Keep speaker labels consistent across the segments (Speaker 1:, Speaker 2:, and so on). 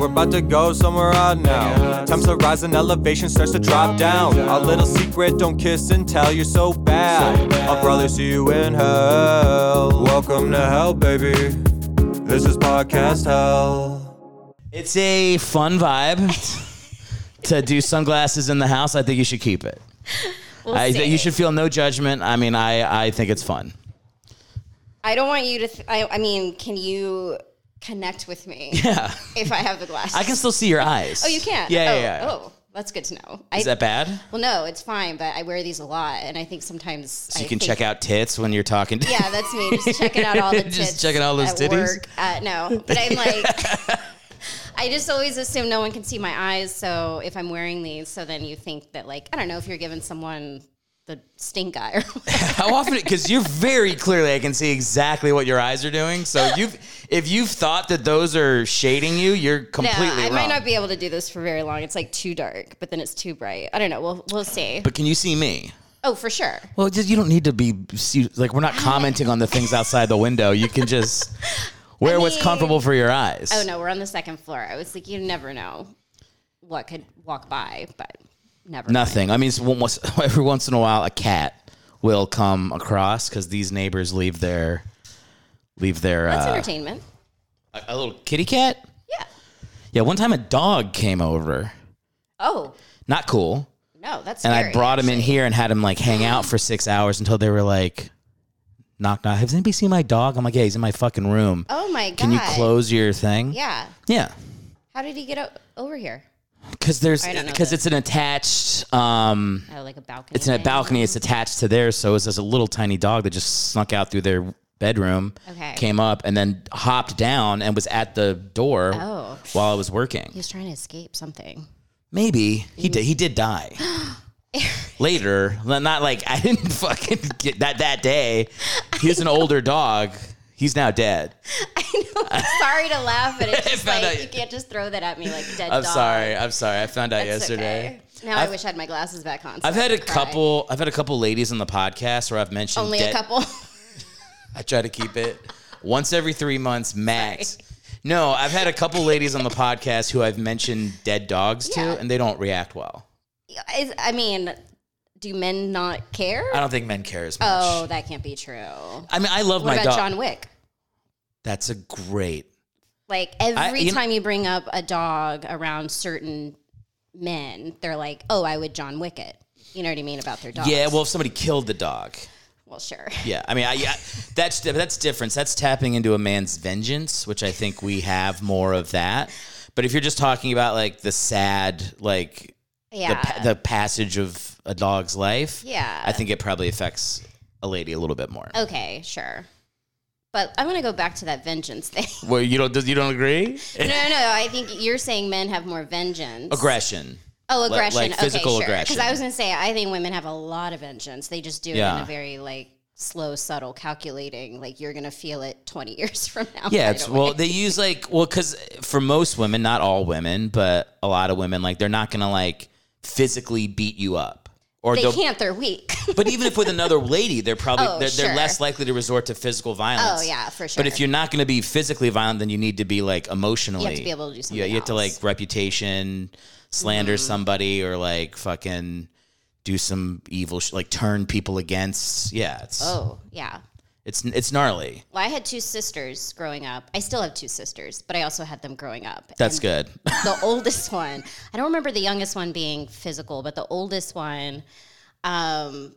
Speaker 1: about to go somewhere out now. Times to rise and elevation starts to drop down. Our little secret, don't kiss and tell, you're so bad. I'll probably see you in hell. Welcome to hell, baby. This is podcast hell.
Speaker 2: It's a fun vibe to do sunglasses in the house. I think you should keep it.
Speaker 3: We'll
Speaker 2: I
Speaker 3: see.
Speaker 2: think you should feel no judgment. I mean, I, I think it's fun.
Speaker 3: I don't want you to. Th- I, I mean, can you connect with me
Speaker 2: Yeah.
Speaker 3: if I have the glasses?
Speaker 2: I can still see your eyes.
Speaker 3: Oh, you can.
Speaker 2: Yeah,
Speaker 3: oh,
Speaker 2: yeah, yeah.
Speaker 3: Oh, that's good to know. I,
Speaker 2: Is that bad?
Speaker 3: Well, no, it's fine. But I wear these a lot, and I think sometimes
Speaker 2: So
Speaker 3: I
Speaker 2: you can
Speaker 3: think-
Speaker 2: check out tits when you're talking. To
Speaker 3: Yeah, that's me. Just checking out all the tits.
Speaker 2: Just checking all those
Speaker 3: at
Speaker 2: titties?
Speaker 3: Work. Uh, no, but I'm like, I just always assume no one can see my eyes. So if I'm wearing these, so then you think that like I don't know if you're giving someone the stink eye or whatever.
Speaker 2: How often? Because you're very clearly, I can see exactly what your eyes are doing. So you've, if you've thought that those are shading you, you're
Speaker 3: no,
Speaker 2: completely
Speaker 3: I
Speaker 2: wrong.
Speaker 3: might not be able to do this for very long. It's like too dark, but then it's too bright. I don't know. We'll we'll see.
Speaker 2: but can you see me?
Speaker 3: oh, for sure.
Speaker 2: Well, just, you don't need to be see- like we're not commenting on the things outside the window. You can just wear what's
Speaker 3: mean-
Speaker 2: comfortable for your eyes.
Speaker 3: Oh no, we're on the second floor. I was like, you never know what could walk by, but never. mind.
Speaker 2: Nothing. I mean, it's one- once, every once in a while, a cat will come across because these neighbors leave their leave their
Speaker 3: That's
Speaker 2: uh,
Speaker 3: entertainment.
Speaker 2: a, a little kitty cat.
Speaker 3: Yeah.
Speaker 2: Yeah, one time a dog came over.
Speaker 3: Oh
Speaker 2: Not cool.
Speaker 3: no, that's.
Speaker 2: And I
Speaker 3: scary,
Speaker 2: brought him in
Speaker 3: actually.
Speaker 2: here and had him like hang out for six hours until they were like, knock knock. Has anybody seen my dog? I'm like, yeah, he's in my fucking room.
Speaker 3: Oh my god.
Speaker 2: Can you close your thing?
Speaker 3: Yeah.
Speaker 2: Yeah.
Speaker 3: How did he get o- over here?
Speaker 2: Because there's
Speaker 3: I don't know
Speaker 2: because
Speaker 3: this.
Speaker 2: it's an attached um
Speaker 3: Oh, like a balcony.
Speaker 2: it's in a
Speaker 3: thing?
Speaker 2: balcony. It's attached to theirs, so it was just a little tiny dog that just snuck out through their bedroom,
Speaker 3: Okay.
Speaker 2: came up, and then hopped down and was at the door
Speaker 3: Oh.
Speaker 2: while I was working.
Speaker 3: He was trying to escape something.
Speaker 2: Maybe he did. He did die later. Not not like I didn't fucking get that that day. He was an older dog. He's now dead.
Speaker 3: Sorry to laugh, but it's just
Speaker 2: found
Speaker 3: like
Speaker 2: out-
Speaker 3: you can't just throw that at me like a dead
Speaker 2: I'm
Speaker 3: dog.
Speaker 2: sorry. I'm sorry. I found out
Speaker 3: It's
Speaker 2: yesterday.
Speaker 3: okay. Now i
Speaker 2: I've-
Speaker 3: wish I had my glasses back on. so
Speaker 2: I've
Speaker 3: I
Speaker 2: had a
Speaker 3: could cry.
Speaker 2: couple. I've had a couple ladies on the podcast where I've mentioned
Speaker 3: Only
Speaker 2: dead-
Speaker 3: a couple.
Speaker 2: I try to keep it once every three months max. No, I've had a couple ladies on the podcast who I've mentioned dead dogs
Speaker 3: Yeah.
Speaker 2: to, and they don't react well.
Speaker 3: Is- I mean, do men not care?
Speaker 2: I don't think men care as much.
Speaker 3: Oh, that can't be true.
Speaker 2: I mean, I love
Speaker 3: What
Speaker 2: my
Speaker 3: about
Speaker 2: dog.
Speaker 3: John Wick?
Speaker 2: That's a great.
Speaker 3: Like every
Speaker 2: you know-
Speaker 3: time you bring up a dog around certain men, they're like, "Oh, I would John Wick it." You know what I mean about their dogs?
Speaker 2: Yeah, well, if somebody killed the dog,
Speaker 3: well, sure.
Speaker 2: yeah. I mean, I, I that's that's different. That's tapping into a man's vengeance, which I think we have more of that. But if you're just talking about like the sad, like the,
Speaker 3: Yeah.
Speaker 2: pa- the passage of a dog's life,
Speaker 3: Yeah.
Speaker 2: I think it probably affects a lady a little bit more.
Speaker 3: Okay, sure. But I want to go back to that vengeance thing.
Speaker 2: Well, you don't you don't agree?
Speaker 3: no, no, no. I think you're saying men have more vengeance.
Speaker 2: Aggression.
Speaker 3: Oh,
Speaker 2: Like-
Speaker 3: aggression.
Speaker 2: like physical
Speaker 3: okay, sure.
Speaker 2: aggression.
Speaker 3: Because I was gonna say, I think women have a lot of vengeance. They just do it in
Speaker 2: Yeah.
Speaker 3: a very like slow, subtle, calculating. Like you're gonna feel it 20 years from now.
Speaker 2: Yeah,
Speaker 3: right
Speaker 2: it's
Speaker 3: away.
Speaker 2: well they use like well cuz for most women, not all women, but a lot of women like they're not going to like physically beat you up. Or
Speaker 3: they
Speaker 2: they'll-
Speaker 3: can't. They're weak.
Speaker 2: But even if with another lady, they're probably
Speaker 3: Oh,
Speaker 2: they're, they're
Speaker 3: sure.
Speaker 2: less likely to resort to physical violence.
Speaker 3: oh yeah, for sure.
Speaker 2: But if you're not going to be physically violent, then you need to be like emotionally.
Speaker 3: be able to do
Speaker 2: Yeah,
Speaker 3: something
Speaker 2: you have to
Speaker 3: else. Mm-hmm.
Speaker 2: like reputation, slander somebody, or like fucking do some evil, sh- like turn people against. Yeah, it's
Speaker 3: oh yeah.
Speaker 2: it's it's gnarly.
Speaker 3: Well, I had two sisters growing up. I still have two sisters, but I also had them growing up.
Speaker 2: That's good.
Speaker 3: the oldest one. I don't remember the youngest one being physical, but the oldest one. Um,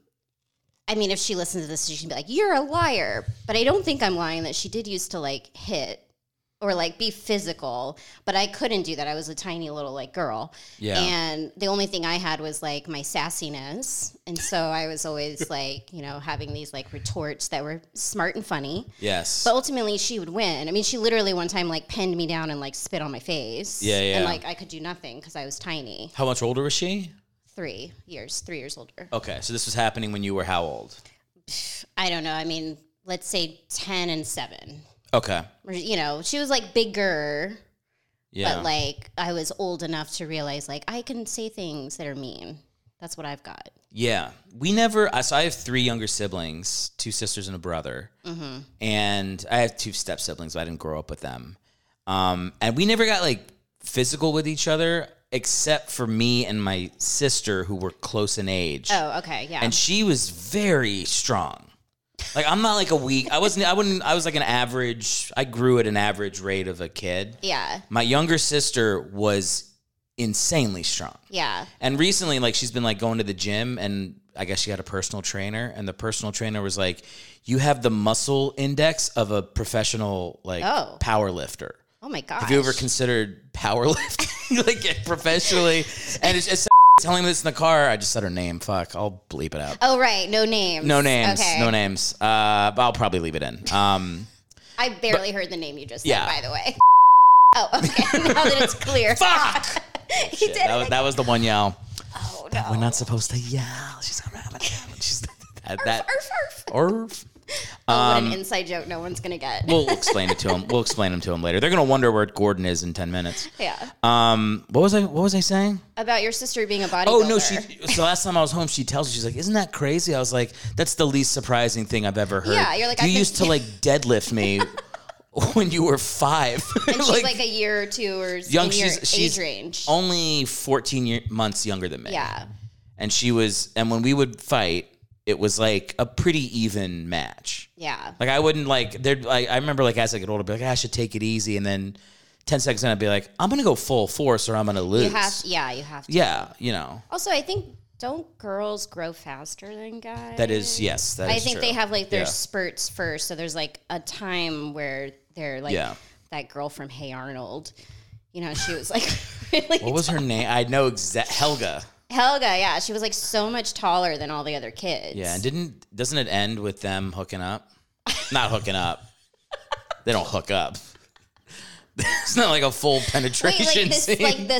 Speaker 3: I mean, if she listens to this, she'd be like, "You're a liar," but I don't think I'm lying. That she did used to like hit or like be physical, but I couldn't do that. I was a tiny little like girl,
Speaker 2: Yeah.
Speaker 3: And the only thing I had was like my sassiness, and so I was always like, you know, having these like retorts that were smart and funny.
Speaker 2: yes.
Speaker 3: But ultimately, she would win. I mean, she literally one time like pinned me down and like spit on my face.
Speaker 2: Yeah, yeah.
Speaker 3: And like I could do nothing because I was tiny.
Speaker 2: how much older was she?
Speaker 3: Three years, three years older.
Speaker 2: Okay, so this was happening when you were how old?
Speaker 3: I don't know. I mean, let's say 10 and seven.
Speaker 2: Okay.
Speaker 3: Or, You know, she was like bigger,
Speaker 2: Yeah.
Speaker 3: but like I was old enough to realize like I can say things that are mean. That's what I've got.
Speaker 2: Yeah, we never. I- So I have three younger siblings, two sisters and a brother,
Speaker 3: Mm-hmm.
Speaker 2: and I have two step siblings. But I didn't grow up with them, um, and we never got like physical with each other except for me and my sister who were close in age.
Speaker 3: Oh, okay, yeah.
Speaker 2: And she was very strong. Like I'm not like a weak. I wasn't. I wouldn't. I was like an average. I grew at an average rate of a kid.
Speaker 3: yeah,
Speaker 2: My younger sister was insanely strong.
Speaker 3: yeah.
Speaker 2: And recently, like she's been like going to the gym, and I guess she had a personal trainer, and the personal trainer was like, "You have the muscle index of a professional like
Speaker 3: Oh.
Speaker 2: power lifter."
Speaker 3: Oh my gosh.
Speaker 2: Have you ever considered powerlifting like professionally? And it's, it's telling me this in the car. I just said her name. Fuck, I'll bleep it out.
Speaker 3: oh right, no names.
Speaker 2: No names.
Speaker 3: Okay.
Speaker 2: No names. Uh, but I'll probably leave it in. Um,
Speaker 3: I barely heard the name you just
Speaker 2: Yeah.
Speaker 3: said. By the way. Oh, okay. now that it's clear.
Speaker 2: Fuck!
Speaker 3: he did.
Speaker 2: that,
Speaker 3: it
Speaker 2: was, that was the one yell.
Speaker 3: Oh no.
Speaker 2: We're not supposed to yell. She's gonna have a yell. She's that. that
Speaker 3: Arf, arf.
Speaker 2: or
Speaker 3: Oh, what an inside joke no one's gonna get.
Speaker 2: Um, we'll explain it to him. We'll explain him to him later. They're gonna wonder where Gordon is in ten minutes.
Speaker 3: yeah.
Speaker 2: Um, what was I? What was I saying?
Speaker 3: About your sister being a bodybuilder.
Speaker 2: Oh no, she. So last time I was home, she tells me she's like, "Isn't that crazy?" I was like, "That's the least surprising thing I've ever heard."
Speaker 3: Yeah, you're like,
Speaker 2: you
Speaker 3: I think-
Speaker 2: used to like deadlift me when you were five.
Speaker 3: And she's like, a year or two or
Speaker 2: young.
Speaker 3: in your
Speaker 2: She's
Speaker 3: age
Speaker 2: she's
Speaker 3: range.
Speaker 2: only fourteen year, months younger than me.
Speaker 3: yeah.
Speaker 2: and she was, and when we would fight, it was like a pretty even match.
Speaker 3: Yeah.
Speaker 2: Like I wouldn't like there. Like, I remember like as I get older, I'd be like "Ah, I should take it easy, and then ten seconds in, I'd be like, I'm gonna go full force or I'm gonna lose.
Speaker 3: You have yeah, you have to.
Speaker 2: yeah, you know
Speaker 3: Also, I think don't girls grow faster than guys?
Speaker 2: that is yes. That is
Speaker 3: Mm. I think
Speaker 2: true.
Speaker 3: they have like their
Speaker 2: Yeah.
Speaker 3: spurts first. So there's like a time where they're like
Speaker 2: Yeah.
Speaker 3: that girl from Hey Arnold. You know, she was like really
Speaker 2: What was her name? I know exact Helga.
Speaker 3: Helga, yeah. She was like so much taller than all the other kids.
Speaker 2: Yeah, and didn't doesn't it end with them hooking up? Not hooking up. they don't hook up. it's not like a full
Speaker 3: Wait,
Speaker 2: penetration
Speaker 3: like this
Speaker 2: scene.
Speaker 3: like the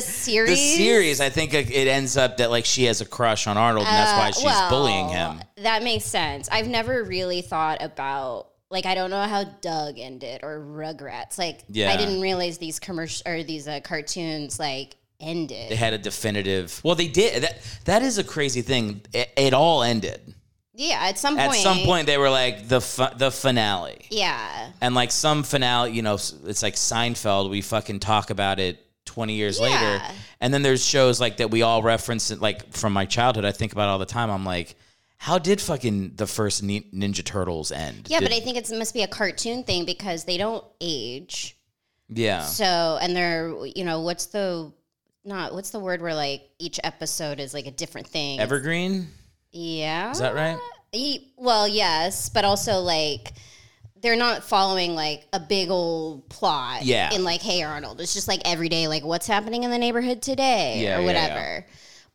Speaker 3: series.
Speaker 2: the series, I think it it ends up that like she has a crush on Arnold, and that's why she's
Speaker 3: Uh, Well,
Speaker 2: bullying him.
Speaker 3: That makes sense. I've never really thought about like I don't know how Doug ended or Rugrats. Like
Speaker 2: Yeah.
Speaker 3: I didn't realize these commercial or these uh, cartoons like
Speaker 2: They
Speaker 3: ended.
Speaker 2: had a definitive. Well, they did. That that is a crazy thing. It, it all ended
Speaker 3: Yeah, at some
Speaker 2: at
Speaker 3: point.
Speaker 2: some point. They were like the fi- the finale.
Speaker 3: Yeah.
Speaker 2: and like some finale, you know, it's like Seinfeld. We fucking talk about it twenty years later, and then there's shows like that we all reference it, like from my childhood. I think about it all the time. I'm like, how did fucking the first Ni- Ninja Turtles end?
Speaker 3: Yeah, but I
Speaker 2: Did-
Speaker 3: think it's, it must be a cartoon thing because they don't age.
Speaker 2: yeah,
Speaker 3: So, and they're, you know, what's the, not, what's the word where like each episode is like a different thing?
Speaker 2: Evergreen
Speaker 3: Yeah.
Speaker 2: is that right?
Speaker 3: E- Well, yes, but also like they're not following like a big old plot.
Speaker 2: Yeah.
Speaker 3: In like, hey Arnold, it's just like every day, like what's happening in the neighborhood
Speaker 2: Yeah,
Speaker 3: today
Speaker 2: yeah,
Speaker 3: or
Speaker 2: yeah.
Speaker 3: whatever.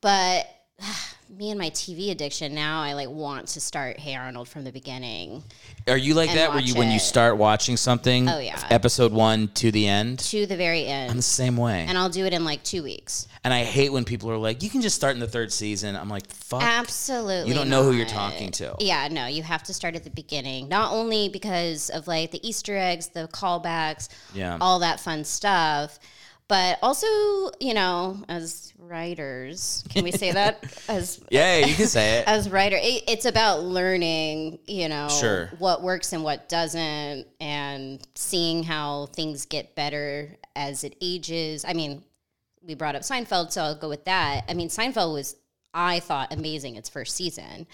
Speaker 3: But me and my TV addiction now, I like want to start Hey Arnold from the beginning
Speaker 2: Are you like
Speaker 3: And
Speaker 2: that where you
Speaker 3: watch
Speaker 2: when you
Speaker 3: it.
Speaker 2: start watching something?
Speaker 3: Oh, yeah.
Speaker 2: episode one to the end.
Speaker 3: to the very end,
Speaker 2: I'm the same way,
Speaker 3: and I'll do it in like two weeks.
Speaker 2: and I hate when people are like, "You can just start in the third season." I'm like, "Fuck,
Speaker 3: Absolutely.
Speaker 2: you don't know who you're
Speaker 3: not.
Speaker 2: talking to."
Speaker 3: Yeah, no, you have to start at the beginning. Not only because of like the Easter eggs, the callbacks,
Speaker 2: Yeah.
Speaker 3: all that fun stuff, but also, you know, as writers, can we say that? As
Speaker 2: Yeah, you can say it.
Speaker 3: as writer, it, it's about learning, you know,
Speaker 2: Sure.
Speaker 3: what works and what doesn't, and seeing how things get better as it ages. I mean, we brought up Seinfeld, so I'll go with that. I mean, Seinfeld was, I thought, amazing its first season,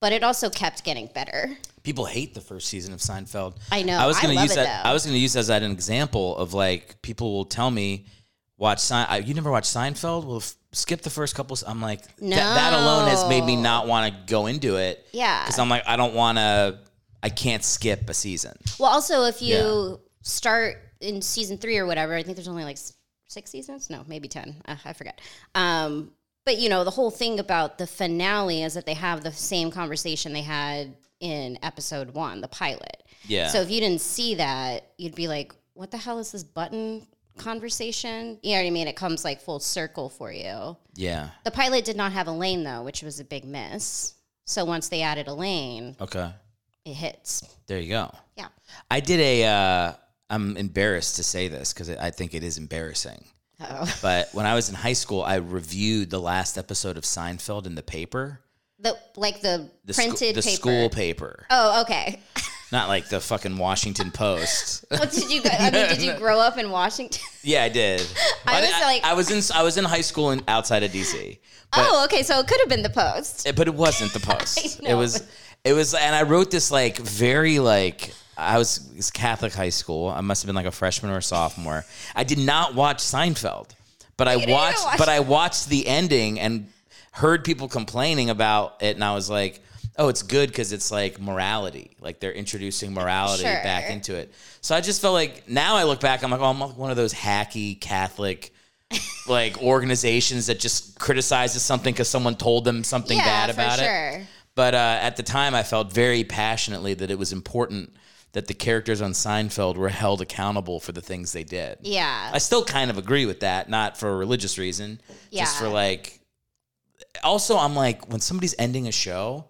Speaker 3: but it also kept getting better.
Speaker 2: People hate the first season of Seinfeld.
Speaker 3: I know.
Speaker 2: I was
Speaker 3: I
Speaker 2: gonna
Speaker 3: love
Speaker 2: use
Speaker 3: it,
Speaker 2: that.
Speaker 3: though.
Speaker 2: I was gonna use that as an example of like people will tell me, "Watch Sein. I- You never watch Seinfeld? Well, f- skip the first couple." s-" I'm like, "That- that alone has made me
Speaker 3: No.
Speaker 2: not want to go into it.
Speaker 3: Yeah.
Speaker 2: because I'm like, I don't want to. I can't skip a season.
Speaker 3: Well, also if you
Speaker 2: Yeah.
Speaker 3: start in season three or whatever, I think there's only like s- six seasons. No, maybe ten. Uh, I forget. Um, but you know, the whole thing about the finale is that they have the same conversation they had in episode one, the pilot.
Speaker 2: Yeah.
Speaker 3: So if you didn't see that, you'd be like, "What the hell is this button conversation?" You know what I mean? It comes like full circle for you.
Speaker 2: yeah.
Speaker 3: The pilot did not have Elaine though, which was a big miss. So once they added Elaine,
Speaker 2: Okay.
Speaker 3: it hits.
Speaker 2: There you go.
Speaker 3: Yeah.
Speaker 2: I did a. Uh, I'm embarrassed to say this because I think it is embarrassing.
Speaker 3: Oh.
Speaker 2: But when I was in high school, I reviewed the last episode of Seinfeld in the paper.
Speaker 3: The like the,
Speaker 2: the scho-
Speaker 3: printed
Speaker 2: the
Speaker 3: paper.
Speaker 2: school paper.
Speaker 3: Oh, okay.
Speaker 2: Not like the fucking Washington Post.
Speaker 3: What did you? go- I mean, did you grow up in Washington?
Speaker 2: yeah, I did.
Speaker 3: I was like-
Speaker 2: I was in I was in high school and outside of DC. But
Speaker 3: oh, okay. So it could have been the Post.
Speaker 2: it- but it wasn't the post. It
Speaker 3: I know.
Speaker 2: was it was and I wrote this like very like I was, it was Catholic high school. I must have been like a freshman or a sophomore. I did not watch Seinfeld, but I
Speaker 3: didn't even
Speaker 2: watched
Speaker 3: watch
Speaker 2: but I watched the ending and heard people complaining about it and I was like, "Oh, it's good cuz it's like morality. Like they're introducing morality
Speaker 3: Sure.
Speaker 2: back into it." So I just felt like now I look back I'm like, "Oh, I'm like one of those hacky Catholic like organizations that just criticizes something because someone told them something
Speaker 3: Yeah,
Speaker 2: bad
Speaker 3: for
Speaker 2: about it.
Speaker 3: sure.
Speaker 2: But uh, at the time, I felt very passionately that it was important that the characters on Seinfeld were held accountable for the things they did.
Speaker 3: Yeah.
Speaker 2: I still kind of agree with that, not for a religious reason, just
Speaker 3: Yeah.
Speaker 2: for like. Also, I'm like, when somebody's ending a show,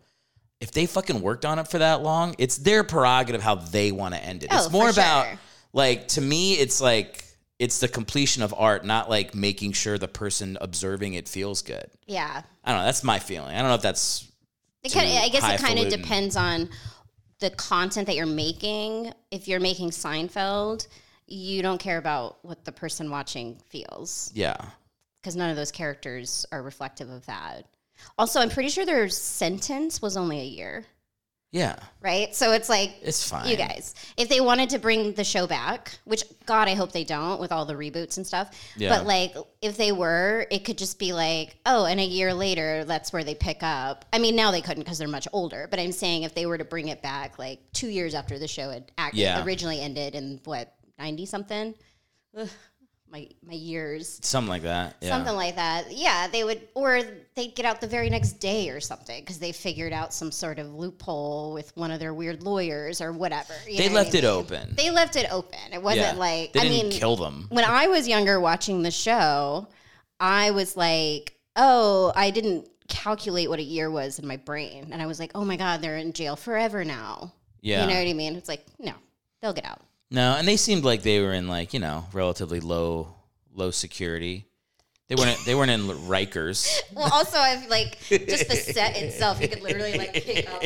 Speaker 2: if they fucking worked on it for that long, it's their prerogative how they want to end it.
Speaker 3: Oh,
Speaker 2: it's more
Speaker 3: for
Speaker 2: about
Speaker 3: sure.
Speaker 2: like to me, it's like it's the completion of art, not like making sure the person observing it feels good.
Speaker 3: yeah.
Speaker 2: I don't know. That's my feeling. I don't know if that's
Speaker 3: It kind of, I guess it kind of
Speaker 2: highfalutin.
Speaker 3: depends on the content that you're making. If you're making Seinfeld, you don't care about what the person watching feels
Speaker 2: yeah.
Speaker 3: because none of those characters are reflective of that. Also, I'm pretty sure their sentence was only a year,
Speaker 2: Yeah.
Speaker 3: right? So it's like
Speaker 2: It's fine.
Speaker 3: you guys, if they wanted to bring the show back, which God, I hope they don't with all the reboots and stuff.
Speaker 2: Yeah.
Speaker 3: But like, if they were, it could just be like, oh, and a year later, that's where they pick up. I mean, now they couldn't because they're much older. But I'm saying if they were to bring it back, like two years after the show had act-
Speaker 2: Yeah.
Speaker 3: originally ended in what ninety something, Ugh, my my years.
Speaker 2: Something like that. Yeah.
Speaker 3: Something like that. Yeah, they would, or they'd get out the very next day or something because they figured out some sort of loophole with one of their weird lawyers or whatever. you
Speaker 2: They
Speaker 3: know what I
Speaker 2: left it
Speaker 3: mean?
Speaker 2: open.
Speaker 3: They left it open. It wasn't
Speaker 2: yeah.
Speaker 3: like,
Speaker 2: they
Speaker 3: I
Speaker 2: didn't
Speaker 3: mean,
Speaker 2: kill them.
Speaker 3: when I was younger watching the show, I was like, oh, I didn't calculate what a year was in my brain. And I was like, oh my God, they're in jail forever now.
Speaker 2: Yeah.
Speaker 3: You know what I mean? It's like, no, they'll get out.
Speaker 2: No, and they seemed like they were in like you know relatively low low security. They weren't they weren't in Rikers.
Speaker 3: Well, also, I've like just the set itself. You could literally like pick up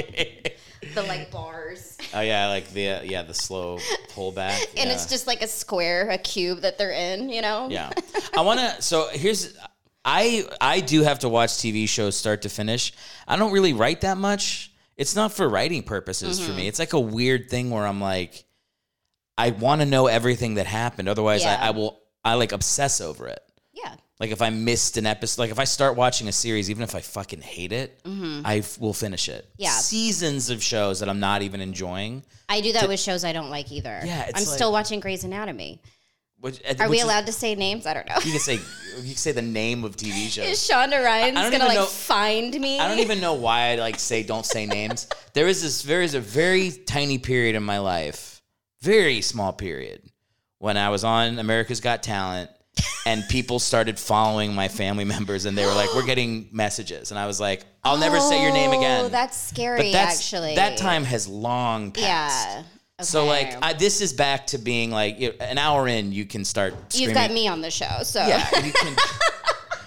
Speaker 3: the like bars,
Speaker 2: Oh yeah, like the uh, yeah the slow pullback.
Speaker 3: and it's
Speaker 2: yeah.
Speaker 3: just like a square, a cube that they're in. You know?
Speaker 2: yeah. I want to. So here's I I do have to watch TV shows start to finish. I don't really write that much. It's not for writing purposes
Speaker 3: Mm-hmm.
Speaker 2: for me. It's like a weird thing where I'm like, I want to know everything that happened. Otherwise,
Speaker 3: Yeah.
Speaker 2: I, I will I like obsess over it.
Speaker 3: Yeah.
Speaker 2: Like if I missed an episode, like if I start watching a series, even if I fucking hate it, I f- will finish it.
Speaker 3: Mm-hmm. Yeah.
Speaker 2: seasons of shows that I'm not even enjoying.
Speaker 3: I do that with shows I don't like either.
Speaker 2: Yeah, it's
Speaker 3: I'm
Speaker 2: like-
Speaker 3: still watching Grey's Anatomy.
Speaker 2: Which,
Speaker 3: Are
Speaker 2: which
Speaker 3: we
Speaker 2: is-
Speaker 3: allowed to say names? I don't know.
Speaker 2: you can say you can say the name of TV
Speaker 3: Is
Speaker 2: shows.
Speaker 3: Shonda Rhimes
Speaker 2: I don't
Speaker 3: gonna
Speaker 2: even
Speaker 3: like
Speaker 2: know-
Speaker 3: find me?
Speaker 2: I don't even know why I like say don't say names. There is this there is a very tiny period in my life, very small period, when I was on America's Got Talent and people started following my family members and they were like, We're getting messages. And I was like, I'll never say your name again.
Speaker 3: Oh, that's scary.
Speaker 2: but that's
Speaker 3: actually,
Speaker 2: that time has long passed.
Speaker 3: Yeah.
Speaker 2: So
Speaker 3: Okay.
Speaker 2: like I, this is back to being like you know, an hour in, you can start. Screaming.
Speaker 3: you've got me on the show, so
Speaker 2: Yeah, you can.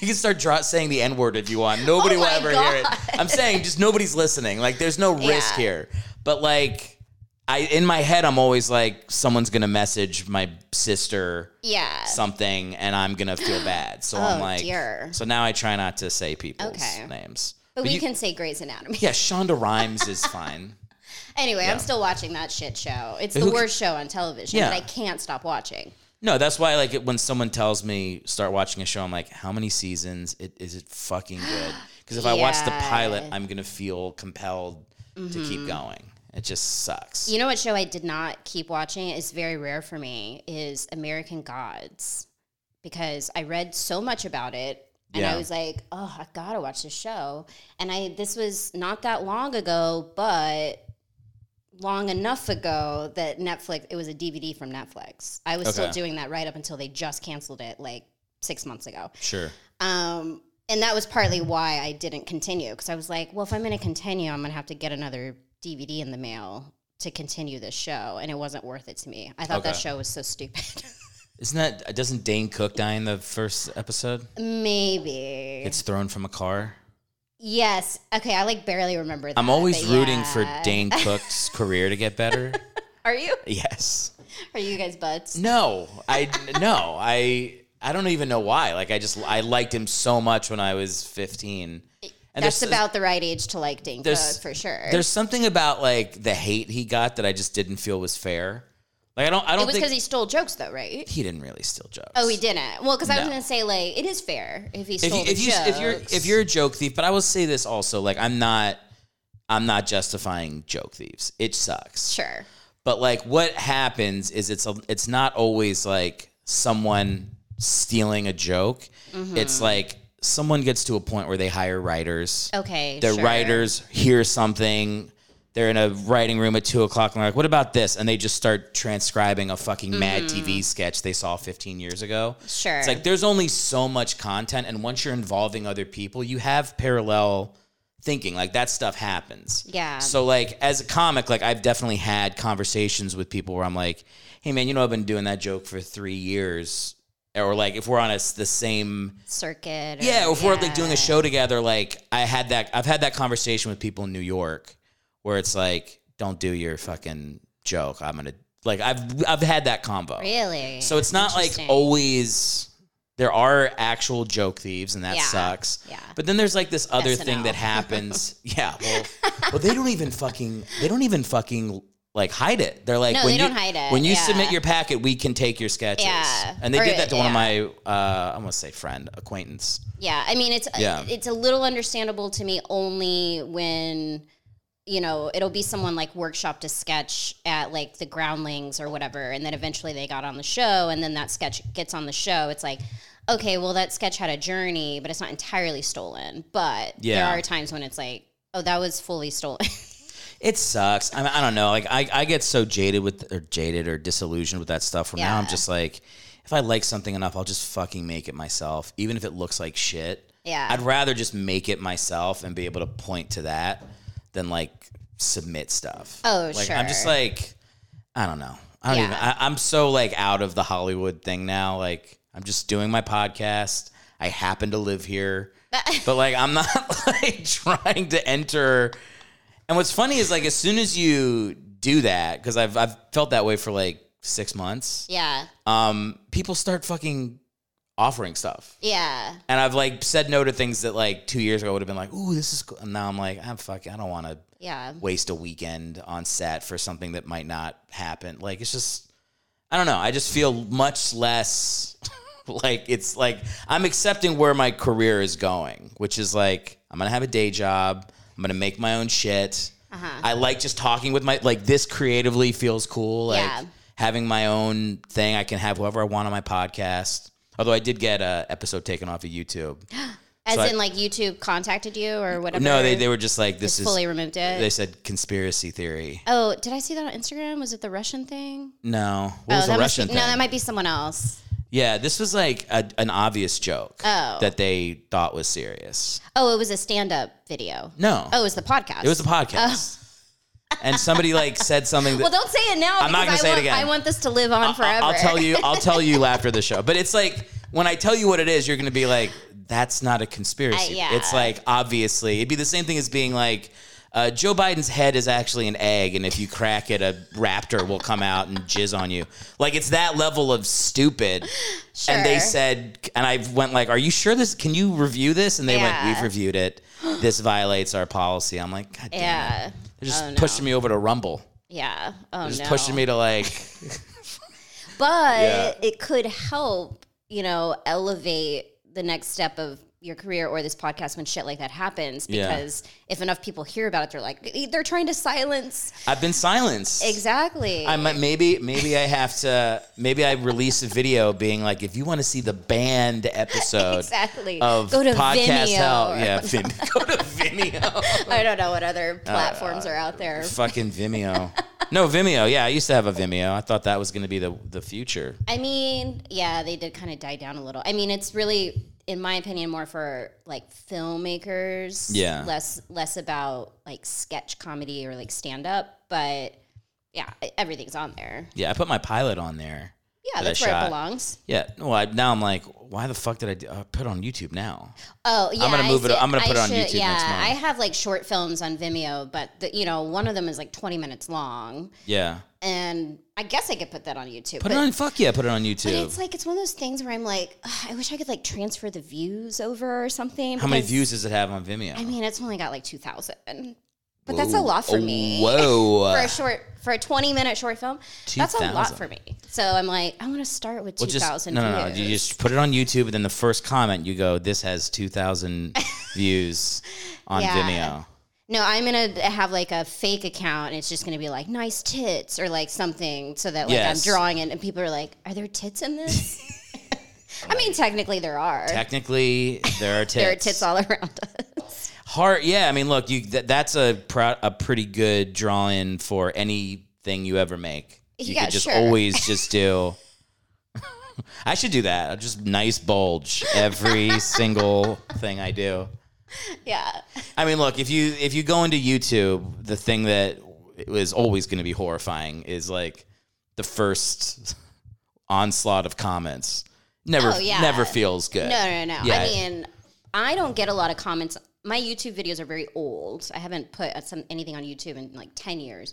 Speaker 2: you can start dro- saying the n word if you want. Nobody
Speaker 3: Oh
Speaker 2: will
Speaker 3: my
Speaker 2: ever hear it. I'm saying just nobody's listening. Like there's no risk
Speaker 3: Yeah.
Speaker 2: here. But like I in my head, I'm always like someone's gonna message my sister
Speaker 3: yeah.
Speaker 2: something, and I'm gonna feel bad. So I'm
Speaker 3: Oh,
Speaker 2: like,
Speaker 3: dear.
Speaker 2: so now I try not to say people's
Speaker 3: Okay.
Speaker 2: names.
Speaker 3: but, we
Speaker 2: you-
Speaker 3: can say Grey's Anatomy.
Speaker 2: Yeah, Shonda Rhimes is fine.
Speaker 3: Anyway, I'm still watching that shit show. It's
Speaker 2: Who
Speaker 3: the
Speaker 2: ca-
Speaker 3: worst show on television,
Speaker 2: Yeah.
Speaker 3: but I can't stop watching.
Speaker 2: No, that's why like it, when someone tells me start watching a show, I'm like, how many seasons? It, is it fucking good? Because if I watch the
Speaker 3: Yeah. Mm-hmm.
Speaker 2: pilot, I'm gonna feel compelled to keep going. It just sucks.
Speaker 3: You know what show I did not keep watching? It's very rare for me. Is American Gods because I read so much about it. And
Speaker 2: Yeah.
Speaker 3: I was like, oh, I gotta watch this show. And I this was not that long ago, but long enough ago that Netflix it was a DVD from Netflix. I was still
Speaker 2: Okay.
Speaker 3: doing that right up until they just canceled it like six months ago.
Speaker 2: sure.
Speaker 3: Um, and that was partly why I didn't continue because I was like, well, if I'm going to continue, I'm going to have to get another DVD in the mail to continue this show, and it wasn't worth it to me. I thought that
Speaker 2: Okay.
Speaker 3: show was so stupid.
Speaker 2: Isn't that doesn't Dane Cook die in the first episode?
Speaker 3: Maybe.
Speaker 2: Gets thrown from a car.
Speaker 3: Yes. Okay. I like barely remember that.
Speaker 2: I'm always
Speaker 3: but
Speaker 2: rooting
Speaker 3: yeah.
Speaker 2: for Dane Cook's career to get better.
Speaker 3: Are you?
Speaker 2: Yes.
Speaker 3: Are you guys butts?
Speaker 2: No, I no, I I don't even know why. Like I just I liked him so much when I was 15. And
Speaker 3: That's
Speaker 2: there's-
Speaker 3: about the right age to like Dane Cook
Speaker 2: there's-
Speaker 3: for sure.
Speaker 2: There's something about like the hate he got that I just didn't feel was fair. Like I don't I
Speaker 3: it
Speaker 2: don't
Speaker 3: was
Speaker 2: think
Speaker 3: because he stole jokes though, right?
Speaker 2: he didn't really steal jokes.
Speaker 3: Oh, he didn't. Well, because I was
Speaker 2: No.
Speaker 3: gonna say like it is fair if he
Speaker 2: if,
Speaker 3: stole
Speaker 2: you, if,
Speaker 3: the
Speaker 2: you,
Speaker 3: jokes.
Speaker 2: if you're if you're a joke thief, but I will say this also, like I'm not I'm not justifying joke thieves. It sucks.
Speaker 3: sure,
Speaker 2: But like what happens is it's a, it's not always like someone stealing a joke.
Speaker 3: Mm-hmm.
Speaker 2: It's like someone gets to a point where they hire writers.
Speaker 3: okay,
Speaker 2: The
Speaker 3: Oh, sure.
Speaker 2: writers hear something. They're in a writing room at two o'clock and they're like, what about this? And they just start transcribing a fucking mad TV sketch they saw 15 years ago.
Speaker 3: Mm-hmm. Sure.
Speaker 2: It's like there's only so much content. And once you're involving other people, you have parallel thinking. Like that stuff happens.
Speaker 3: Yeah.
Speaker 2: So, like, as a comic, like, I've definitely had conversations with people where I'm like, hey, man, you know, I've been doing that joke for three years. Or like, if we're on a, s- the same
Speaker 3: circuit. Or,
Speaker 2: yeah, or if we're like doing a show together, like I had that, I've had that conversation with people in New York, where it's like, don't do your fucking joke. I'm gonna like, I've I've had that combo.
Speaker 3: Really?
Speaker 2: So it's not like
Speaker 3: Interesting.
Speaker 2: always. There are actual joke thieves, and that
Speaker 3: Yeah,
Speaker 2: sucks.
Speaker 3: yeah.
Speaker 2: But then there's like this other thing
Speaker 3: SNL.
Speaker 2: that happens. yeah. Well, well, they don't even fucking. They don't even fucking like hide it. They're like
Speaker 3: No,
Speaker 2: when
Speaker 3: they
Speaker 2: you
Speaker 3: don't hide it,
Speaker 2: when you
Speaker 3: yeah.
Speaker 2: submit your packet, we can take your sketches.
Speaker 3: Yeah.
Speaker 2: And they
Speaker 3: Or-
Speaker 2: did that to one of
Speaker 3: yeah.
Speaker 2: my. Uh, I'm gonna say friend acquaintance.
Speaker 3: Yeah, I mean it's
Speaker 2: Yeah.
Speaker 3: it's a little understandable to me only when you know it'll be someone like workshopped a sketch at like the Groundlings or whatever, and then eventually they got on the show, and then that sketch gets on the show. It's like. Okay, well, that sketch had a journey, but it's not entirely stolen. But
Speaker 2: Yeah.
Speaker 3: there are times when it's like, oh, that was fully stolen.
Speaker 2: It sucks. I, mean, I don't know. Like I, I get so jaded with or jaded or disillusioned with that stuff. From now, I'm
Speaker 3: Yeah.
Speaker 2: just like, if I like something enough, I'll just fucking make it myself, even if it looks like shit.
Speaker 3: Yeah.
Speaker 2: I'd rather just make it myself and be able to point to that than like submit stuff.
Speaker 3: Oh,
Speaker 2: like, I'm just
Speaker 3: sure.
Speaker 2: like, I don't know. I don't
Speaker 3: Yeah.
Speaker 2: even. I, I'm so like out of the Hollywood thing now. Like I'm just doing my podcast. I happen to live here, but like I'm not like trying to enter. And what's funny is like as soon as you do that, because I've I've felt that way for like six months.
Speaker 3: yeah,
Speaker 2: Um, people start fucking offering stuff,
Speaker 3: yeah.
Speaker 2: and I've like said no to things that like two years ago would have been like, "Ooh, this is." Cool. And now I'm like, I'm fucking. I don't want to
Speaker 3: Yeah.
Speaker 2: waste a weekend on set for something that might not happen. Like it's just I don't know. I just feel much less like it's like I'm accepting where my career is going, which is like I'm going to have a day job, I'm going to make my own shit.
Speaker 3: Uh-huh.
Speaker 2: I like just talking with my like this creatively feels cool like
Speaker 3: Yeah.
Speaker 2: having my own thing. I can have whoever I want on my podcast. Although I did get a episode taken off of YouTube.
Speaker 3: As
Speaker 2: I-
Speaker 3: in, like YouTube contacted you or whatever.
Speaker 2: No, they, they were just like this
Speaker 3: just
Speaker 2: is
Speaker 3: fully removed it.
Speaker 2: they said conspiracy theory.
Speaker 3: oh, did I see that on Instagram? Was it the Russian thing?
Speaker 2: No. What was
Speaker 3: Oh, that
Speaker 2: the
Speaker 3: must
Speaker 2: Russian
Speaker 3: be,
Speaker 2: thing?
Speaker 3: No, that might be someone else.
Speaker 2: yeah, this was like a, an obvious joke
Speaker 3: Oh.
Speaker 2: that they thought was serious.
Speaker 3: Oh, it was a stand-up video.
Speaker 2: No.
Speaker 3: Oh, it was the podcast.
Speaker 2: It was a podcast. And somebody like said something that
Speaker 3: Well, don't say it now.
Speaker 2: I'm not gonna
Speaker 3: because
Speaker 2: say it
Speaker 3: I want,
Speaker 2: again.
Speaker 3: I want this to live on
Speaker 2: I-
Speaker 3: forever.
Speaker 2: I'll tell you I'll tell you after the show. But it's like when I tell you what it is, you're going to be like that's not a conspiracy.
Speaker 3: Uh, yeah.
Speaker 2: It's like obviously it'd be the same thing as being like uh, Joe Biden's head is actually an egg, and if you crack it, a raptor will come out and jizz on you. Like it's that level of stupid. And they
Speaker 3: Sure.
Speaker 2: said, and I went like, "Are you sure this? Can you review this?" And they
Speaker 3: Yeah.
Speaker 2: went, "We've reviewed it. This violates our policy." I'm like, "God damn it!"
Speaker 3: Yeah.
Speaker 2: They're just
Speaker 3: Oh, no.
Speaker 2: pushing me over to Rumble.
Speaker 3: Yeah. Oh
Speaker 2: Just
Speaker 3: no.
Speaker 2: pushing me to like.
Speaker 3: But
Speaker 2: Yeah.
Speaker 3: it could help, you know, elevate the next step of your career or this podcast when shit like that happens.
Speaker 2: Yeah.
Speaker 3: Because if enough people hear about it, they're like, they're trying to silence.
Speaker 2: I've been silenced.
Speaker 3: Exactly.
Speaker 2: I might, maybe maybe I have to maybe I release a video being like if you want to see the band episode
Speaker 3: exactly.
Speaker 2: of
Speaker 3: Go to
Speaker 2: podcast
Speaker 3: Vimeo.
Speaker 2: hell
Speaker 3: or-
Speaker 2: yeah Uh, Vim- go to Vimeo
Speaker 3: I don't know what other platforms are out there.
Speaker 2: fucking Vimeo no Vimeo yeah I used to have a Vimeo I thought that was gonna be the the future
Speaker 3: I mean, yeah, they did kind of die down a little. I mean, it's really, in my opinion, more for like filmmakers.
Speaker 2: Yeah.
Speaker 3: Less less about like sketch comedy or like stand up, but yeah, e, everything's on there.
Speaker 2: yeah I put my pilot on there
Speaker 3: Yeah,
Speaker 2: that I
Speaker 3: that's where it
Speaker 2: shot.
Speaker 3: belongs.
Speaker 2: Yeah. Well, I, now I'm like, why the fuck did I do, uh, put it on YouTube now?
Speaker 3: Oh, yeah.
Speaker 2: gonna
Speaker 3: I
Speaker 2: move it-
Speaker 3: should-
Speaker 2: I'm gonna put
Speaker 3: I
Speaker 2: it on YouTube
Speaker 3: Yeah,
Speaker 2: next month.
Speaker 3: I have like short films on Vimeo, but the, you know, one of them is like 20 minutes long,
Speaker 2: Yeah.
Speaker 3: and I guess I could put that on YouTube.
Speaker 2: Put
Speaker 3: but,
Speaker 2: it on. Fuck yeah, put it on
Speaker 3: but
Speaker 2: YouTube.
Speaker 3: it's like it's one of those things where I'm like, "Ugh, I wish I could like transfer the views over or something.
Speaker 2: How many
Speaker 3: because,
Speaker 2: views does it have on Vimeo?
Speaker 3: I mean, it's only got like 2,000, but that's a
Speaker 2: Whoa.
Speaker 3: lot for
Speaker 2: Oh,
Speaker 3: me.
Speaker 2: Whoa.
Speaker 3: For a short, for a twenty-minute short film, that's a lot
Speaker 2: 2,000.
Speaker 3: for me. So I'm like, I want to start with
Speaker 2: Well,
Speaker 3: two
Speaker 2: just
Speaker 3: thousand.
Speaker 2: no, no, no. You just put it on YouTube, and then the first comment you go, "This has two thousand views on
Speaker 3: Yeah.
Speaker 2: Vimeo."
Speaker 3: No, I'm gonna have like a fake account, and it's just gonna be like nice tits or like something, so that like
Speaker 2: Yes.
Speaker 3: I'm drawing it, and people are like, "Are there tits in this?" I mean, technically there are.
Speaker 2: Technically, there are tits.
Speaker 3: there are tits all around us.
Speaker 2: Heart, yeah. I mean, look, you th- that's a pro- a pretty good draw in for anything you ever make. You
Speaker 3: Yeah,
Speaker 2: could just
Speaker 3: sure.
Speaker 2: always just do. I should do that. Just nice bulge every single thing I do.
Speaker 3: yeah,
Speaker 2: I mean, look if you if you go into YouTube, the thing that is always going to be horrifying is like the first onslaught of comments. Never,
Speaker 3: Oh, yeah.
Speaker 2: never feels good.
Speaker 3: no, no, no.
Speaker 2: Yeah.
Speaker 3: I mean, I don't get a lot of comments. My YouTube videos are very old. I haven't put some anything on YouTube in like ten years.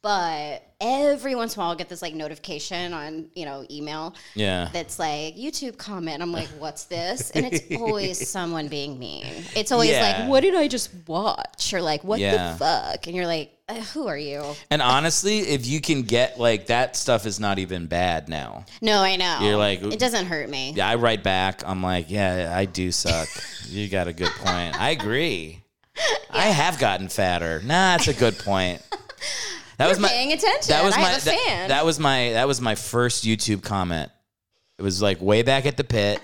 Speaker 3: But every once in a while, I'll get this like notification on you know email
Speaker 2: yeah.
Speaker 3: that's like YouTube comment. I'm like, what's this? And it's always someone being mean. It's always
Speaker 2: Yeah.
Speaker 3: like, what did I just watch? Or like, what
Speaker 2: Yeah.
Speaker 3: the fuck? And you're like, uh, who are you?
Speaker 2: And honestly, if you can get like that stuff is not even bad now.
Speaker 3: No, I know.
Speaker 2: You're like-
Speaker 3: it doesn't hurt me.
Speaker 2: Yeah, I write back. I'm like, yeah, I do suck. you got a good point. I agree. I have gotten fatter. Nah, that's a good point. That was my
Speaker 3: Paying attention.
Speaker 2: that was
Speaker 3: I
Speaker 2: my
Speaker 3: have a
Speaker 2: that-
Speaker 3: fan.
Speaker 2: that was my that was my first YouTube comment. It was like way back at the pit.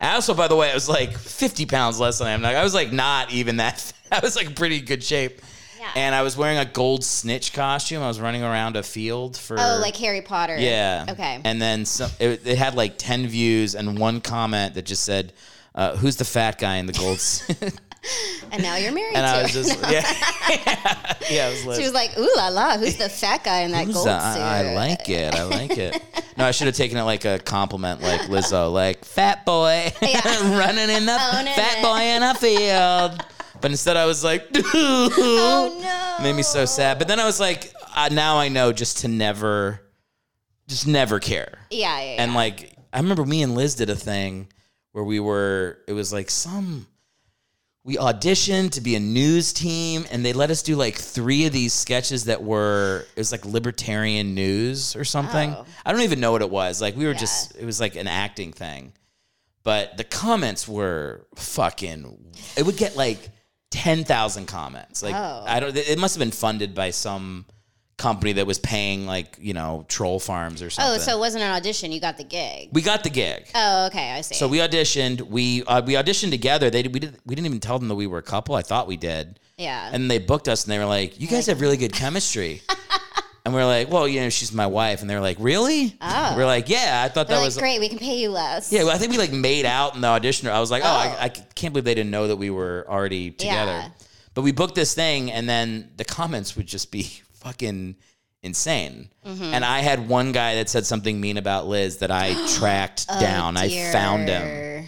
Speaker 2: I also, by the way, I was like 50 pounds less than I am now. I was like not even that. I was like pretty good shape.
Speaker 3: Yeah.
Speaker 2: And I was wearing a gold snitch costume. I was running around a field for
Speaker 3: oh, like Harry Potter.
Speaker 2: yeah.
Speaker 3: Okay.
Speaker 2: And then some, it, it had like 10 views and one comment that just said, uh, who's the fat guy in the gold? s-"
Speaker 3: and now you're married
Speaker 2: and
Speaker 3: to
Speaker 2: I was just, yeah. yeah, I was like,
Speaker 3: She was like, ooh la la, who's the fat guy in that
Speaker 2: "Who's
Speaker 3: gold
Speaker 2: the-
Speaker 3: suit?
Speaker 2: I, I like it. I like it. No, I should have taken it like a compliment, like Lizzo, like fat boy running in the
Speaker 3: Owning
Speaker 2: fat
Speaker 3: it.
Speaker 2: boy in a field. But instead, I was like,
Speaker 3: Oh no.
Speaker 2: made me so sad. But then I was like, uh, now I know just to never, just never care.
Speaker 3: Yeah, yeah, yeah.
Speaker 2: And like, I remember me and Liz did a thing where we were, it was like some, we auditioned to be a news team and they let us do like three of these sketches that were, it was like libertarian news or something.
Speaker 3: Oh.
Speaker 2: I don't even know what it was. Like, we were just, it was like an acting thing. But the comments were fucking, it would get like 10,000 comments. Like,
Speaker 3: Oh.
Speaker 2: I don't, it must have been funded by some company that was paying like, you know, troll farms or
Speaker 3: oh,
Speaker 2: something.
Speaker 3: so it wasn't an audition. You got the gig.
Speaker 2: We got the gig.
Speaker 3: Oh, okay. I see.
Speaker 2: So we auditioned. We uh, we auditioned together. They we did we didn't even tell them that we were a couple. I thought we did.
Speaker 3: yeah.
Speaker 2: And they booked us, and they were like, "You guys have really good chemistry." and we are like, "Well, you know, she's my wife." And they're like, "Really?"
Speaker 3: Oh.
Speaker 2: We're like, "Yeah." I thought
Speaker 3: They're
Speaker 2: that
Speaker 3: like,
Speaker 2: was
Speaker 3: great. We can pay you less.
Speaker 2: yeah. Well, I think we like made out in the audition. I was like, "Oh, I, I can't believe they didn't know that we were already together."
Speaker 3: Yeah.
Speaker 2: But we booked this thing, and then the comments would just be fucking insane.
Speaker 3: Mm-hmm.
Speaker 2: And I had one guy that said something mean about Liz that I tracked down. I found him
Speaker 3: Oh, Dear.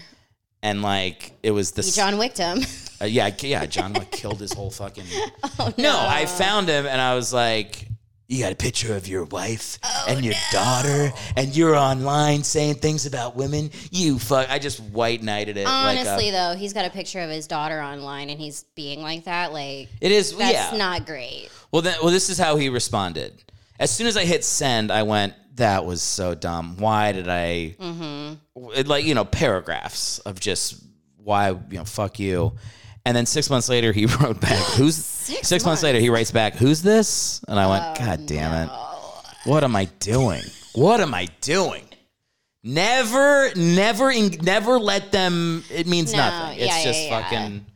Speaker 2: and like it was
Speaker 3: You
Speaker 2: this.
Speaker 3: John Wicked him.
Speaker 2: uh, yeah, I- yeah. John like killed his whole fucking.
Speaker 3: Oh,
Speaker 2: no. I found him and I was like, "You got a picture of your wife
Speaker 3: Oh,
Speaker 2: and your daughter, and you're online saying things about women. You fuck." I just white knighted it.
Speaker 3: Honestly,
Speaker 2: like
Speaker 3: though, he's got a picture of his daughter online, and he's being like that.
Speaker 2: a,
Speaker 3: Like
Speaker 2: it is.
Speaker 3: that's
Speaker 2: yeah.
Speaker 3: not great.
Speaker 2: well, then, well, this is how he responded. As soon as I hit send, I went, "That was so dumb. Why did I?"
Speaker 3: Mm-hmm.
Speaker 2: it, like you know paragraphs of just why you know fuck you and then six months later he wrote back who's six, months.
Speaker 3: months. Oh,
Speaker 2: later he writes back who's this and i went god damn it what am i doing what am i doing never never en- never let them it means
Speaker 3: No,
Speaker 2: nothing it's
Speaker 3: yeah,
Speaker 2: just
Speaker 3: yeah, yeah.
Speaker 2: fucking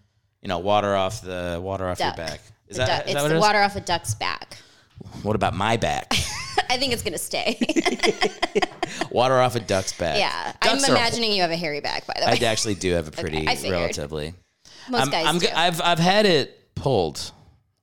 Speaker 2: you know water off the water off
Speaker 3: Duck.
Speaker 2: your back is
Speaker 3: The
Speaker 2: that,
Speaker 3: duck-
Speaker 2: is
Speaker 3: it's
Speaker 2: that what
Speaker 3: the
Speaker 2: it is?
Speaker 3: water off a duck's back.
Speaker 2: what about my back
Speaker 3: I think it's gonna stay.
Speaker 2: water off a duck's back
Speaker 3: yeah,
Speaker 2: Ducks
Speaker 3: I'm
Speaker 2: are-
Speaker 3: imagining you have a hairy back. By the
Speaker 2: i
Speaker 3: way,
Speaker 2: actually do have a pretty
Speaker 3: I figured.
Speaker 2: relatively
Speaker 3: most
Speaker 2: I'm,
Speaker 3: guys
Speaker 2: I'm,
Speaker 3: do.
Speaker 2: have I've had it pulled.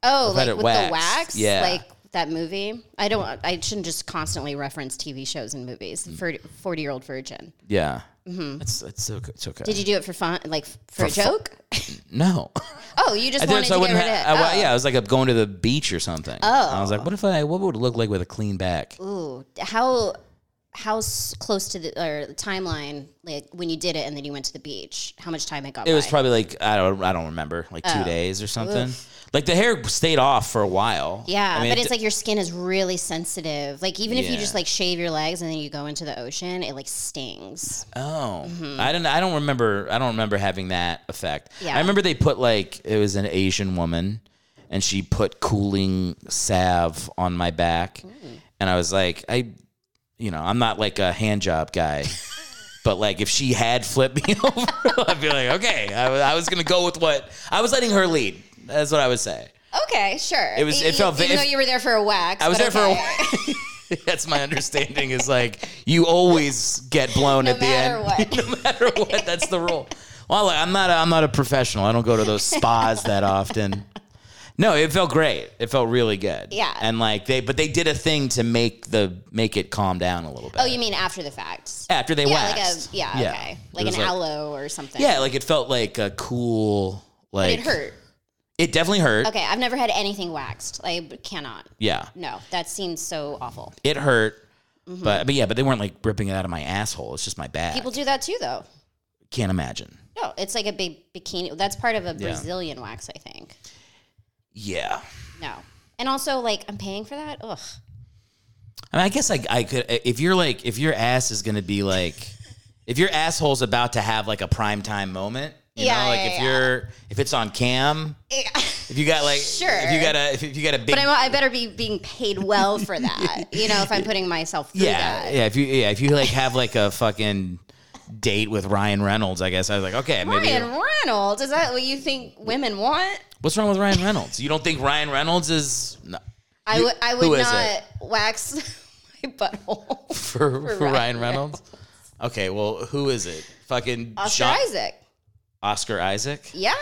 Speaker 3: oh,
Speaker 2: had
Speaker 3: like
Speaker 2: it
Speaker 3: with
Speaker 2: waxed.
Speaker 3: the wax.
Speaker 2: Yeah.
Speaker 3: Like that movie. I don't. I shouldn't just constantly reference TV shows and movies.
Speaker 2: Mm.
Speaker 3: Forty year old virgin.
Speaker 2: Yeah. Mm-hmm. It's it's okay. It's okay.
Speaker 3: Did you do it for fun, like for, a
Speaker 2: fu-
Speaker 3: joke?
Speaker 2: No.
Speaker 3: oh, you just wanted to get rid of it.
Speaker 2: ha- I-
Speaker 3: oh.
Speaker 2: Yeah, I was like going to the beach or something. Oh. I was like, what if I? What would it look like with a clean back?
Speaker 3: Ooh, Oh, how how s- close to the or the timeline like when you did it and then you went to the beach? How much time it got?
Speaker 2: It was
Speaker 3: by?
Speaker 2: probably like I don't I don't remember like
Speaker 3: Oh.
Speaker 2: two days or something. Like the hair stayed off for a while.
Speaker 3: yeah,
Speaker 2: I mean,
Speaker 3: but
Speaker 2: it
Speaker 3: it's
Speaker 2: d-
Speaker 3: like your skin is really sensitive. Like even if you
Speaker 2: Yeah.
Speaker 3: just like shave your legs and then you go into the ocean, it like stings.
Speaker 2: oh I don't I don't remember I don't remember having that effect.
Speaker 3: Yeah.
Speaker 2: I remember they put like it was an Asian woman and she put cooling salve on my back and I was like I you know I'm not like a hand job guy. But like, if she had flipped me over, I'd be like, okay, I, wa- I was gonna go with what I was letting her lead. That's what I would say.
Speaker 3: Okay, sure.
Speaker 2: It was- it
Speaker 3: E-
Speaker 2: felt
Speaker 3: even
Speaker 2: ve-
Speaker 3: though you were there for a wax.
Speaker 2: I was there
Speaker 3: but
Speaker 2: for a
Speaker 3: okay.
Speaker 2: while. That's my understanding is like you always get blown
Speaker 3: No
Speaker 2: at the
Speaker 3: matter
Speaker 2: end,
Speaker 3: what.
Speaker 2: no matter what. That's the rule. Well, I'm not. A, I'm not a professional. I don't go to those spas that often. No, it felt great. It felt really good.
Speaker 3: Yeah.
Speaker 2: and like they, but they did a thing to make the make it calm down a little bit.
Speaker 3: Oh, you mean after the fact?
Speaker 2: after they
Speaker 3: Oh, Yeah, like a
Speaker 2: waxed?
Speaker 3: yeah, okay,
Speaker 2: It
Speaker 3: like an
Speaker 2: was
Speaker 3: aloe or something.
Speaker 2: Yeah, like it felt like a cool. Like
Speaker 3: it hurt.
Speaker 2: It definitely hurt.
Speaker 3: Okay, I've never had anything waxed. I cannot.
Speaker 2: Yeah.
Speaker 3: No, that seems so awful.
Speaker 2: It hurt. But but yeah, but they weren't like ripping it out of my asshole. It's just my back.
Speaker 3: Mm-hmm. People do that too, though.
Speaker 2: Can't imagine.
Speaker 3: No, it's like a big bikini. That's part of a Brazilian wax, I think.
Speaker 2: Yeah.
Speaker 3: No, and also like I'm paying for that. Ugh.
Speaker 2: I mean, I guess I, I could if you're like if your ass is gonna be like if your asshole's about to have like a prime time moment. You
Speaker 3: Yeah,
Speaker 2: know, like
Speaker 3: yeah,
Speaker 2: if
Speaker 3: yeah.
Speaker 2: you're if it's on cam, if you got like
Speaker 3: Sure.
Speaker 2: if you got a if you got a big
Speaker 3: but I'm, I better be being paid well for that. you know, if I'm putting myself through
Speaker 2: yeah
Speaker 3: that.
Speaker 2: yeah if you yeah if you like have like a fucking date with Ryan Reynolds, I guess I was like okay maybe
Speaker 3: Ryan Reynolds, is that what you think women want?
Speaker 2: what's wrong with Ryan Reynolds? You don't think Ryan Reynolds is no,
Speaker 3: I would I
Speaker 2: who
Speaker 3: would
Speaker 2: is
Speaker 3: not
Speaker 2: it?
Speaker 3: wax my
Speaker 2: for,
Speaker 3: butthole.
Speaker 2: for, Ryan,
Speaker 3: Ryan
Speaker 2: Reynolds? Okay, well who is it? Fucking
Speaker 3: Oscar
Speaker 2: John-
Speaker 3: Isaac.
Speaker 2: Oscar Isaac.
Speaker 3: Yeah.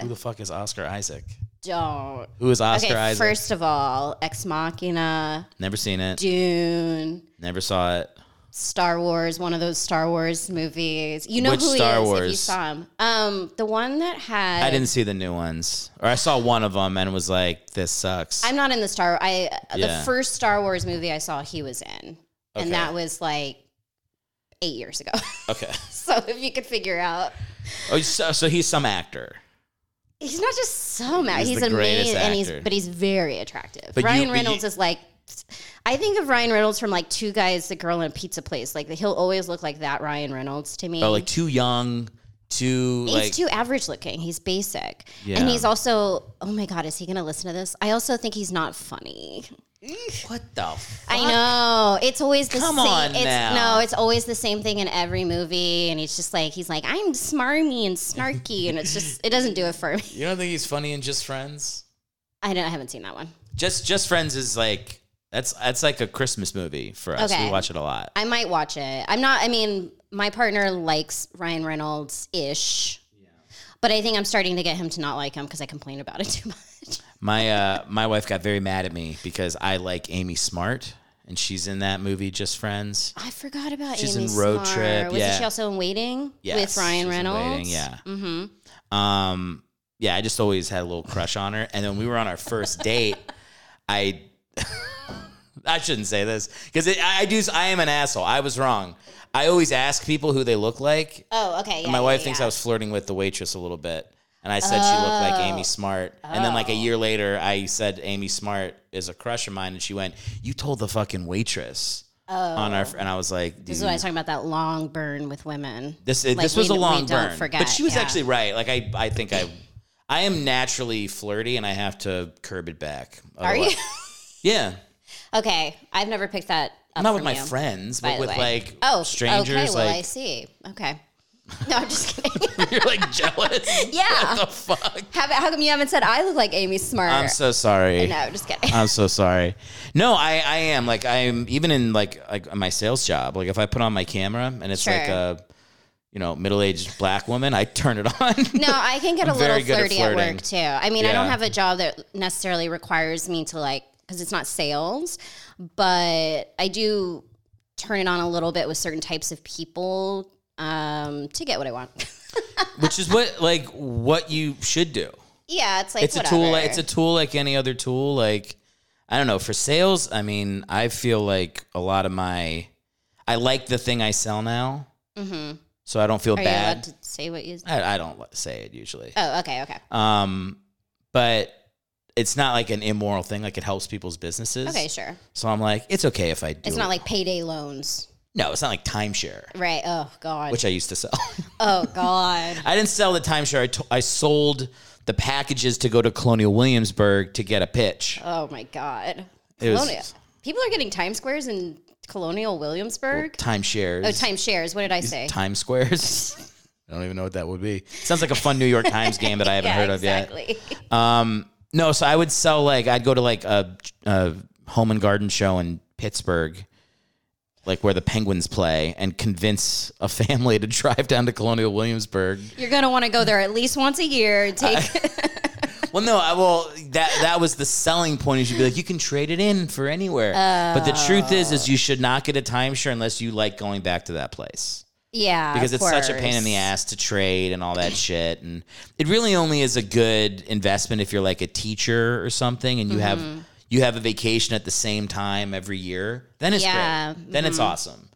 Speaker 2: Who the fuck is Oscar Isaac?
Speaker 3: Don't.
Speaker 2: Who is Oscar
Speaker 3: Okay,
Speaker 2: Isaac?
Speaker 3: first of all, Ex Machina,
Speaker 2: Never seen it.
Speaker 3: Dune,
Speaker 2: Never saw it.
Speaker 3: Star Wars, one of those Star Wars movies. You know
Speaker 2: Which
Speaker 3: who
Speaker 2: Star
Speaker 3: he is if you
Speaker 2: Wars?
Speaker 3: saw him. Um, the one that had
Speaker 2: I didn't see the new ones, or I saw one of them and was like, "This sucks."
Speaker 3: I'm not in the Star. I
Speaker 2: Yeah.
Speaker 3: the first Star Wars movie I saw he was in,
Speaker 2: Okay.
Speaker 3: and that was like eight years ago.
Speaker 2: okay.
Speaker 3: so if you could figure out,
Speaker 2: Oh, so, so he's some actor.
Speaker 3: he's not just some actor.
Speaker 2: He's
Speaker 3: He's,
Speaker 2: the greatest
Speaker 3: amazing, and he's
Speaker 2: actor.
Speaker 3: but he's very attractive.
Speaker 2: But you-
Speaker 3: Ryan
Speaker 2: but you-
Speaker 3: Reynolds is like. I think of Ryan Reynolds from like two guys, the girl in a pizza place. Like he'll always look like that Ryan Reynolds to me.
Speaker 2: Oh, like too young, too
Speaker 3: He's
Speaker 2: like
Speaker 3: too average looking. He's basic.
Speaker 2: Yeah.
Speaker 3: And he's also, oh my God, is he going to listen to this? I also think he's not funny.
Speaker 2: what the.
Speaker 3: I know. It's always the
Speaker 2: Come
Speaker 3: same.
Speaker 2: on
Speaker 3: it's,
Speaker 2: now.
Speaker 3: No, it's always the same thing in every movie. And he's just like, he's like, I'm smarmy and snarky. And it's just, it doesn't do it for me.
Speaker 2: You don't think he's funny in Just Friends?
Speaker 3: I, don't, I haven't seen that one.
Speaker 2: Just Just Friends is like that's that's like a Christmas movie for us.
Speaker 3: Okay.
Speaker 2: We watch it a lot.
Speaker 3: I might watch it. I'm not, I mean, my partner likes Ryan Reynolds ish. But I think I'm starting to get him to not like him because I complain about it too much.
Speaker 2: My uh, my wife got very mad at me because I like Amy Smart, and she's in that movie Just Friends.
Speaker 3: I forgot about
Speaker 2: She's
Speaker 3: Amy
Speaker 2: in Road
Speaker 3: Smar.
Speaker 2: Trip,
Speaker 3: Was
Speaker 2: yeah.
Speaker 3: she also in Waiting
Speaker 2: Yes,
Speaker 3: with Ryan
Speaker 2: she's in
Speaker 3: Reynolds?
Speaker 2: Waiting, yeah. Mm-hmm. Um, yeah, I just always had a little crush on her. And then we were on our first date. I I shouldn't say this because I, I do. I am an asshole. I was wrong. I always ask people who they look like.
Speaker 3: Oh, okay. Yeah,
Speaker 2: My
Speaker 3: yeah,
Speaker 2: wife
Speaker 3: yeah,
Speaker 2: thinks I
Speaker 3: yeah.
Speaker 2: was flirting with the waitress a little bit. And I said she looked like
Speaker 3: Oh.
Speaker 2: Amy Smart. And then, like a year later, I said Amy Smart is a crush of mine. And she went, You told the fucking waitress on our. And I was like, Dude,
Speaker 3: Oh. This is what I was talking about that long burn with women.
Speaker 2: this
Speaker 3: Like,
Speaker 2: this was
Speaker 3: we-
Speaker 2: a long
Speaker 3: we don't
Speaker 2: burn,
Speaker 3: forget,
Speaker 2: but she was
Speaker 3: yeah.
Speaker 2: actually right. Like I, I think I, I am naturally flirty, and I have to curb it back.
Speaker 3: Are you?
Speaker 2: Otherwise- Yeah,
Speaker 3: okay. I've never picked that up.
Speaker 2: not with
Speaker 3: from
Speaker 2: my
Speaker 3: you,
Speaker 2: friends,
Speaker 3: by
Speaker 2: but
Speaker 3: the
Speaker 2: with
Speaker 3: way.
Speaker 2: like
Speaker 3: oh,
Speaker 2: strangers.
Speaker 3: Okay, well, I
Speaker 2: like
Speaker 3: see. Okay. No, I'm just kidding.
Speaker 2: you're like jealous.
Speaker 3: Yeah.
Speaker 2: what the fuck.
Speaker 3: how, how come you haven't said I look like Amy Smart?
Speaker 2: I'm so sorry.
Speaker 3: no, just kidding.
Speaker 2: I'm so sorry. No, I, I am like I'm even in like like my sales job. Like if I put on my camera and it's like
Speaker 3: Sure.
Speaker 2: a, you know, middle aged black woman, I turn it on.
Speaker 3: No, I can get a
Speaker 2: very
Speaker 3: little
Speaker 2: good at
Speaker 3: flirty at
Speaker 2: flirting.
Speaker 3: work too. I mean, I don't
Speaker 2: Yeah.
Speaker 3: have a job that necessarily requires me to like because it's not sales, but I do turn it on a little bit with certain types of people um, to get what I want.
Speaker 2: which is what like what you should do.
Speaker 3: yeah, it's like
Speaker 2: It's a tool.
Speaker 3: whatever.
Speaker 2: Like, it's a tool like any other tool. Like I don't know for sales. I mean, I feel like a lot of my I like the thing I sell now,
Speaker 3: Mhm.
Speaker 2: so I don't feel
Speaker 3: Are you allowed
Speaker 2: bad.
Speaker 3: to say what you?
Speaker 2: I, I don't say it usually.
Speaker 3: Oh, okay, okay,
Speaker 2: Um, but it's not like an immoral thing. Like it helps people's businesses.
Speaker 3: okay, sure.
Speaker 2: So I'm like, it's okay if I do.
Speaker 3: It's
Speaker 2: it.
Speaker 3: not like payday loans,
Speaker 2: no, it's not like timeshare,
Speaker 3: right? Oh God.
Speaker 2: which I used to sell.
Speaker 3: oh God.
Speaker 2: I didn't sell the timeshare. I, t- I sold the packages to go to Colonial Williamsburg to get a pitch.
Speaker 3: Oh my God.
Speaker 2: It was-
Speaker 3: Colonial. People are getting time squares in Colonial Williamsburg.
Speaker 2: Timeshares.
Speaker 3: oh, timeshares. What did I say?
Speaker 2: Time squares. I don't even know what that would be. Sounds like a fun New York Times game that I haven't heard of yet.
Speaker 3: exactly.
Speaker 2: Um, no, so I would sell like I'd go to like a, a home and garden show in Pittsburgh, like where the Penguins play, and convince a family to drive down to Colonial Williamsburg.
Speaker 3: You're gonna want to go there at least once a year. And take
Speaker 2: Well, no, I well that that was the selling point. Is you'd be like, you can trade it in for anywhere. but the truth is, is you should not get a timeshare unless you like going back to that place
Speaker 3: yeah,
Speaker 2: because
Speaker 3: of
Speaker 2: it's such a pain in the
Speaker 3: course.
Speaker 2: ass to trade and all that shit. And it really only is a good investment if you're like a teacher or something and you
Speaker 3: Mm-hmm.
Speaker 2: have you have a vacation at the same time every year. Then it's
Speaker 3: Yeah, mm-hmm.
Speaker 2: great. Then it's awesome.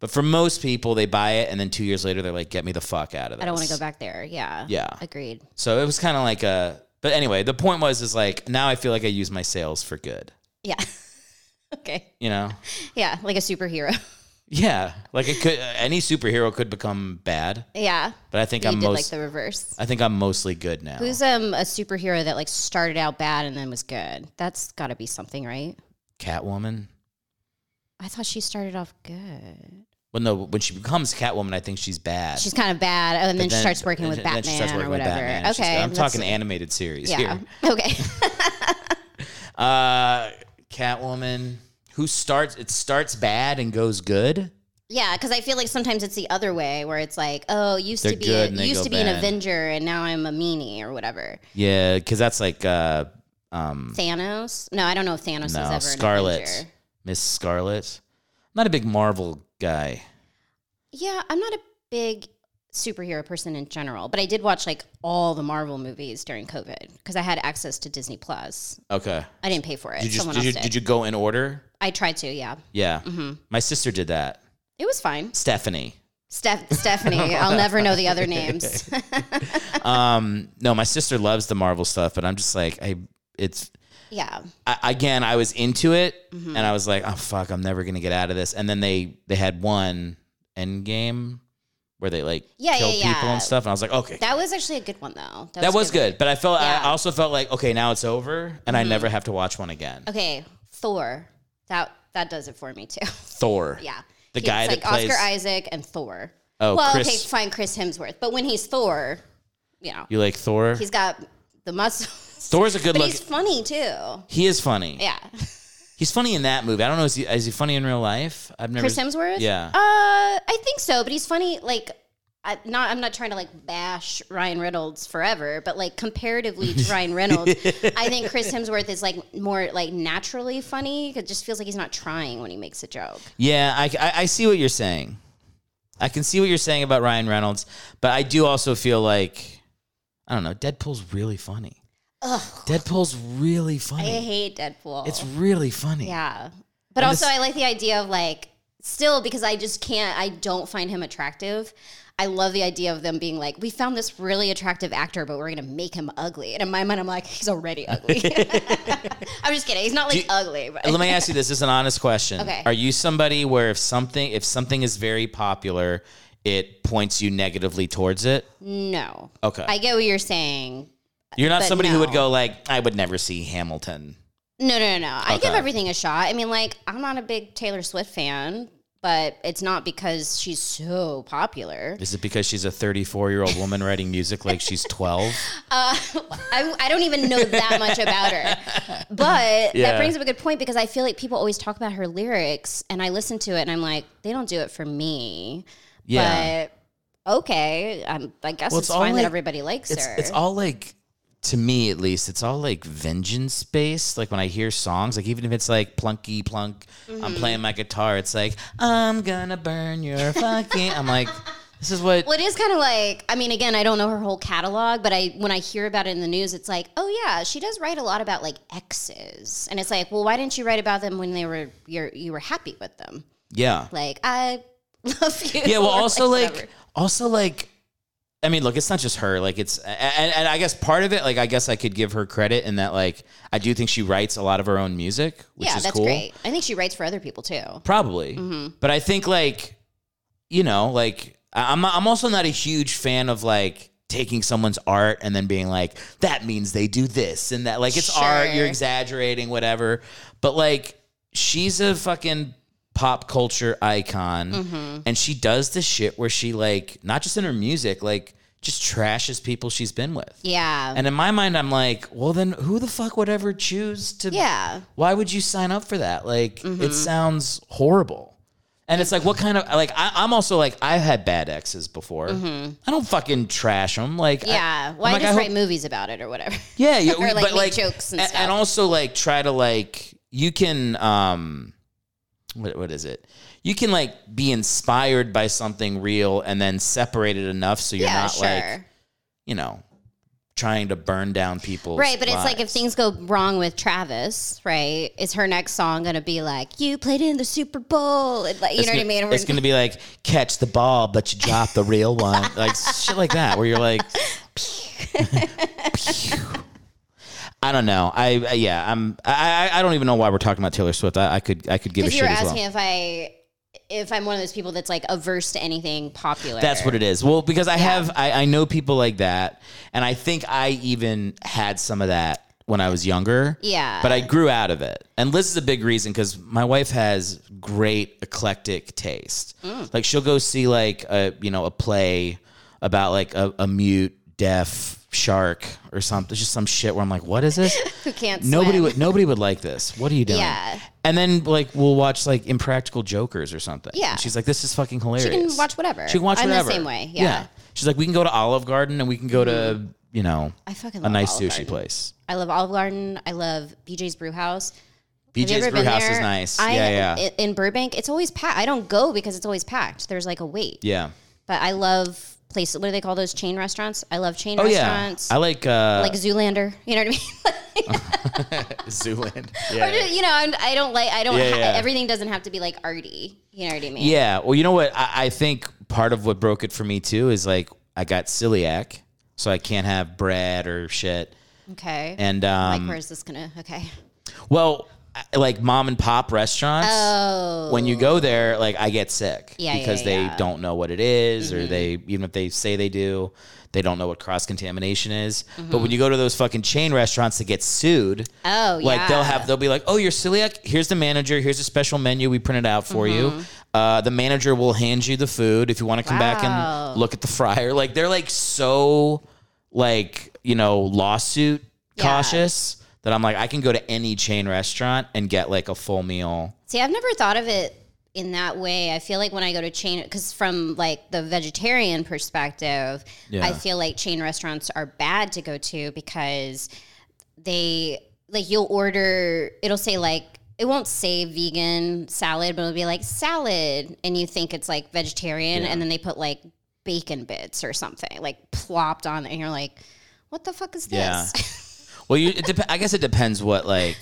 Speaker 2: But for most people, they buy it and then two years later they're like, "Get me the fuck out of this."
Speaker 3: I don't want to go back there. Yeah.
Speaker 2: Yeah.
Speaker 3: Agreed.
Speaker 2: So it was kind of like a. But anyway, the point was is like now I feel like I use my sales for good.
Speaker 3: Yeah. okay.
Speaker 2: You know?
Speaker 3: Yeah, like a superhero.
Speaker 2: Yeah, like it could any superhero could become bad,
Speaker 3: yeah.
Speaker 2: but I think
Speaker 3: You
Speaker 2: I'm
Speaker 3: did
Speaker 2: most.
Speaker 3: like the reverse.
Speaker 2: I think I'm mostly good now.
Speaker 3: Who's um a superhero that like started out bad and then was good? That's got to be something, right?
Speaker 2: Catwoman.
Speaker 3: I thought she started off good.
Speaker 2: Well, no, when she becomes Catwoman, I think she's bad.
Speaker 3: She's kind of bad, and then,
Speaker 2: But
Speaker 3: she starts working
Speaker 2: and
Speaker 3: with
Speaker 2: then
Speaker 3: Batman
Speaker 2: she starts working
Speaker 3: or
Speaker 2: with
Speaker 3: whatever.
Speaker 2: Batman, and she's
Speaker 3: okay,
Speaker 2: good. I'm
Speaker 3: that's-
Speaker 2: talking animated series
Speaker 3: Yeah.
Speaker 2: here.
Speaker 3: Okay.
Speaker 2: Uh, Catwoman, who starts it starts bad and goes good.
Speaker 3: yeah, because I feel like sometimes it's the other way where it's like, oh, used
Speaker 2: They're
Speaker 3: to be
Speaker 2: good
Speaker 3: a,
Speaker 2: and they go
Speaker 3: used to be an
Speaker 2: bad.
Speaker 3: Avenger, and now I'm a meanie or whatever.
Speaker 2: Yeah, because that's like uh, um,
Speaker 3: Thanos? No, I don't know if Thanos was
Speaker 2: No,
Speaker 3: ever an
Speaker 2: Scarlet.
Speaker 3: Avenger.
Speaker 2: Miss Scarlet. I'm not a big Marvel guy.
Speaker 3: Yeah, I'm not a big superhero person in general, but I did watch like all the Marvel movies during COVID because I had access to Disney Plus.
Speaker 2: Okay.
Speaker 3: I didn't pay for it.
Speaker 2: Did you,
Speaker 3: Someone
Speaker 2: did, you,
Speaker 3: else did. Mm-hmm.
Speaker 2: did you go in order?
Speaker 3: I tried to. Yeah,
Speaker 2: Yeah. My sister did that.
Speaker 3: it was fine.
Speaker 2: Stephanie.
Speaker 3: Steph- Stephanie, I'll never know the other names.
Speaker 2: Um, no, my sister loves the Marvel stuff, but I'm just like, I, it's,
Speaker 3: yeah,
Speaker 2: I, again, I was into it
Speaker 3: Mm-hmm.
Speaker 2: and I was like, oh, fuck, I'm never going to get out of this. And then they, they had one end game where they like
Speaker 3: Yeah,
Speaker 2: killed
Speaker 3: yeah,
Speaker 2: people
Speaker 3: yeah.
Speaker 2: and stuff. And I was good.
Speaker 3: that was actually a good one though.
Speaker 2: That was good, but I felt
Speaker 3: Yeah. Mm-hmm.
Speaker 2: I also felt like okay, now it's over, and I never have to watch one again.
Speaker 3: Okay, Thor. That that does it for me too.
Speaker 2: Thor,
Speaker 3: yeah,
Speaker 2: The
Speaker 3: He-
Speaker 2: guy
Speaker 3: it's
Speaker 2: that
Speaker 3: like
Speaker 2: plays-
Speaker 3: Oscar Isaac and Thor.
Speaker 2: Oh,
Speaker 3: well,
Speaker 2: Chris-
Speaker 3: okay, fine, Chris Hemsworth. But when he's Thor, you know,
Speaker 2: you like Thor?
Speaker 3: he's got the muscles.
Speaker 2: Thor's a good
Speaker 3: But
Speaker 2: look.
Speaker 3: he's funny too.
Speaker 2: He is funny.
Speaker 3: Yeah.
Speaker 2: He's funny in that movie. I don't know. Is he, is he funny in real life? I've never.
Speaker 3: Chris Hemsworth?
Speaker 2: Yeah.
Speaker 3: Uh, I think so, but he's funny. Like, I, not I'm not trying to like bash Ryan Reynolds forever, but like comparatively to Ryan Reynolds, I think Chris Hemsworth is like more like naturally funny. It just feels like he's not trying when he makes a joke.
Speaker 2: Yeah, I, I, I see what you're saying. I can see what you're saying about Ryan Reynolds, but I do also feel like I don't know. Deadpool's really funny. Deadpool's really
Speaker 3: I
Speaker 2: funny.
Speaker 3: hate Deadpool.
Speaker 2: Mm. it's really funny.
Speaker 3: yeah, but also I like the idea of like still because I just can't. I don't find him attractive. I love the idea of them being like, we found this really attractive actor, but we're gonna make him ugly. And in my mind, I'm like, he's already ugly. I'm just kidding. He's not like
Speaker 2: you-
Speaker 3: ugly. But.
Speaker 2: Let me ask you this. this is an honest question.
Speaker 3: Okay.
Speaker 2: Are you somebody where if something if something is very popular, it points you negatively towards it?
Speaker 3: No.
Speaker 2: Okay.
Speaker 3: I get what you're saying.
Speaker 2: you're not
Speaker 3: but
Speaker 2: somebody who would
Speaker 3: no.
Speaker 2: go like, I would never see Hamilton.
Speaker 3: No, no, no, no. I give
Speaker 2: Okay.
Speaker 3: everything a shot. I mean, like, I'm not a big Taylor Swift fan, but it's not because she's so popular.
Speaker 2: Is it because she's a 34 year old woman writing music like she's 12?
Speaker 3: I, I don't even know that much about her. But
Speaker 2: Yeah.
Speaker 3: that brings up a good point because I feel like people always talk about her lyrics, and I listen to it and I'm like, they don't do it for me.
Speaker 2: Yeah.
Speaker 3: But okay, i I guess
Speaker 2: Well,
Speaker 3: it's,
Speaker 2: it's all
Speaker 3: fine
Speaker 2: like-
Speaker 3: that everybody likes
Speaker 2: it's,
Speaker 3: her.
Speaker 2: it's all like to me at least, it's all like vengeance based. Like when I hear songs, like even if it's like plunky plunk,
Speaker 3: Mm-hmm.
Speaker 2: I'm playing my guitar. It's like I'm gonna burn your fucking. I'm like, this is what.
Speaker 3: Well, it is kind of like I mean, again, I don't know her whole catalog, but I when I hear about it in the news, it's like, oh yeah, she does write a lot about like exes, and it's like, well, why didn't you write about them when they were you're, you were happy with them?
Speaker 2: Yeah.
Speaker 3: Like I love you.
Speaker 2: Yeah. Well,
Speaker 3: or,
Speaker 2: also like,
Speaker 3: whatever.
Speaker 2: also like, I mean, look, it's not just her. Like, it's and, and I guess part of it, like, I guess I could give her credit in that, like, I do think she writes a lot of her own music, which
Speaker 3: yeah,
Speaker 2: is
Speaker 3: that's
Speaker 2: cool.
Speaker 3: great. I think she writes for other people too.
Speaker 2: Probably.
Speaker 3: Mm-hmm.
Speaker 2: But I think like, you know, like I- I'm I'm also not a huge fan of like taking someone's art and then being like that means they do this and that like it's art you're
Speaker 3: Sure.
Speaker 2: exaggerating whatever. But like she's a fucking pop culture icon
Speaker 3: Mm-hmm.
Speaker 2: and she does this shit where she like not just in her music like just trashes people she's been with.
Speaker 3: Yeah.
Speaker 2: And in my mind I'm like, well then who the fuck would ever choose to
Speaker 3: yeah.
Speaker 2: why would you sign up for that? Like,
Speaker 3: Mm-hmm.
Speaker 2: it sounds horrible. And it's like, what kind of like? I, I'm also like, I've had bad exes before. I don't fucking trash them. Like, I-
Speaker 3: Mm-hmm. Yeah.
Speaker 2: I'm
Speaker 3: Why
Speaker 2: like, I
Speaker 3: just
Speaker 2: hope-
Speaker 3: write movies about it or whatever?
Speaker 2: yeah, yeah,
Speaker 3: Or, like,
Speaker 2: but
Speaker 3: make
Speaker 2: like
Speaker 3: jokes and
Speaker 2: a-
Speaker 3: stuff.
Speaker 2: also like try to like you can um what what is it? You can like be inspired by something real and then separate it enough so you're
Speaker 3: yeah,
Speaker 2: not
Speaker 3: sure.
Speaker 2: like you know trying to burn down people.
Speaker 3: Right, but it's like if things go wrong with Travis, right? Is her next song gonna be like "You played in the Super Bowl"? And like, you know
Speaker 2: gonna,
Speaker 3: what I mean? And
Speaker 2: It's
Speaker 3: we're-
Speaker 2: going to be like catch the ball, but you drop the real one, like shit like that, where you're like, I don't know. I, I yeah, I'm. I I I don't even know why we're talking about Taylor Swift. I, I could I could give a
Speaker 3: Because you
Speaker 2: shit
Speaker 3: were
Speaker 2: as well.
Speaker 3: asking if I if I'm one of those people that's like averse to anything popular.
Speaker 2: That's what it is. Well, because I have I, I know people like that, and I think I even had some of that when I was younger.
Speaker 3: Yeah.
Speaker 2: But I grew out of it, and this is a big reason because my wife has great eclectic taste. Like she'll go see like a you know a play about like a, a mute deaf shark or something, just some shit where I'm like, what is this?
Speaker 3: Who can't?
Speaker 2: Nobody
Speaker 3: swim.
Speaker 2: would nobody would like this. What are you doing?
Speaker 3: Yeah.
Speaker 2: And then like we'll watch like Impractical Jokers or something.
Speaker 3: Yeah.
Speaker 2: And she's like, this is fucking hilarious.
Speaker 3: She can watch whatever.
Speaker 2: She can watch
Speaker 3: I'm
Speaker 2: whatever.
Speaker 3: the same way. Yeah. Mm-hmm.
Speaker 2: She's like, we can go to Olive Garden and we can go to you know
Speaker 3: I fucking
Speaker 2: a
Speaker 3: love
Speaker 2: nice
Speaker 3: Olive
Speaker 2: sushi
Speaker 3: Garden.
Speaker 2: place.
Speaker 3: I love Olive Garden. I love BJ's Brewhouse. Have you
Speaker 2: BJ's
Speaker 3: ever been
Speaker 2: Brewhouse is
Speaker 3: there?
Speaker 2: nice.
Speaker 3: I-
Speaker 2: yeah, yeah,
Speaker 3: i- In Burbank, it's always packed. I don't go because it's always packed. There's like a wait.
Speaker 2: yeah.
Speaker 3: But I love places. What do they call those chain restaurants? I love chain
Speaker 2: Oh yeah.
Speaker 3: restaurants.
Speaker 2: I like uh,
Speaker 3: like Zoolander. You know what I mean?
Speaker 2: Zooland.
Speaker 3: Or just, you know, I'm, I don't like. I don't.
Speaker 2: Yeah,
Speaker 3: ha-
Speaker 2: yeah.
Speaker 3: Everything doesn't have to be like arty. You know what I mean?
Speaker 2: Yeah. Well, you know what? I, I think part of what broke it for me too is like I got celiac, so I can't have bread or shit.
Speaker 3: Okay.
Speaker 2: And um,
Speaker 3: like, where is this gonna? Okay.
Speaker 2: Well, I- like mom and pop restaurants.
Speaker 3: Oh.
Speaker 2: When you go there, like I get sick
Speaker 3: Yeah, yeah,
Speaker 2: because they
Speaker 3: yeah. Mm-hmm.
Speaker 2: don't know what it is or they even if they say they do, they don't know what cross contamination is. But
Speaker 3: Mm-hmm.
Speaker 2: when you go to those fucking chain restaurants that get sued,
Speaker 3: Oh,
Speaker 2: like they'll
Speaker 3: yeah.
Speaker 2: have they'll be like, "Oh, you're celiac. Here's the manager. Here's a special menu we printed out for
Speaker 3: Mm-hmm.
Speaker 2: you. Uh, the manager will hand you the food if you want to come back
Speaker 3: Wow.
Speaker 2: and look at the fryer." Like they're like so like you know lawsuit
Speaker 3: Yeah.
Speaker 2: cautious that I'm like I can go to any chain restaurant and get like a full meal.
Speaker 3: See, I've never thought of it in that way. I feel like when I go to chain, because from like the vegetarian perspective,
Speaker 2: Yeah.
Speaker 3: I feel like chain restaurants are bad to go to because they like you'll order. It'll say like. It won't say vegan salad, but it'll be like salad, and you think it's like vegetarian, and then they put like bacon bits or something like plopped on, it, and you're like, "What the fuck is this?"
Speaker 2: Yeah. Well, you it dep- I guess it depends what like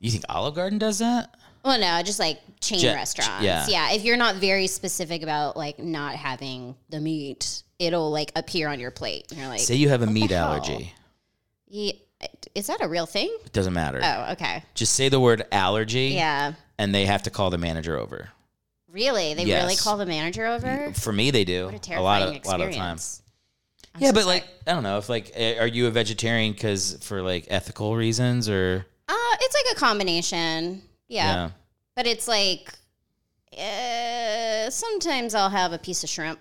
Speaker 2: you think Olive Garden does that.
Speaker 3: Well, no, just like chain
Speaker 2: Ju-
Speaker 3: restaurants.
Speaker 2: yeah.
Speaker 3: Yeah. if you're not very specific about like not having the meat, it'll like appear on your plate, and you're like,
Speaker 2: Say you have a meat
Speaker 3: hell?
Speaker 2: allergy.
Speaker 3: "Ye- "Is that a real thing?"
Speaker 2: It doesn't matter.
Speaker 3: Oh, okay,
Speaker 2: Just say the word allergy.
Speaker 3: yeah,
Speaker 2: and they have to call the manager over.
Speaker 3: really? They really
Speaker 2: Yes.
Speaker 3: call the manager over?
Speaker 2: For me, they do
Speaker 3: What a
Speaker 2: a, lot
Speaker 3: terrifying
Speaker 2: of lot of
Speaker 3: experience!
Speaker 2: times. yeah, but like I don't know if like eh, are you a vegetarian because for like ethical reasons or
Speaker 3: uh, it's like a combination, yeah. But it's like uh, sometimes I'll have a piece of shrimp.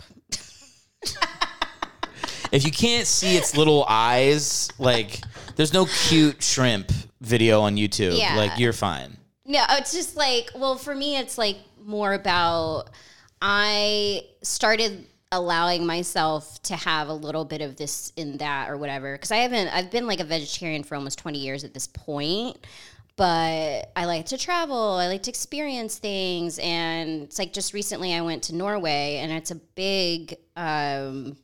Speaker 2: If you can't see its little eyes, like there's no cute shrimp video on YouTube.
Speaker 3: Yeah.
Speaker 2: Like you're fine.
Speaker 3: No, it's just like, well, for me, it's like more about I started, allowing myself to have a little bit of this in that or whatever because i haven't i've been like a vegetarian for almost 20 years at this point but i like to travel i like to experience things and it's like just recently i went to norway and it's a big um,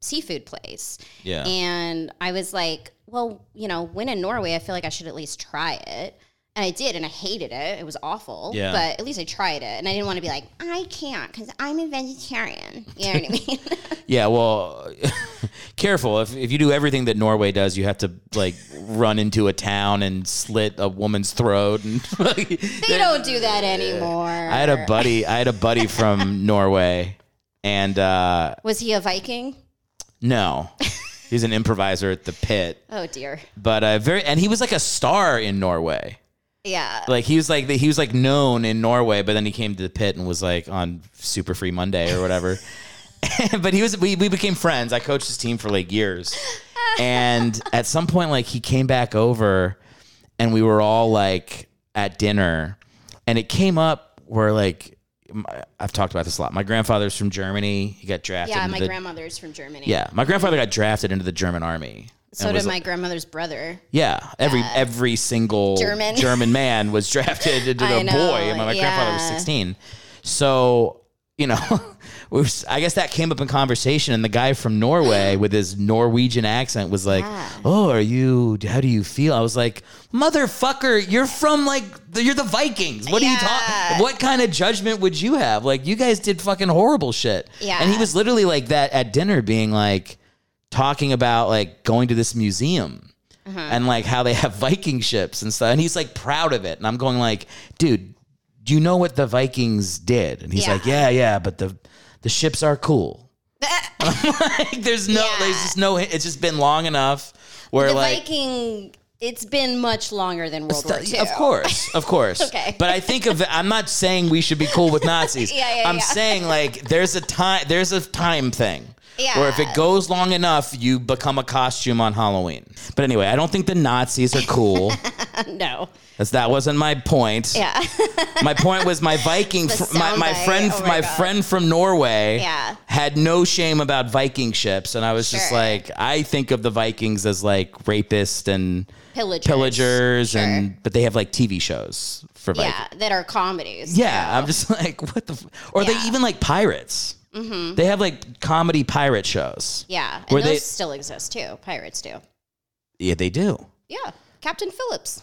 Speaker 3: seafood place
Speaker 2: Yeah.
Speaker 3: and I was like, well, you know, when in Norway, I feel like I should at least try it. And I did, and I hated it. It was awful.
Speaker 2: Yeah.
Speaker 3: But at least I tried it. And I didn't want to be like, I can't because I'm a vegetarian. You know what I mean?
Speaker 2: yeah, well, careful. If, if you do everything that Norway does, you have to like run into a town and slit a woman's throat. And
Speaker 3: they don't do that anymore.
Speaker 2: I had a buddy. I had a buddy from Norway, and uh,
Speaker 3: Was he a Viking?
Speaker 2: no, he's an improviser at the pit.
Speaker 3: Oh, dear.
Speaker 2: But uh, very, and he was like a star in Norway.
Speaker 3: Yeah.
Speaker 2: Like he was like he was like known in Norway, but then he came to the pit and was like on Super Free Monday or whatever. but he was we, we became friends. I coached his team for like years, and at some point, like he came back over, and we were all like at dinner, and it came up where like my, I've talked about this a lot. My grandfather's from Germany. He got drafted.
Speaker 3: yeah.
Speaker 2: into
Speaker 3: My
Speaker 2: the-
Speaker 3: grandmother's from Germany.
Speaker 2: Yeah, my grandfather got drafted into the German army.
Speaker 3: So
Speaker 2: and
Speaker 3: did
Speaker 2: was,
Speaker 3: my grandmother's brother.
Speaker 2: yeah, every every single
Speaker 3: Uh, German.
Speaker 2: man was drafted into
Speaker 3: I
Speaker 2: a
Speaker 3: know,
Speaker 2: boy. My, my grandfather was
Speaker 3: yeah.
Speaker 2: sixteen, so you know, we was, I guess that came up in conversation. And the guy from Norway with his Norwegian accent was like,
Speaker 3: Yeah.
Speaker 2: "Oh, are you? How do you feel?" I was like, "Motherfucker, you're from like the, you're the Vikings. What are you
Speaker 3: Yeah.
Speaker 2: talking? What kind of judgment would you have? Like, you guys did fucking horrible shit."
Speaker 3: Yeah.
Speaker 2: and he was literally like that at dinner, being like talking about like going to this museum
Speaker 3: Uh-huh.
Speaker 2: and like how they have Viking ships and stuff. And he's like proud of it. And I'm going like, dude, do you know what the Vikings did? And he's
Speaker 3: Yeah.
Speaker 2: like, yeah, yeah, but the the ships are cool. And I'm like, there's no,
Speaker 3: Yeah.
Speaker 2: there's just no. It's just been long enough where
Speaker 3: The
Speaker 2: like.
Speaker 3: Viking, it's been much longer than World War II.
Speaker 2: Of course, of course.
Speaker 3: Okay.
Speaker 2: But I think of. I'm not saying we should be cool with Nazis.
Speaker 3: Yeah, yeah,
Speaker 2: I'm
Speaker 3: yeah.
Speaker 2: saying like there's a time there's a time thing.
Speaker 3: Yeah.
Speaker 2: Where if it goes long enough, you become a costume on Halloween. But anyway, I don't think the Nazis are cool.
Speaker 3: no.
Speaker 2: That's, that wasn't my point.
Speaker 3: Yeah.
Speaker 2: My point was my Viking,
Speaker 3: The
Speaker 2: fr- my, my
Speaker 3: soundbite.
Speaker 2: friend,
Speaker 3: Oh my
Speaker 2: my,
Speaker 3: God.
Speaker 2: friend from Norway,
Speaker 3: Yeah.
Speaker 2: had no shame about Viking ships, and I was just
Speaker 3: Sure.
Speaker 2: like, I think of the Vikings as like rapists and
Speaker 3: Pillagers.
Speaker 2: pillagers,
Speaker 3: Sure.
Speaker 2: and but they have like TV shows for Vikings.
Speaker 3: Yeah. That are comedies.
Speaker 2: Yeah, I'm just like, what the? F-? Or
Speaker 3: Yeah.
Speaker 2: they even like pirates. Mm-hmm. They have like comedy pirate shows.
Speaker 3: Yeah, and
Speaker 2: Were
Speaker 3: those
Speaker 2: they-
Speaker 3: still exist too. Pirates do.
Speaker 2: Yeah, they do.
Speaker 3: Yeah, Captain Phillips.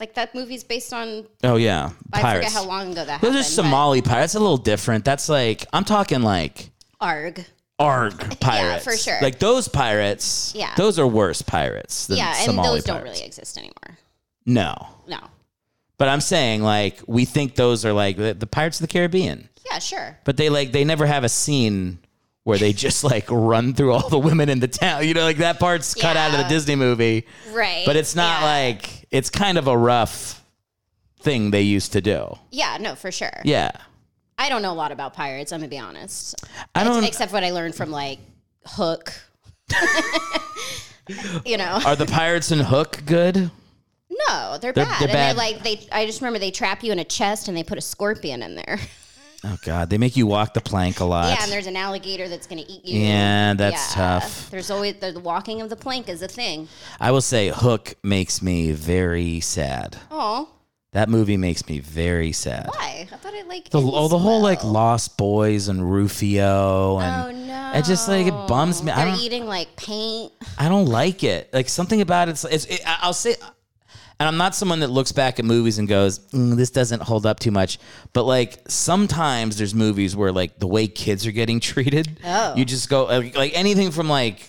Speaker 3: Like that movie's based on.
Speaker 2: Oh yeah,
Speaker 3: I
Speaker 2: pirates.
Speaker 3: forget how long ago that
Speaker 2: Those
Speaker 3: happened.
Speaker 2: are Somali pirates. That's a little different. That's like I'm talking like
Speaker 3: but- Arg.
Speaker 2: arg pirates.
Speaker 3: for sure.
Speaker 2: Like those pirates.
Speaker 3: Yeah.
Speaker 2: Those are worse pirates than
Speaker 3: Yeah, and
Speaker 2: Somali
Speaker 3: those don't
Speaker 2: pirates.
Speaker 3: really exist anymore.
Speaker 2: No,
Speaker 3: No.
Speaker 2: but I'm saying like we think those are like the, the Pirates of the Caribbean,
Speaker 3: Yeah, sure.
Speaker 2: but they like they never have a scene where they just like run through all the women in the town. You know, like that part's cut out of the
Speaker 3: Yeah.
Speaker 2: Disney movie,
Speaker 3: Right.
Speaker 2: but it's not
Speaker 3: yeah.
Speaker 2: like it's kind of a rough thing they used to do.
Speaker 3: Yeah, no, for sure.
Speaker 2: Yeah.
Speaker 3: I don't know a lot about pirates. I'm gonna be honest.
Speaker 2: I don't.
Speaker 3: Except what I learned from like Hook. you know.
Speaker 2: are the pirates in Hook good?
Speaker 3: No, they're,
Speaker 2: They're-
Speaker 3: bad.
Speaker 2: they're
Speaker 3: and they're
Speaker 2: bad.
Speaker 3: like they I just remember they trap you in a chest and they put a scorpion in there.
Speaker 2: Oh God, they make you walk the plank a lot.
Speaker 3: Yeah, and there's an alligator that's going to eat you.
Speaker 2: Yeah, that's tough.
Speaker 3: There's always the the walking of the plank is a thing.
Speaker 2: I will say Hook makes me very sad.
Speaker 3: Oh,
Speaker 2: That movie makes me very sad.
Speaker 3: why? I thought it like
Speaker 2: The,
Speaker 3: ends
Speaker 2: oh, the whole like
Speaker 3: well.
Speaker 2: Lost Boys and Rufio
Speaker 3: Oh
Speaker 2: and
Speaker 3: no!
Speaker 2: it just like it bums me. I
Speaker 3: They're
Speaker 2: don't,
Speaker 3: eating like paint.
Speaker 2: I don't like it. Like something about it's, it's it, I- I'll say, and I'm not someone that looks back at movies and goes, "Mm, this doesn't hold up too much. But like sometimes there's movies where like the way kids are getting treated,
Speaker 3: Oh. Mm-hmm.
Speaker 2: you just go uh, like, like anything from like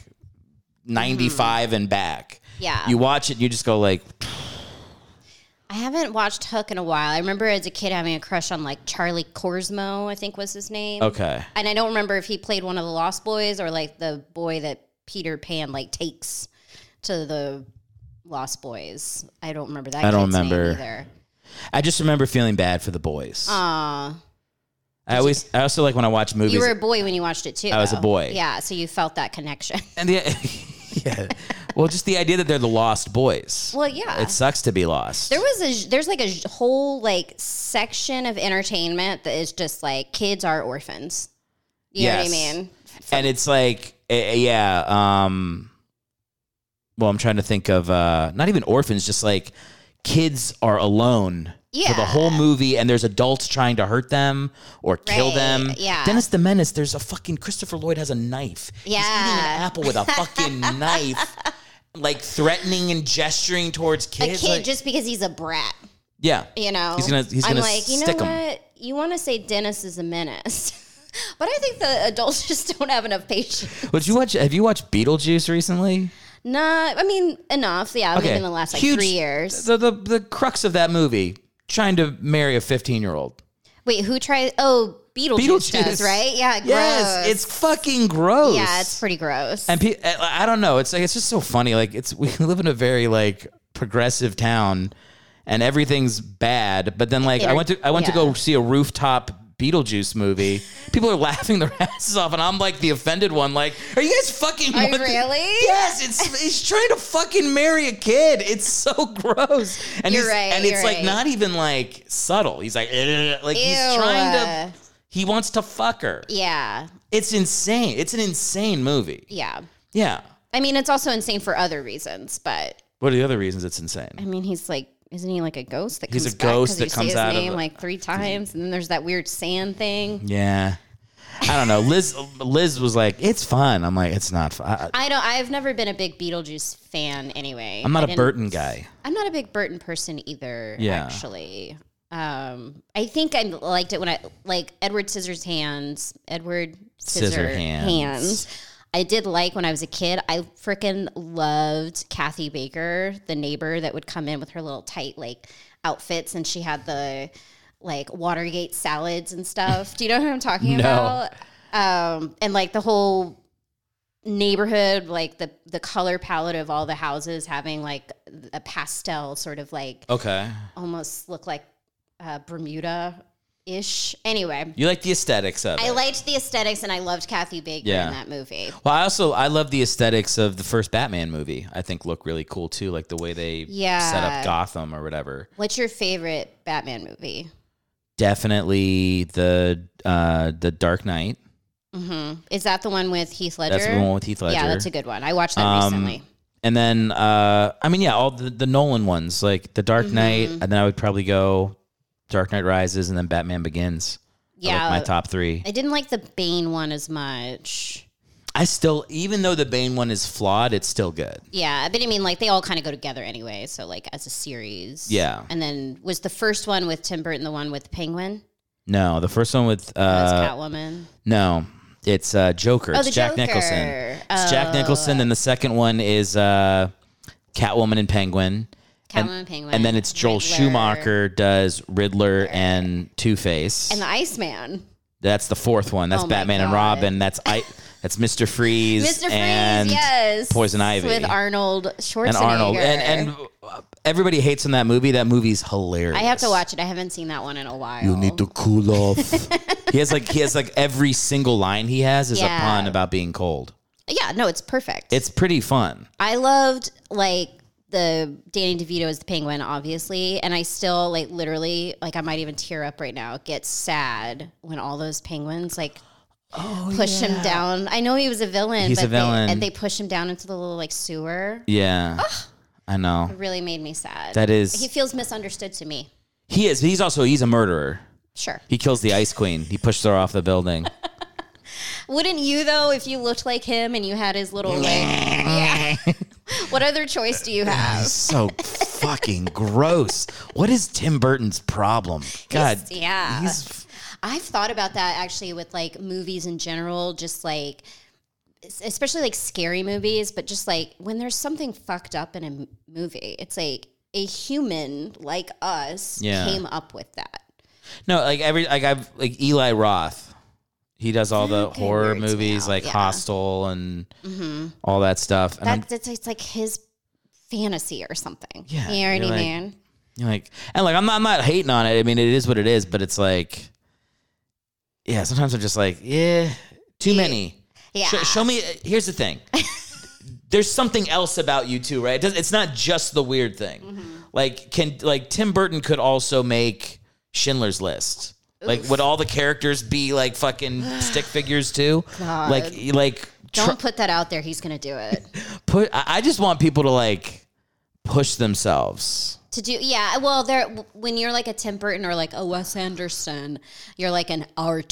Speaker 2: 95 and back.
Speaker 3: Yeah.
Speaker 2: You watch it, you just go like,
Speaker 3: I haven't watched Hook in a while. I remember as a kid having a crush on like Charlie Corsmo. I think was his name.
Speaker 2: okay.
Speaker 3: And I don't remember if he played one of the Lost Boys or like the boy that Peter Pan like takes to the Lost Boys. I don't remember that.
Speaker 2: I don't
Speaker 3: kid's name
Speaker 2: remember.
Speaker 3: either.
Speaker 2: I just remember feeling bad for the boys.
Speaker 3: Aw.
Speaker 2: I always, I also like when I watch movies.
Speaker 3: You were a boy when you watched it too. I
Speaker 2: was a boy.
Speaker 3: Yeah, so you felt that connection.
Speaker 2: and the, yeah, well, just the idea that they're the lost boys.
Speaker 3: Well, yeah.
Speaker 2: it sucks to be lost.
Speaker 3: there was a j- there's like a j- whole like section of entertainment that is just like kids are orphans. You know
Speaker 2: Yes.
Speaker 3: what I mean?
Speaker 2: and it's like eh, eh, yeah um well i'm trying to think of uh not even orphans just like kids are alone for the
Speaker 3: Yeah.
Speaker 2: whole movie and there's adults trying to hurt them or kill
Speaker 3: Right,
Speaker 2: them
Speaker 3: yeah.
Speaker 2: dennis the menace there's a fucking christopher lloyd has a knife he's eating an
Speaker 3: Yeah.
Speaker 2: apple with a fucking knife like threatening and gesturing towards
Speaker 3: A
Speaker 2: kids
Speaker 3: kid
Speaker 2: like-
Speaker 3: just because he's a brat,
Speaker 2: yeah
Speaker 3: you know.
Speaker 2: He's gonna- he's
Speaker 3: I'm
Speaker 2: gonna
Speaker 3: like, you know
Speaker 2: stick 'em.
Speaker 3: what? You want to say Dennis is a menace, but I think the adults just don't have enough patience.
Speaker 2: would you watch have you watched beetlejuice recently
Speaker 3: Nah, I mean enough. Yeah, maybe in the last like
Speaker 2: Huge-
Speaker 3: three years.
Speaker 2: The, the the crux of that movie, trying to marry a fifteen year old.
Speaker 3: Wait, who tries? Oh, Beetlejuice, does, right? Yeah,
Speaker 2: Yes,
Speaker 3: gross.
Speaker 2: it's fucking gross.
Speaker 3: yeah, it's pretty gross.
Speaker 2: and pe- eh, I I don't know. It's like it's just so funny. Like it's we live in a very like progressive town, and everything's bad. But then like I
Speaker 3: They're-
Speaker 2: went to I went to go
Speaker 3: yeah.
Speaker 2: see a rooftop. Beetlejuice movie. People are laughing their asses off, and I'm like the offended one. Like, are you guys fucking?
Speaker 3: Are you
Speaker 2: what the-
Speaker 3: really?
Speaker 2: Yes, it's he's trying to fucking marry a kid. It's so gross. And
Speaker 3: You're
Speaker 2: he's,
Speaker 3: right,
Speaker 2: And it's
Speaker 3: you're
Speaker 2: like
Speaker 3: right.
Speaker 2: not even like subtle. He's like, "Ugh," like he's
Speaker 3: Ew.
Speaker 2: trying to. He wants to fuck her.
Speaker 3: yeah,
Speaker 2: It's insane. It's an insane movie.
Speaker 3: yeah.
Speaker 2: Yeah.
Speaker 3: I mean, it's also insane for other reasons, but
Speaker 2: What are the other reasons it's insane?
Speaker 3: I mean, he's like, isn't he like a ghost that
Speaker 2: He's
Speaker 3: comes
Speaker 2: a
Speaker 3: back 'cause
Speaker 2: ghost that
Speaker 3: you
Speaker 2: comes
Speaker 3: say his
Speaker 2: out of
Speaker 3: name
Speaker 2: a-
Speaker 3: like three times, and then there's that weird sand thing.
Speaker 2: Yeah. I don't know. Liz Liz was like, "It's fun." I'm like, "It's not fun." I,
Speaker 3: I don't. I've never been a big Beetlejuice fan. Anyway,
Speaker 2: I'm
Speaker 3: I
Speaker 2: not a
Speaker 3: didn't-
Speaker 2: Burton guy.
Speaker 3: I'm not a big Burton person either.
Speaker 2: Yeah.
Speaker 3: Actually, um, I think I liked it when I like Edward Scissorhands. Edward
Speaker 2: Scissorhands.
Speaker 3: Scissorhands. I did like when I was a kid. I freaking loved Kathy Baker, the neighbor that would come in with her little tight like outfits, and she had the like Watergate salads and stuff. Do you know what I'm talking
Speaker 2: No.
Speaker 3: about? Um, and like the whole neighborhood, like the the color palette of all the houses having like a pastel sort of like
Speaker 2: Okay.
Speaker 3: almost look like uh, Bermuda ish. Anyway,
Speaker 2: You like the aesthetics of
Speaker 3: I
Speaker 2: it.
Speaker 3: liked the aesthetics and I loved Kathy Baker
Speaker 2: Yeah.
Speaker 3: in that movie.
Speaker 2: Well, I also I love the aesthetics of the first Batman movie. I think look really cool too, like the way they
Speaker 3: Yeah.
Speaker 2: set up Gotham or whatever.
Speaker 3: What's your favorite Batman movie?
Speaker 2: Definitely the uh the Dark Knight.
Speaker 3: hmm Is that the one with Heath Ledger?
Speaker 2: That's the one with Heath Ledger.
Speaker 3: Yeah, that's a good one. I watched that
Speaker 2: Um,
Speaker 3: recently.
Speaker 2: And then uh I mean yeah, all the, the Nolan ones, like the Dark
Speaker 3: Mm-hmm.
Speaker 2: Knight, and then I would probably go Dark Knight Rises and then Batman Begins. are, like,
Speaker 3: Yeah,
Speaker 2: my top three.
Speaker 3: I didn't like the Bane one as much.
Speaker 2: I still, even though the Bane one is flawed, it's still good.
Speaker 3: Yeah, but I mean, like they all kind of go together anyway. So like as a series.
Speaker 2: Yeah.
Speaker 3: And then was the first one with Tim Burton the one with Penguin?
Speaker 2: No, the first one with
Speaker 3: That's
Speaker 2: uh
Speaker 3: Catwoman.
Speaker 2: no, it's uh Joker.
Speaker 3: Oh,
Speaker 2: it's
Speaker 3: the
Speaker 2: Jack
Speaker 3: Joker. Oh.
Speaker 2: Nicholson. It's Jack Nicholson. Then the second one is uh Catwoman and Penguin.
Speaker 3: Catwoman and Penguin.
Speaker 2: And then it's Joel
Speaker 3: Riddler,
Speaker 2: Schumacher does Riddler and Two Face.
Speaker 3: and the Iceman.
Speaker 2: That's the fourth one. That's
Speaker 3: Oh my
Speaker 2: Batman and
Speaker 3: God.
Speaker 2: Robin. That's I. That's Mister Freeze.
Speaker 3: Mr. Freeze,
Speaker 2: and
Speaker 3: yes.
Speaker 2: Poison Ivy.
Speaker 3: with Arnold Schwarzenegger.
Speaker 2: and Arnold. And and everybody hates in that movie. That movie's hilarious.
Speaker 3: I have to watch it. I haven't seen that one in a while.
Speaker 2: You need to cool off. he has like he has like every single line he has is a
Speaker 3: Yeah.
Speaker 2: pun about being cold.
Speaker 3: Yeah, no, it's perfect.
Speaker 2: It's pretty fun.
Speaker 3: I loved like the Danny DeVito as the penguin, obviously, and I still like literally like I might even tear up right now. Get sad when all those penguins like push him down. I know he was a villain,
Speaker 2: Oh, He's
Speaker 3: but
Speaker 2: a villain.
Speaker 3: They, and they push him down into the little like sewer.
Speaker 2: Yeah, I know.
Speaker 3: It really made me sad.
Speaker 2: That
Speaker 3: he
Speaker 2: is
Speaker 3: feels misunderstood to me.
Speaker 2: he is. He's also he's a murderer.
Speaker 3: Sure.
Speaker 2: He kills the ice queen. He pushes her off the building.
Speaker 3: Wouldn't you though if you looked like him and you had his little like Yeah. What other choice do you have?
Speaker 2: so fucking gross. What is Tim Burton's problem? God,
Speaker 3: He's- yeah.
Speaker 2: he's
Speaker 3: I've thought about that actually with like movies in general, just like es- especially like scary movies, but just like when there's something fucked up in a m- movie, it's like a human like us
Speaker 2: Yeah.
Speaker 3: came up with that.
Speaker 2: no like every like I've like Eli Roth. He does all the
Speaker 3: Okay,
Speaker 2: horror
Speaker 3: weirds me
Speaker 2: movies
Speaker 3: out,
Speaker 2: like
Speaker 3: yeah. Mm-hmm.
Speaker 2: Hostel and all that stuff. And I'm
Speaker 3: That it's, it's like his fantasy or something.
Speaker 2: Yeah,
Speaker 3: You know
Speaker 2: you're
Speaker 3: what I
Speaker 2: like-
Speaker 3: mean?
Speaker 2: You're like and like I'm not I'm not hating on it. I mean it is what it is, but it's like yeah, sometimes I'm just like, yeah, too many.
Speaker 3: yeah.
Speaker 2: Sh- show me uh, here's the thing. There's something else about you too, right? It does, it's not just the
Speaker 3: Mm-hmm.
Speaker 2: weird thing. Like can like Tim Burton could also make Schindler's List. Like, would all the characters be like fucking stick figures too?
Speaker 3: God.
Speaker 2: Like, like tr-
Speaker 3: Don't put that out there. He's going to do it.
Speaker 2: put. I I just want people to like push themselves.
Speaker 3: to do yeah well there when you're like a tim burton or like a wes anderson you're like an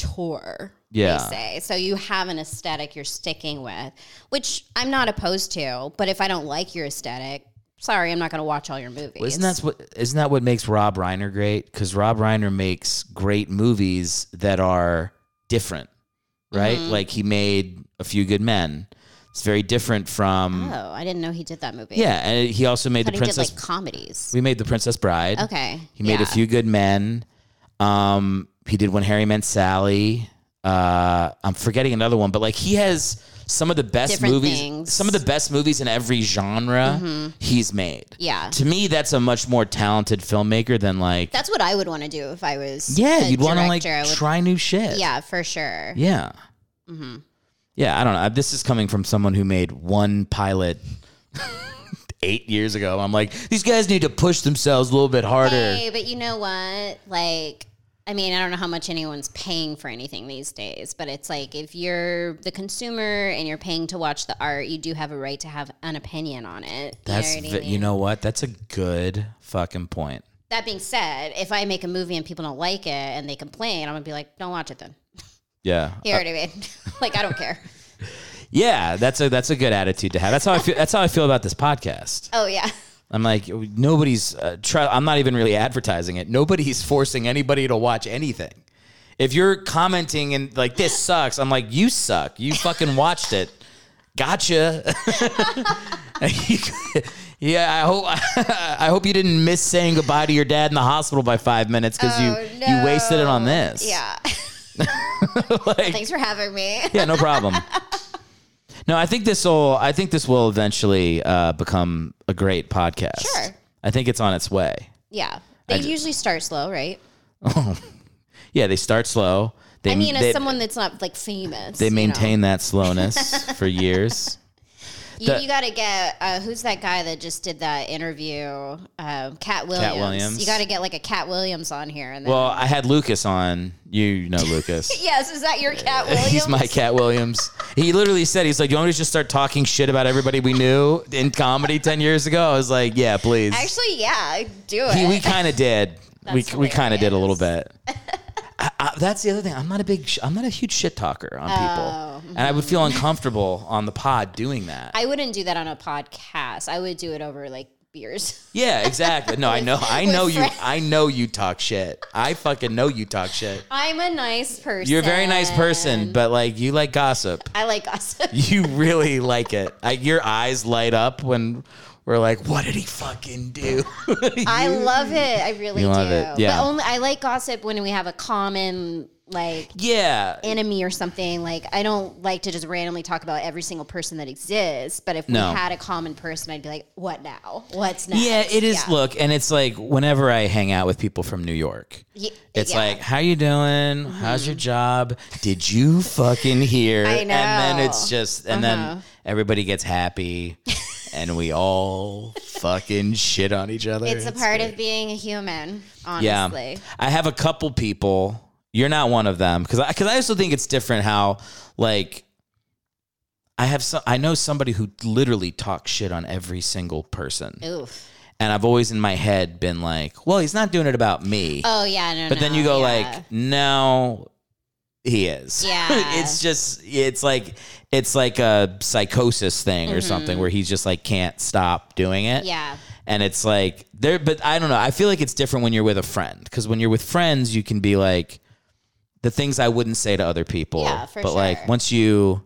Speaker 3: auteur
Speaker 2: Yeah.
Speaker 3: they say so you have an aesthetic you're sticking with which i'm not opposed to but if i don't like your aesthetic sorry i'm not going to watch all your movies
Speaker 2: Well, isn't that what isn't that what makes Rob Reiner great? Because Rob Reiner makes great movies that are different, right?
Speaker 3: Mm-hmm.
Speaker 2: Like he made A Few Good Men. It's very different from
Speaker 3: oh i didn't know he did that movie
Speaker 2: yeah, and he also made the
Speaker 3: but he did
Speaker 2: Princess.
Speaker 3: like comedies
Speaker 2: we made the Princess Bride.
Speaker 3: okay
Speaker 2: He made
Speaker 3: yeah.
Speaker 2: A Few Good Men. Um, he did When Harry Met Sally. Uh, I'm forgetting another one, but like he has some of the best
Speaker 3: Different
Speaker 2: movies,
Speaker 3: things. Mm-hmm.
Speaker 2: some of the best movies in every genre he's made
Speaker 3: yeah
Speaker 2: to me that's a much more talented filmmaker than like
Speaker 3: that's what i would want to do if i was
Speaker 2: yeah
Speaker 3: a
Speaker 2: you'd want to like
Speaker 3: director. I would-
Speaker 2: try new shit
Speaker 3: yeah Mm-hmm. for sure
Speaker 2: yeah yeah i don't know I- this is coming from someone who made one pilot eight years ago i'm like these guys need to push themselves a little bit harder
Speaker 3: Hey, but you know what? Like, I mean, I don't know how much anyone's paying for anything these days, but it's like if you're the consumer and you're paying to watch the art, you do have a right to have an opinion on it.
Speaker 2: that's
Speaker 3: you know, what I
Speaker 2: v-
Speaker 3: mean?
Speaker 2: you know what that's a good fucking point
Speaker 3: That being said, if I make a movie and people don't like it and they complain, I'm gonna be like, don't watch it then.
Speaker 2: yeah Uh,
Speaker 3: You know what I mean? like, I don't care.
Speaker 2: yeah that's a that's a good attitude to have that's how i feel that's how i feel about this podcast
Speaker 3: Oh yeah,
Speaker 2: I'm like, nobody's, uh, try, I'm not even really advertising it. Nobody's forcing anybody to watch anything. If you're commenting and like, this sucks, I'm like, you suck. You fucking watched it. Gotcha. yeah, I hope I hope you didn't miss saying goodbye to your dad in the hospital by five minutes because you
Speaker 3: Oh,
Speaker 2: you wasted it on
Speaker 3: no.
Speaker 2: this.
Speaker 3: yeah.
Speaker 2: like,
Speaker 3: Thanks for having me.
Speaker 2: yeah, no problem. no, I think this will. I think this will eventually uh, become a great podcast.
Speaker 3: Sure.
Speaker 2: I think it's on its way.
Speaker 3: Yeah, they usually start slow, right?
Speaker 2: Yeah, they start slow. They,
Speaker 3: I mean,
Speaker 2: they,
Speaker 3: as someone that's not like famous,
Speaker 2: they
Speaker 3: you know.
Speaker 2: maintain that slowness for years.
Speaker 3: You,
Speaker 2: The-
Speaker 3: you got to get uh, who's that guy that just did that interview? Um, Cat Williams.
Speaker 2: Williams.
Speaker 3: You got to get like a Cat Williams on here. And then,
Speaker 2: Well, I had Lucas on. You know Lucas.
Speaker 3: yes, is that your Cat Williams?
Speaker 2: He's my Cat Williams. He literally said, he's like, you want me to just start talking shit about everybody we knew in comedy 10 years ago? I was like, yeah, please.
Speaker 3: Actually, yeah, do it.
Speaker 2: He- we kind of did. we
Speaker 3: That's
Speaker 2: we kind of did a little bit. I, I, that's the other thing. I'm not a big. Sh- I'm not a huge shit talker on people, and I would feel uncomfortable on the pod doing that.
Speaker 3: Oh. I wouldn't do that on a podcast. I would do it over like beers.
Speaker 2: yeah, exactly. No, I know. I
Speaker 3: with
Speaker 2: know you.
Speaker 3: friends.
Speaker 2: I know you talk shit. I fucking know you talk shit.
Speaker 3: I'm a nice person.
Speaker 2: You're a very nice person, but like you like gossip.
Speaker 3: I like gossip.
Speaker 2: You really like it. I, your eyes light up when we're like, "What did he fucking do?"
Speaker 3: I love it. I really
Speaker 2: You love
Speaker 3: do.
Speaker 2: it, yeah.
Speaker 3: But only I like gossip when we have a common like
Speaker 2: yeah,
Speaker 3: enemy or something. Like I don't like to just randomly talk about every single person that exists, but if
Speaker 2: No.
Speaker 3: we had a common person, I'd be like, "What now? What's next?"
Speaker 2: yeah. It is.
Speaker 3: Yeah.
Speaker 2: Look, and it's like whenever I hang out with people from New York,
Speaker 3: Ye-
Speaker 2: It's
Speaker 3: yeah. Mm-hmm.
Speaker 2: like, how you doing? How's your job? Did you fucking hear?
Speaker 3: I
Speaker 2: And then
Speaker 3: know.
Speaker 2: it's just, and
Speaker 3: Uh-huh.
Speaker 2: then everybody gets happy, and we all fucking shit on each other.
Speaker 3: it's a part of being a human,
Speaker 2: yeah.
Speaker 3: honestly.
Speaker 2: I have a couple people. You're not one of them because I because I also think it's different how like I have some I know somebody who literally talks shit on every single person,
Speaker 3: Oof.
Speaker 2: and I've always in my head been like, well, he's not doing it about me.
Speaker 3: Oh yeah, no.
Speaker 2: But then you go
Speaker 3: yeah.
Speaker 2: like, no, he is.
Speaker 3: Yeah.
Speaker 2: it's just it's like it's like a psychosis thing or something where he just like can't stop doing it.
Speaker 3: Mm-hmm. yeah,
Speaker 2: And it's like there, but I don't know. I feel like it's different when you're with a friend because when you're with friends, you can be like the things I wouldn't say to other people.
Speaker 3: Yeah, for
Speaker 2: but like
Speaker 3: sure.
Speaker 2: once you,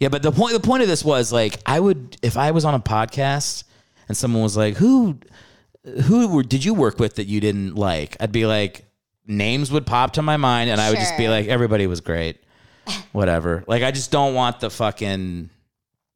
Speaker 2: yeah. But the point the point of this was like I would if I was on a podcast and someone was like, "Who, who were, did you work with that you didn't like?" I'd be like, names would pop to my mind, and I would just be
Speaker 3: Sure.
Speaker 2: like, "Everybody was great." Whatever. Like I just don't want the fucking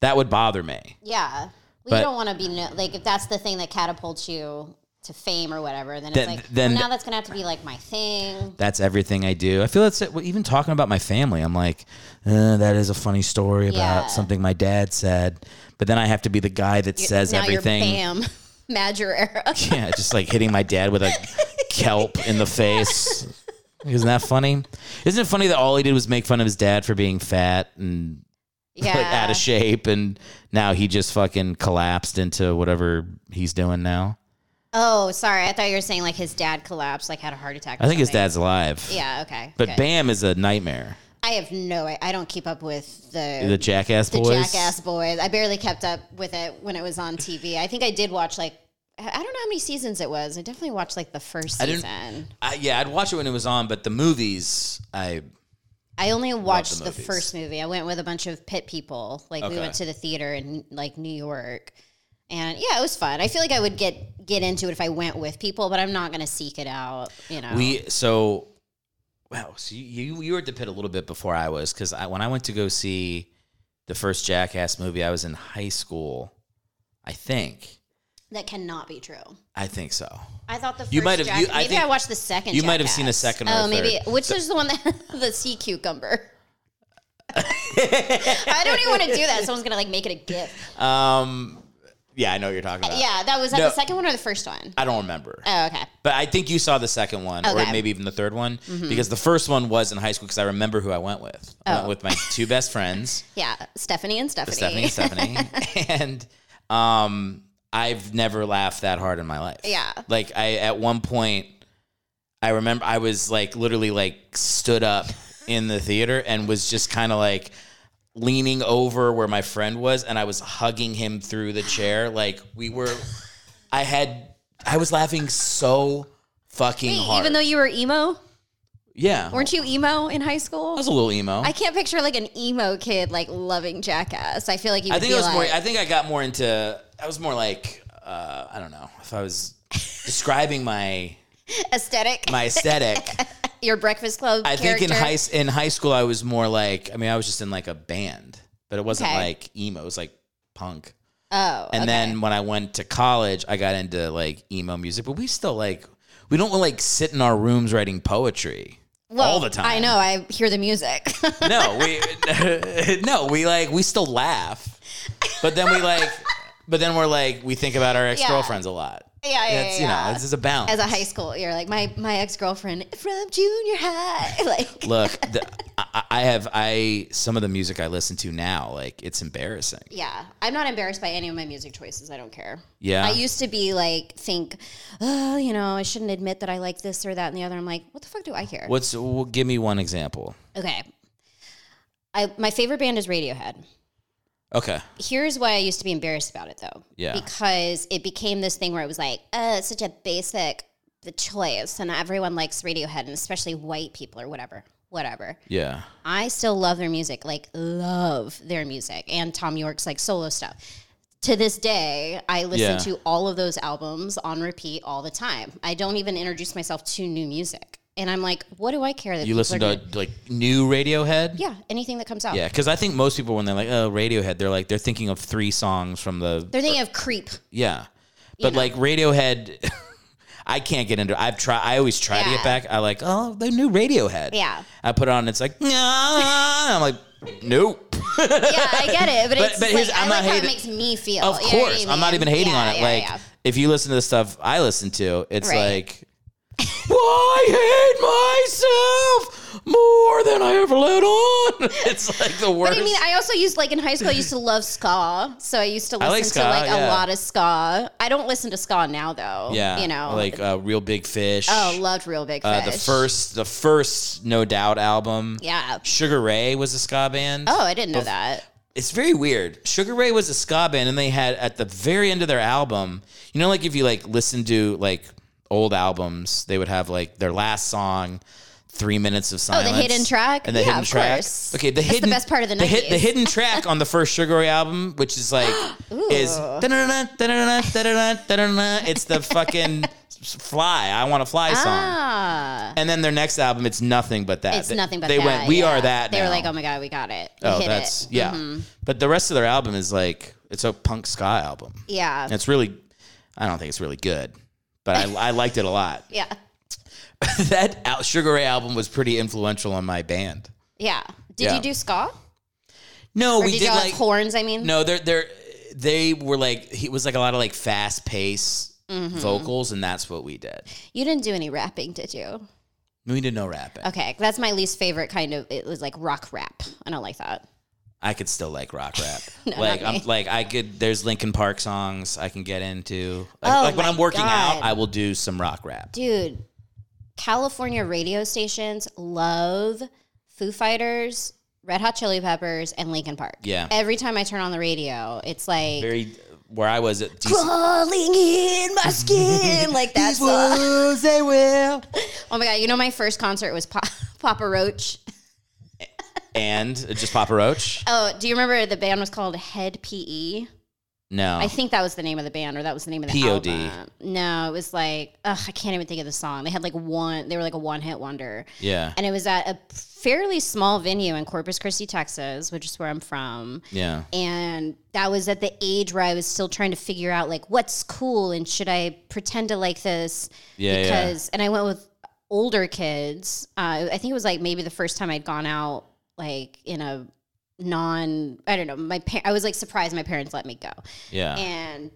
Speaker 2: that would bother me.
Speaker 3: yeah. We
Speaker 2: But-
Speaker 3: don't want to be no- like if that's the thing that catapults you to fame or whatever. Then,
Speaker 2: Then-
Speaker 3: it's like
Speaker 2: then-
Speaker 3: well, now that's gonna have to be like my thing.
Speaker 2: that's everything I do. I feel that's it. Well, Even talking about my family, I'm like, uh, that is a funny story about
Speaker 3: Yeah.
Speaker 2: something my dad said. But then I have to be the guy that says
Speaker 3: now
Speaker 2: everything.
Speaker 3: you're bam, Major era.
Speaker 2: Yeah, just like hitting my dad with a kelp in the face. Isn't that funny? Isn't it funny that all he did was make fun of his dad for being fat and
Speaker 3: Yeah.
Speaker 2: like out of shape, and now he just fucking collapsed into whatever he's doing now.
Speaker 3: Oh, sorry. I thought you were saying like his dad collapsed, like had a heart attack. or
Speaker 2: I think his
Speaker 3: something.
Speaker 2: dad's alive.
Speaker 3: Yeah. Okay.
Speaker 2: But
Speaker 3: good.
Speaker 2: Bam is a nightmare.
Speaker 3: I have no. I I don't keep up with
Speaker 2: The Jackass
Speaker 3: the
Speaker 2: Boys.
Speaker 3: Jackass Boys. I barely kept up with it when it was on TV. I think I did watch like I I don't know how many seasons it was. I definitely watched like the first
Speaker 2: I didn't-
Speaker 3: season. I,
Speaker 2: I, yeah, I'd watch it when it was on, but the movies, I
Speaker 3: only watched the,
Speaker 2: movies.
Speaker 3: first movie. I went with a bunch of pit people. Like we
Speaker 2: Okay.
Speaker 3: went to the theater in like New York. And yeah, it was fun. I feel like I would get get into it if I went with people, but I'm not going to seek it out, you know.
Speaker 2: we so wow. So you you- you were at the pit a little bit before I was because I, when I went to go see the first Jackass movie, I was in high school. I think.
Speaker 3: that cannot be true.
Speaker 2: I think so.
Speaker 3: I thought the first
Speaker 2: You might have- you-
Speaker 3: Jack-
Speaker 2: I
Speaker 3: maybe
Speaker 2: think-
Speaker 3: I watched the second
Speaker 2: you might have seen a
Speaker 3: Jackass.
Speaker 2: second or a
Speaker 3: Oh, maybe
Speaker 2: third.
Speaker 3: which is the one that the sea cucumber. I don't even want to do that. Someone's gonna like make it a gift.
Speaker 2: Um, yeah, I know what you're talking about.
Speaker 3: Yeah, that was that
Speaker 2: No.
Speaker 3: the second one or the first one?
Speaker 2: I don't remember.
Speaker 3: Oh, okay.
Speaker 2: But I think you saw the second one,
Speaker 3: Okay. Mm-hmm.
Speaker 2: or maybe even the third one, because the first one was in high school. Because I remember who I went with. I went
Speaker 3: Oh.
Speaker 2: with my two best friends,
Speaker 3: Yeah, Stephanie and Stephanie.
Speaker 2: Stephanie and Stephanie, and um, I've never laughed that hard in my life.
Speaker 3: Yeah.
Speaker 2: like I at one point, I remember I was like literally like stood up in the theater and was just kind of like leaning over where my friend was, and I was hugging him through the chair. Like we were, I had, I was laughing so fucking
Speaker 3: Wait,
Speaker 2: hard.
Speaker 3: even though you were emo,
Speaker 2: Yeah.
Speaker 3: weren't you emo in high
Speaker 2: I
Speaker 3: school?
Speaker 2: was a little emo.
Speaker 3: I
Speaker 2: I,
Speaker 3: can't picture like an emo kid like loving Jackass. I feel like you. Would
Speaker 2: think
Speaker 3: be
Speaker 2: I was
Speaker 3: like,
Speaker 2: more. I think I got more into. I was more like. Uh, I don't know if I was describing my
Speaker 3: aesthetic.
Speaker 2: my aesthetic.
Speaker 3: Your Breakfast Club.
Speaker 2: I think in
Speaker 3: character.
Speaker 2: high s- in high school I was more like. I mean, I was just in like a band, but it wasn't
Speaker 3: Okay.
Speaker 2: like emo. It was like punk.
Speaker 3: Oh,
Speaker 2: And
Speaker 3: okay.
Speaker 2: then when I went to college, I got into like emo music. But we still like. We don't like sit in our rooms writing poetry
Speaker 3: Well,
Speaker 2: all the time.
Speaker 3: I know. I hear the music.
Speaker 2: no, we no, we like we still laugh, but then we like, but then we're like we think about our ex girlfriends a lot.
Speaker 3: Yeah, yeah, yeah,
Speaker 2: That's, you
Speaker 3: yeah.
Speaker 2: know, this is a balance.
Speaker 3: As a high school, you're like my my ex girlfriend from junior high. Like,
Speaker 2: Look, the, I, I- I have I some of the music I listen to now, like it's embarrassing.
Speaker 3: yeah, I'm not embarrassed by any of my music choices. I don't care.
Speaker 2: Yeah.
Speaker 3: I used to be like think, oh, you know, I shouldn't admit that I like this or that and the other. I'm like, what the fuck do I care?
Speaker 2: What's well, give me one example?
Speaker 3: Okay. I my favorite band is Radiohead.
Speaker 2: Okay,
Speaker 3: Here's why I used to be embarrassed about it though.
Speaker 2: Yeah.
Speaker 3: Because it became this thing where it was like, oh, it's such a basic choice, and everyone likes Radiohead, and especially white people or whatever, whatever.
Speaker 2: yeah,
Speaker 3: I still love their music, like love their music and Tom York's like solo stuff. To this day, I listen
Speaker 2: Yeah.
Speaker 3: to all of those albums on repeat all the time. I don't even introduce myself to new music. And I'm like, what do I care that
Speaker 2: you
Speaker 3: people
Speaker 2: listen to
Speaker 3: are gonna-
Speaker 2: like new Radiohead.
Speaker 3: Yeah, anything that comes out.
Speaker 2: Yeah, because I think most people when they're like, "Oh, Radiohead," they're like they're thinking of three songs from the
Speaker 3: They're thinking of creep.
Speaker 2: Yeah. But like Radiohead, I can't get into. I've tried. I always try to
Speaker 3: Yeah.
Speaker 2: get back. I like oh the new Radiohead.
Speaker 3: Yeah.
Speaker 2: I put it on. It's like nah. I'm like nope.
Speaker 3: Yeah, I get it. But,
Speaker 2: But- but
Speaker 3: it's like,
Speaker 2: here's-
Speaker 3: I
Speaker 2: I'm
Speaker 3: like
Speaker 2: not
Speaker 3: how it
Speaker 2: hating-
Speaker 3: makes me feel.
Speaker 2: Of
Speaker 3: You know what I
Speaker 2: course, I'm not
Speaker 3: mean?
Speaker 2: even hating on
Speaker 3: Yeah,
Speaker 2: it.
Speaker 3: yeah,
Speaker 2: like
Speaker 3: yeah.
Speaker 2: if you listen to the stuff I listen to, it's
Speaker 3: Right.
Speaker 2: like I hate myself more than I ever let on. It's like the worst.
Speaker 3: But I mean, I also used like in high school. I used to love ska, so I used to
Speaker 2: I
Speaker 3: listen
Speaker 2: like
Speaker 3: to
Speaker 2: ska,
Speaker 3: like a
Speaker 2: yeah.
Speaker 3: lot of ska. I don't listen to ska now though.
Speaker 2: yeah,
Speaker 3: you know,
Speaker 2: like uh, real big fish.
Speaker 3: oh, loved Real Big Fish.
Speaker 2: uh, the first, the first No Doubt album.
Speaker 3: yeah.
Speaker 2: Sugar Ray was a ska band.
Speaker 3: Oh, I didn't know that.
Speaker 2: It's very weird. Sugar Ray was a ska band, and they had at the very end of their album, you know, like if you like listen to like old albums, they would have like their last song, three minutes of silence.
Speaker 3: Oh, hidden track?
Speaker 2: and the
Speaker 3: Yeah,
Speaker 2: hidden
Speaker 3: of
Speaker 2: track.
Speaker 3: course.
Speaker 2: Okay, the
Speaker 3: That's the
Speaker 2: hidden
Speaker 3: best part of the
Speaker 2: the, hit-
Speaker 3: 90s.
Speaker 2: the hidden track on the first Sugar Ray album, which is like is
Speaker 3: Ooh.
Speaker 2: da-da-da-da, da-da-da, da-da-da, da-da-da. it's the fucking fly. I want to fly song.
Speaker 3: Ah,
Speaker 2: And then their next album, it's nothing but that.
Speaker 3: it's nothing but
Speaker 2: they
Speaker 3: that,
Speaker 2: went. We
Speaker 3: yeah.
Speaker 2: are that.
Speaker 3: They were
Speaker 2: now."
Speaker 3: like, oh my god, we got it. Mm-hmm. We
Speaker 2: Oh,
Speaker 3: hit
Speaker 2: that's
Speaker 3: it.
Speaker 2: yeah. But the rest of their album is like it's a punk ska album.
Speaker 3: Yeah,
Speaker 2: And it's really, I don't think it's really good, but I, I liked it a lot.
Speaker 3: yeah,
Speaker 2: that al- Sugar Ray album was pretty influential on my band.
Speaker 3: yeah. Did
Speaker 2: Yeah.
Speaker 3: you do ska?
Speaker 2: No,
Speaker 3: Or
Speaker 2: we
Speaker 3: did,
Speaker 2: did,
Speaker 3: y'all
Speaker 2: like
Speaker 3: have horns? I mean,
Speaker 2: no, they're they're they were like it was like a lot of like
Speaker 3: Mm-hmm.
Speaker 2: fast pace vocals, and that's what we did.
Speaker 3: you didn't do any rapping, did you?
Speaker 2: We did no rapping.
Speaker 3: Okay, that's my least favorite kind of. It was like rock rap. I don't like that.
Speaker 2: I could still like rock rap.
Speaker 3: No,
Speaker 2: like
Speaker 3: not me.
Speaker 2: I'm like I could. There's Linkin Park songs I can get into. Like,
Speaker 3: Oh
Speaker 2: like when
Speaker 3: my
Speaker 2: I'm working out,
Speaker 3: God.
Speaker 2: I will do some rock rap.
Speaker 3: Dude, California radio stations love Foo Fighters, Red Hot Chili Peppers, and Linkin Park.
Speaker 2: Yeah.
Speaker 3: Every time I turn on the radio, it's like
Speaker 2: Very where I was at. DC,
Speaker 3: crawling in my skin like that. song.
Speaker 2: they will.
Speaker 3: Oh my god! You know my first concert was pa- Papa Roach.
Speaker 2: And uh, just Papa Roach.
Speaker 3: Oh, do you remember the band was called Head PE?
Speaker 2: No,
Speaker 3: I think that was the name of the band, or that was the name of the
Speaker 2: POD.
Speaker 3: album. No, it was like ugh, I can't even think of the song. They had like one. They were like a one-hit wonder,
Speaker 2: yeah,
Speaker 3: and it was at a fairly small venue in Corpus Christi, Texas, which is where I'm from.
Speaker 2: yeah.
Speaker 3: And that was at the age where I was still trying to figure out like what's cool and should I pretend to like this?
Speaker 2: Yeah, yeah.
Speaker 3: because and I went with older kids. Uh, I think it was like maybe the first time I'd gone out like in a non I don't know. My par- I was like surprised my parents let me go.
Speaker 2: Yeah.
Speaker 3: And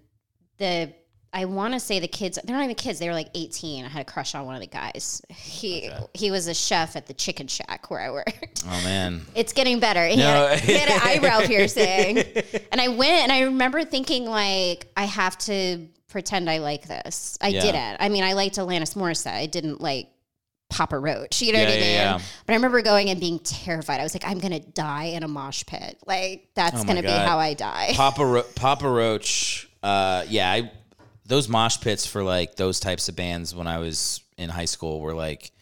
Speaker 3: the I want to say the kids they're not even kids. They were like 18. I had a crush on one of the guys. He he was a chef at the Chicken Shack where I worked.
Speaker 2: oh man.
Speaker 3: It's getting better. He, had, a- he had an eyebrow piercing. And I went and I remember thinking like I have to pretend I like this. I
Speaker 2: Yeah.
Speaker 3: didn't. I mean, I liked Alanis Morissette. I didn't like Papa Roach. You know
Speaker 2: Yeah,
Speaker 3: what I
Speaker 2: yeah,
Speaker 3: mean?
Speaker 2: yeah.
Speaker 3: But I remember going and being terrified. I was like, I'm gonna die in a mosh pit. Like that's
Speaker 2: Oh my
Speaker 3: gonna be
Speaker 2: God.
Speaker 3: how I die.
Speaker 2: Papa Ro- Papa Roach. Uh, yeah, I, those mosh pits for like those types of bands when I was in high school were like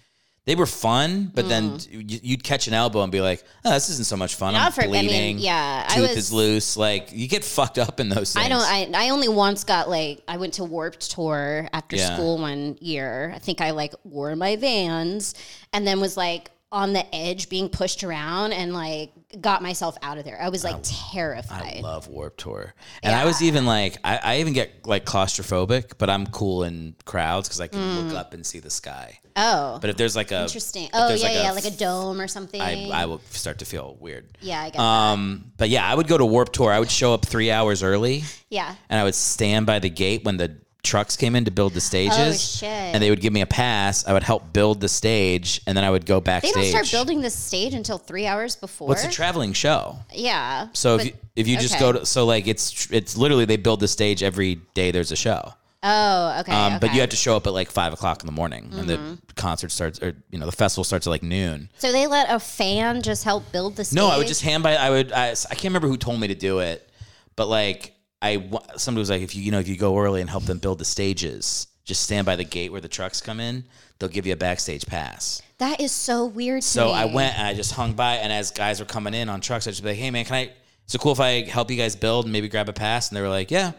Speaker 2: they were fun, but then you, you'd catch an elbow and be like, "Oh, this isn't so much fun. I'm
Speaker 3: Mm. Not for- I mean,
Speaker 2: bleeding.
Speaker 3: yeah, I
Speaker 2: tooth
Speaker 3: was-
Speaker 2: is loose. Like you get fucked up in those things.
Speaker 3: I don't. I, I only once got like I went to Warped Tour after
Speaker 2: Yeah.
Speaker 3: school one year. I think I like wore my Vans and then was like on the edge being pushed around and like got myself out of there. I was like
Speaker 2: I
Speaker 3: terrified.
Speaker 2: love Warp Tour, and I was even like, I, I even get like claustrophobic, but I'm cool in crowds because I can look up and see the sky.
Speaker 3: oh,
Speaker 2: But if there's like a
Speaker 3: Mm. interesting.
Speaker 2: if
Speaker 3: Oh
Speaker 2: there's,
Speaker 3: yeah, yeah, like a dome or something.
Speaker 2: I, I will start to feel weird.
Speaker 3: yeah, I get that.
Speaker 2: Um, but yeah, I would go to Warp Tour. I would show up three hours early,
Speaker 3: Yeah.
Speaker 2: and I would stand by the gate when the trucks came in to build the stages.
Speaker 3: Oh, shit.
Speaker 2: And they would give me a pass. I would help build the stage, and then I would go
Speaker 3: They
Speaker 2: backstage.
Speaker 3: don't start building this stage until three hours before.
Speaker 2: What's a traveling show?
Speaker 3: yeah.
Speaker 2: So
Speaker 3: but-
Speaker 2: if you, if you just
Speaker 3: okay.
Speaker 2: go to so like it's tr- it's literally they build the stage every day. There's a show.
Speaker 3: oh, okay.
Speaker 2: Um, But
Speaker 3: okay.
Speaker 2: you have to show up at like five o'clock in the morning, and the concert starts, or you know, the festival starts at like noon.
Speaker 3: so they let a fan just help build the stage.
Speaker 2: No, I would just hand by. I would. I, I can't remember who told me to do it, but like I, wa- somebody was like, if you you know if you go early and help them build the stages, just stand by the gate where the trucks come in. They'll give you a backstage pass.
Speaker 3: That is so weird. To
Speaker 2: So
Speaker 3: me.
Speaker 2: I went and I just hung by, and as guys were coming in on trucks, I just be like, hey man, can I? Is it cool if I help you guys build and maybe grab a pass? And they were like, yeah.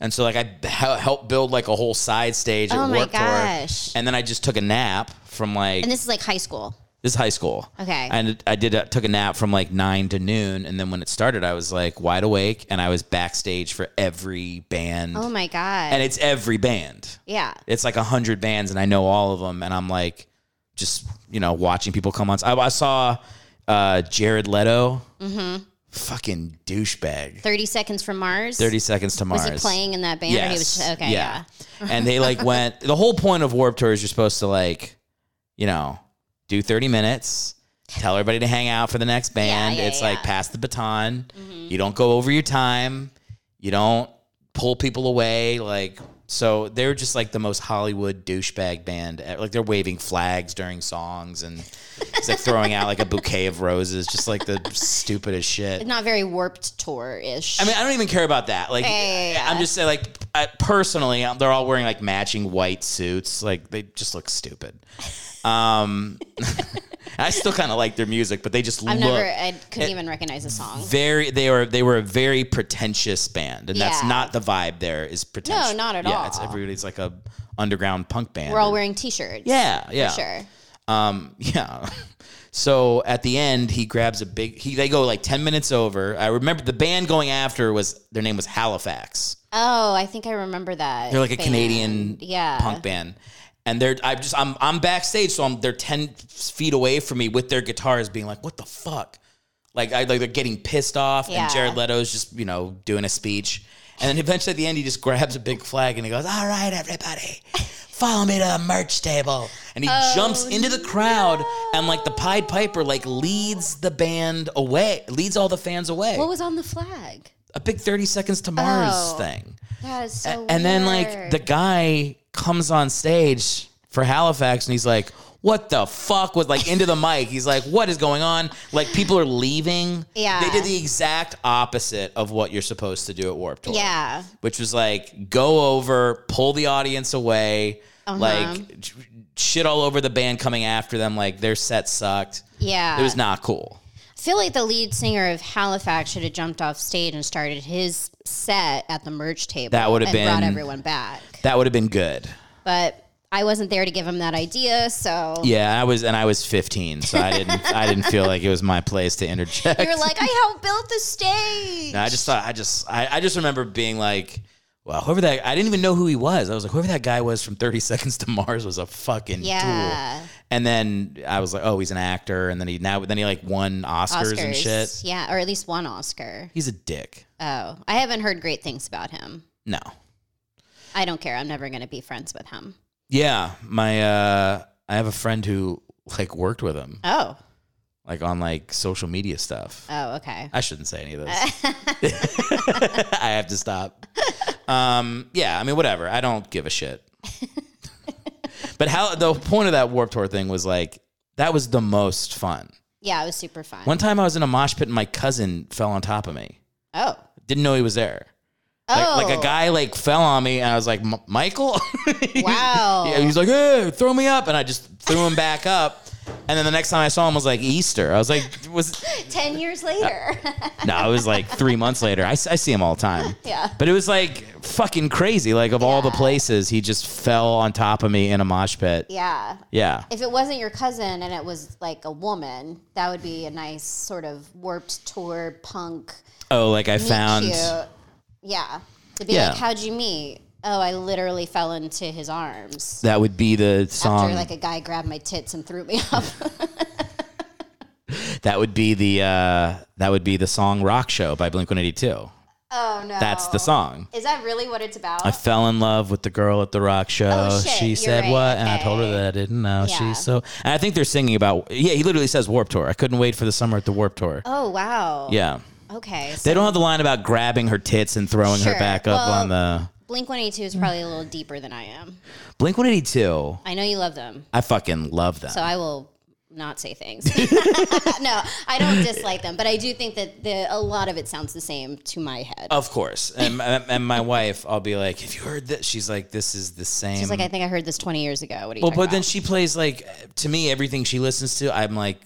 Speaker 2: And so like I b- hel- helped build like a whole side stage
Speaker 3: Oh
Speaker 2: at
Speaker 3: my
Speaker 2: Warped Tour.
Speaker 3: gosh.
Speaker 2: and then I just took a nap from like
Speaker 3: And this is like high school.
Speaker 2: this is high school.
Speaker 3: Okay.
Speaker 2: And I did I took a nap from like nine to noon, and then when it started, I was like wide awake, and I was backstage for every band,
Speaker 3: Oh my god.
Speaker 2: and it's every band.
Speaker 3: yeah.
Speaker 2: It's like a hundred bands, and I know all of them, and I'm like just you know watching people come on. I, I saw uh, Jared Leto, mm-hmm. fucking douchebag.
Speaker 3: 30 seconds from Mars.
Speaker 2: Thirty seconds to Mars.
Speaker 3: Was he playing in that band? Or he was
Speaker 2: Yes.
Speaker 3: okay. Yeah.
Speaker 2: and they like went. The whole point of Warp Tour is you're supposed to like, you know, do 30 minutes, tell everybody to hang out for the next band.
Speaker 3: yeah,
Speaker 2: it's like
Speaker 3: yeah. Mm-hmm.
Speaker 2: pass the baton. You don't go over your time. You don't pull people away. Like so, they're just like the most Hollywood douchebag band. eh, Like they're waving flags during songs and it's like throwing out like a bouquet of roses. Just like the stupidest shit.
Speaker 3: Not very warped tour ish.
Speaker 2: I mean, I don't even care about that. Like,
Speaker 3: yeah, yeah.
Speaker 2: I'm just saying, like, I, personally, um, they're all wearing like matching white suits. Like, they just look stupid. Um, I still kind of like their music, but they just
Speaker 3: I've
Speaker 2: look
Speaker 3: never, I couldn't even recognize a song.
Speaker 2: very. They were they were a very pretentious band, and that's
Speaker 3: Yeah.
Speaker 2: not the vibe. There is pretentious.
Speaker 3: not at
Speaker 2: yeah,
Speaker 3: all.
Speaker 2: It's everybody's like a underground punk band.
Speaker 3: We're all wearing t shirts.
Speaker 2: yeah, yeah,
Speaker 3: Sure.
Speaker 2: um, yeah. So at the end, he grabs a big. He they go like ten minutes over. I remember the band going after was their name was Halifax.
Speaker 3: Oh, I think I remember that.
Speaker 2: They're like a
Speaker 3: band.
Speaker 2: Canadian
Speaker 3: yeah.
Speaker 2: punk band. And they're I just I'm I'm backstage, so I'm they're ten feet away from me with their guitars, being like, "What the fuck?" Like I like they're getting pissed off,
Speaker 3: Yeah.
Speaker 2: and Jared Leto's just you know doing a speech, And then eventually at the end, he just grabs a big flag and he goes, All right, everybody, follow me to the merch table. And he
Speaker 3: Oh,
Speaker 2: jumps into the crowd and like the Pied Piper, like leads the band away, leads all the fans away.
Speaker 3: What was on the flag?
Speaker 2: a big 30 Seconds to Mars
Speaker 3: Oh.
Speaker 2: thing.
Speaker 3: That is so
Speaker 2: A- and then like
Speaker 3: weird.
Speaker 2: the guy comes on stage for Halifax and he's like, "What the fuck?" was like into the mic. He's like, "What is going on?" Like people are leaving.
Speaker 3: Yeah.
Speaker 2: they did the exact opposite of what you're supposed to do at Warped Tour.
Speaker 3: Yeah.
Speaker 2: which was like go over, pull the audience away,
Speaker 3: Uh-huh.
Speaker 2: like j- shit all over the band coming after them. Like their set sucked.
Speaker 3: Yeah.
Speaker 2: It was not cool.
Speaker 3: I feel like the lead singer of Halifax should have jumped off stage and started his set at the merch table.
Speaker 2: That would have
Speaker 3: and brought
Speaker 2: been-
Speaker 3: everyone back.
Speaker 2: That would have been good.
Speaker 3: But I wasn't there to give him that idea, so
Speaker 2: Yeah, I was, and I was 15, so I didn't, I didn't feel like it was my place to interject.
Speaker 3: you're like, I helped build the stage.
Speaker 2: No, I just thought I just I, I just remember being like, well, whoever that I didn't even know who he was. I was like, whoever that guy was from Thirty Seconds to Mars was a fucking
Speaker 3: Yeah.
Speaker 2: tool. And then I was like, oh, he's an actor. And then he now then he like won Oscars, and shit.
Speaker 3: Yeah, or at least one Oscar.
Speaker 2: He's a dick.
Speaker 3: Oh, I haven't heard great things about him.
Speaker 2: No.
Speaker 3: I don't care. I'm never going to be friends with him.
Speaker 2: Yeah, my uh, I have a friend who like worked with him
Speaker 3: Oh,
Speaker 2: like on like social media stuff.
Speaker 3: oh, okay.
Speaker 2: I shouldn't say any of this. I have to stop. Um, yeah, I mean, whatever. I don't give a shit. but how the point of that Warp Tour thing was like that was the most fun.
Speaker 3: Yeah, it was super fun.
Speaker 2: One time I was in a mosh pit and my cousin fell on top of me.
Speaker 3: oh,
Speaker 2: Didn't know he was there. Like,
Speaker 3: oh,
Speaker 2: like a guy like fell on me and I was like, "M- Michael.
Speaker 3: Wow.
Speaker 2: yeah, he's like, hey, throw me up, and I just threw him back up. And then the next time I saw him was like Easter. I was like, was
Speaker 3: Ten years later.
Speaker 2: no, it was like three months later. I, s- I see him all the time.
Speaker 3: Yeah.
Speaker 2: But it was like fucking crazy. Like, of all the places, he just fell on top of me in a mosh pit. Yeah.
Speaker 3: yeah. If it wasn't your cousin and it was like a woman, that would be a nice sort of warped tour punk.
Speaker 2: Oh, like I
Speaker 3: meet
Speaker 2: found.
Speaker 3: cute. Yeah. To be
Speaker 2: Yeah.
Speaker 3: like, how'd you meet? Oh, I literally fell into his arms.
Speaker 2: That would be the song.
Speaker 3: After like a guy grabbed my tits and threw me up.
Speaker 2: that would be the uh, that would be the song "Rock Show" by Blink One Eighty Two.
Speaker 3: oh no.
Speaker 2: That's the song.
Speaker 3: Is that really what it's about?
Speaker 2: I fell in love with the girl at the rock show.
Speaker 3: Oh, shit,
Speaker 2: she
Speaker 3: you're
Speaker 2: said
Speaker 3: right,
Speaker 2: what, and I told her
Speaker 3: okay.
Speaker 2: that I didn't know.
Speaker 3: Yeah.
Speaker 2: She's so. And I think they're singing about. Yeah, he literally says Warp Tour. I couldn't wait for the summer at the Warp Tour.
Speaker 3: oh wow.
Speaker 2: Yeah.
Speaker 3: Okay. So
Speaker 2: They don't have the line about grabbing her tits and throwing her
Speaker 3: Sure.
Speaker 2: back up
Speaker 3: Well-
Speaker 2: on the
Speaker 3: Blink One Eighty Two is probably a little deeper than I am.
Speaker 2: Blink 182.
Speaker 3: I know you love them,
Speaker 2: I fucking love them.
Speaker 3: so I will not say things. no, I don't dislike them, but I do think that the, a lot of it sounds the same to my head.
Speaker 2: of course. And, and my wife, I'll be like, "Have you heard this?" She's like, "This is the same."
Speaker 3: It's like I think I heard this twenty years ago. What are
Speaker 2: mm.
Speaker 3: you
Speaker 2: well,
Speaker 3: talking
Speaker 2: but then
Speaker 3: about?
Speaker 2: she plays like to me everything she listens to. I'm like,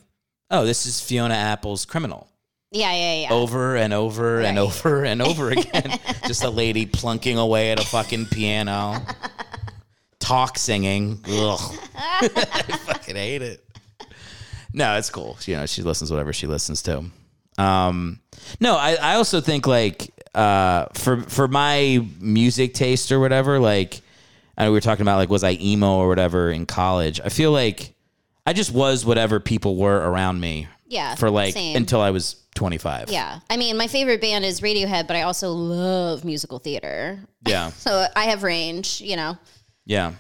Speaker 2: "Oh, this is Fiona Apple's Criminal."
Speaker 3: yeah, yeah, yeah.
Speaker 2: Over and over and
Speaker 3: Right.
Speaker 2: over and over again. Just a lady plunking away at a fucking piano. Talk singing. Ugh. I fucking hate it. No, it's cool. You know, she listens to whatever she listens to. Um, no, I, I also think like uh, for for my music taste or whatever, like I know we were talking about like was I emo or whatever in college. I feel like I just was whatever people were around me.
Speaker 3: Yeah,
Speaker 2: For like
Speaker 3: same.
Speaker 2: until I was twenty five.
Speaker 3: Yeah, I mean, my favorite band is Radiohead, but I also love musical theater.
Speaker 2: Yeah.
Speaker 3: So I have range, you know.
Speaker 2: Yeah.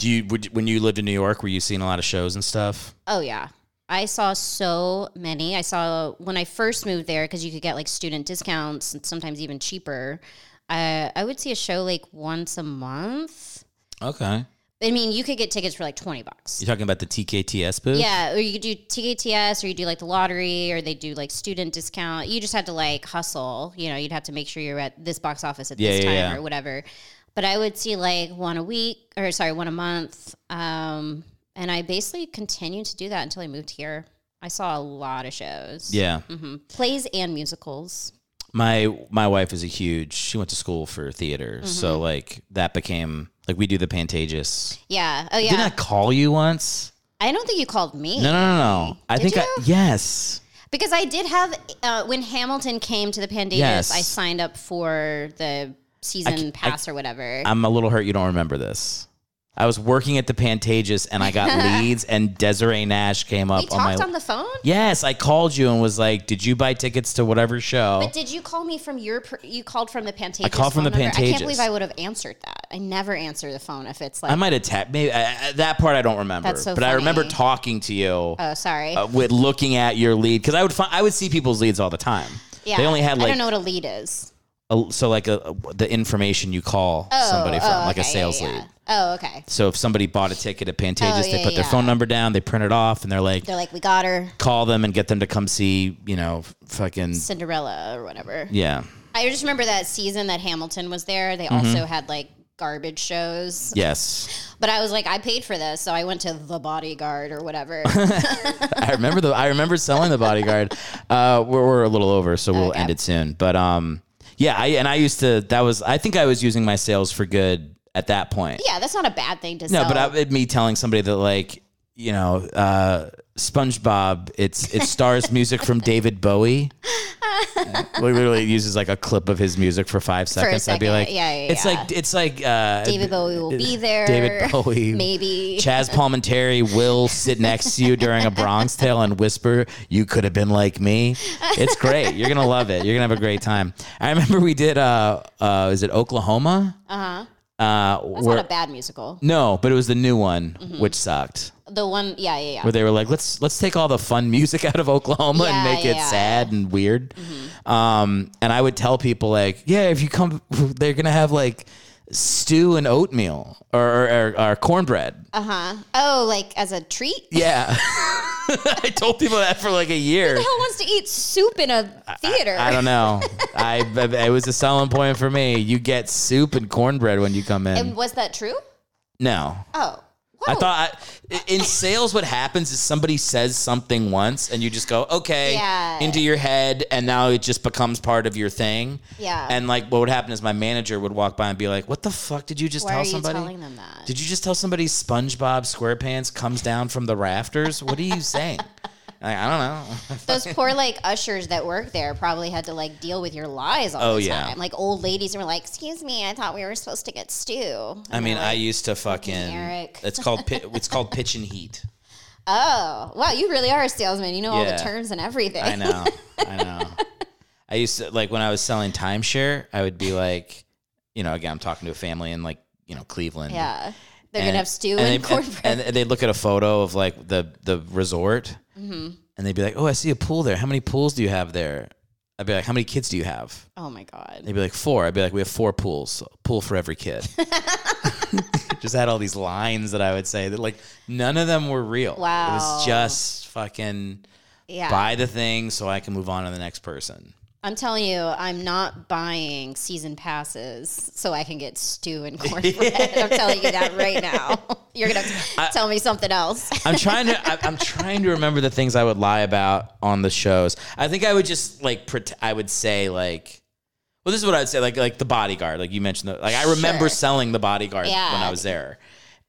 Speaker 2: Do you would, when you lived in New York, were you seeing a lot of shows and stuff?
Speaker 3: Oh yeah. I saw so many. I saw when I first moved there because you could get like student discounts and sometimes even cheaper. Uh, I would see a show like once a month.
Speaker 2: Okay.
Speaker 3: I mean, you could get tickets for like twenty bucks.
Speaker 2: You're talking about the TKTS booth?
Speaker 3: Yeah, or you could do TKTS, or you do like the lottery, or they do like student discount. You just had to like hustle. You know, you'd have to make sure you're at this box office at
Speaker 2: Yeah,
Speaker 3: this
Speaker 2: yeah,
Speaker 3: time
Speaker 2: yeah.
Speaker 3: or whatever. But I would see like one a week, or sorry, one a month. Um, and I basically continued to do that until I moved here. I saw a lot of shows.
Speaker 2: Yeah.
Speaker 3: hmm plays and musicals.
Speaker 2: my my wife is a huge she went to school for theater
Speaker 3: Mm-hmm.
Speaker 2: so like that became like we do the pantages
Speaker 3: Yeah. Oh yeah.
Speaker 2: didn't i call you once
Speaker 3: I don't think you called me.
Speaker 2: no no no no i
Speaker 3: Did
Speaker 2: think i
Speaker 3: you?
Speaker 2: yes
Speaker 3: Because I did have uh, when Hamilton came to the Pandavis,
Speaker 2: Yes.
Speaker 3: I signed up for the season
Speaker 2: c- I-
Speaker 3: pass or whatever.
Speaker 2: i'm a little hurt you don't remember this I was working at the Pantages and I got leads, and Desiree Nash came up
Speaker 3: You
Speaker 2: on my.
Speaker 3: talked on the phone?
Speaker 2: yes, I called you and was like, "Did you buy tickets to whatever show?"
Speaker 3: But did you call me from your? per- You called from the Pantages. I
Speaker 2: called from the
Speaker 3: I
Speaker 2: Pantages.
Speaker 3: can't believe I would have answered that. I never answer the phone if it's like.
Speaker 2: I might have tapped. Maybe I, I- that part I don't remember.
Speaker 3: That's so
Speaker 2: but I remember
Speaker 3: funny.
Speaker 2: talking to you
Speaker 3: oh, sorry.
Speaker 2: uh, with looking at your lead because I would find I would see people's leads all the time.
Speaker 3: yeah.
Speaker 2: They only had
Speaker 3: I
Speaker 2: like
Speaker 3: don't know what a lead is.
Speaker 2: a, so like a, a- the information you call
Speaker 3: Oh,
Speaker 2: somebody from
Speaker 3: oh,
Speaker 2: like a
Speaker 3: okay, yeah,
Speaker 2: sales
Speaker 3: yeah,
Speaker 2: lead.
Speaker 3: Oh, okay.
Speaker 2: So if somebody bought a ticket at Pantages,
Speaker 3: Oh,
Speaker 2: they
Speaker 3: yeah,
Speaker 2: put their
Speaker 3: yeah.
Speaker 2: phone number down, they print it off, and they're like,
Speaker 3: They're like, we got her
Speaker 2: call them and get them to come see, you know, fucking
Speaker 3: Cinderella or whatever.
Speaker 2: yeah,
Speaker 3: I just remember that season that Hamilton was there. They
Speaker 2: Mm-hmm.
Speaker 3: also had like garbage shows.
Speaker 2: yes.
Speaker 3: But I was like, I paid for this, so I went to The Bodyguard or whatever.
Speaker 2: I remember the I remember selling the bodyguard. Uh, we're, we're a little over, so we'll
Speaker 3: Okay.
Speaker 2: end it soon. But um, yeah, I and I used to that was I think I was using my sales for good at that point.
Speaker 3: yeah, that's not a bad thing to
Speaker 2: No,
Speaker 3: sell.
Speaker 2: but I, it- me telling somebody that like you know uh, SpongeBob, it's it stars music from David Bowie. Like, literally uses like a clip of his music for five
Speaker 3: a
Speaker 2: seconds. I'd be
Speaker 3: second.
Speaker 2: like,
Speaker 3: Yeah, yeah,
Speaker 2: it's
Speaker 3: yeah.
Speaker 2: like it's like uh,
Speaker 3: David Bowie will be there.
Speaker 2: David Bowie,
Speaker 3: Maybe.
Speaker 2: Chaz Palminteri will sit next to you during a Bronx Tale and whisper, "You could have been like me." It's great. You're gonna love it. You're gonna have a great time. I remember we did. Uh, uh, is it Oklahoma? Uh-huh. Uh
Speaker 3: That's
Speaker 2: where-
Speaker 3: not a bad Mm-hmm. musical.
Speaker 2: no, but it was the new one, which sucked.
Speaker 3: The one, yeah, yeah, yeah.
Speaker 2: Where they were like, let's let's take all the fun music out of Oklahoma and
Speaker 3: Yeah,
Speaker 2: make it
Speaker 3: yeah. Mm-hmm.
Speaker 2: sad and weird. Um, and I would tell people like, yeah, if you come, they're gonna have like stew and oatmeal or or, or, or cornbread.
Speaker 3: Uh huh. Oh, like as a treat?
Speaker 2: Yeah, I told people that for like a year.
Speaker 3: Who wants to eat soup in a theater? Um,
Speaker 2: I don't know. I it was a selling point for me. You get soup and cornbread when you come in.
Speaker 3: And was that true?
Speaker 2: no,
Speaker 3: Oh.
Speaker 2: I
Speaker 3: Whoa.
Speaker 2: thought I, in sales, what happens is somebody says something once, and you just go, okay,
Speaker 3: Yeah.
Speaker 2: into your head, and now it just becomes part of your thing.
Speaker 3: Yeah.
Speaker 2: And like, what would happen is my manager would walk by and be like, "What the fuck did you just
Speaker 3: Why
Speaker 2: tell
Speaker 3: are you
Speaker 2: somebody?
Speaker 3: telling them that?
Speaker 2: Did you just tell somebody SpongeBob SquarePants comes down from the rafters? What are you saying?" Like, I don't know.
Speaker 3: Those poor like ushers that work there probably had to like deal with your lies all
Speaker 2: Oh,
Speaker 3: the
Speaker 2: yeah.
Speaker 3: time. Like old ladies were like, "Excuse me, I thought we were supposed to get stew."
Speaker 2: I mean, I used to fucking.
Speaker 3: Eric.
Speaker 2: It's called pi- it's called pitch and heat.
Speaker 3: Oh, wow, you really are a salesman. You know all
Speaker 2: Yeah.
Speaker 3: the terms and everything.
Speaker 2: I know. I know. I used to like when I was selling timeshare, I would be like, you know, again, I'm talking to a family in like, you know, Cleveland.
Speaker 3: Yeah, they're
Speaker 2: And-
Speaker 3: gonna have stew and,
Speaker 2: they-
Speaker 3: cornbread.
Speaker 2: And, they look at a photo of like the the resort,
Speaker 3: Mm-hmm.
Speaker 2: and they'd be like, "Oh, I see a pool there. How many pools do you have there?" I'd be like, "How many kids do you have?"
Speaker 3: oh my god,
Speaker 2: They'd be like, four. I'd be like, we have four pools, a pool for every kid. just had all these lines that I would say that like none of them were real. It
Speaker 3: Wow.
Speaker 2: was just fucking
Speaker 3: yeah.
Speaker 2: buy the thing so I can move on to the next person.
Speaker 3: I'm telling you, I'm not buying season passes so I can get stew and cornbread. I'm telling you that right now. You're gonna have to tell me something else.
Speaker 2: I'm trying to. I, I'm trying to remember the things I would lie about on the shows. I think I would just like. Pret- I would say like. Well, this is what I would say. Like like the bodyguard. Like you mentioned. The, like I remember
Speaker 3: Sure.
Speaker 2: selling the bodyguard when I
Speaker 3: Yeah.
Speaker 2: was there,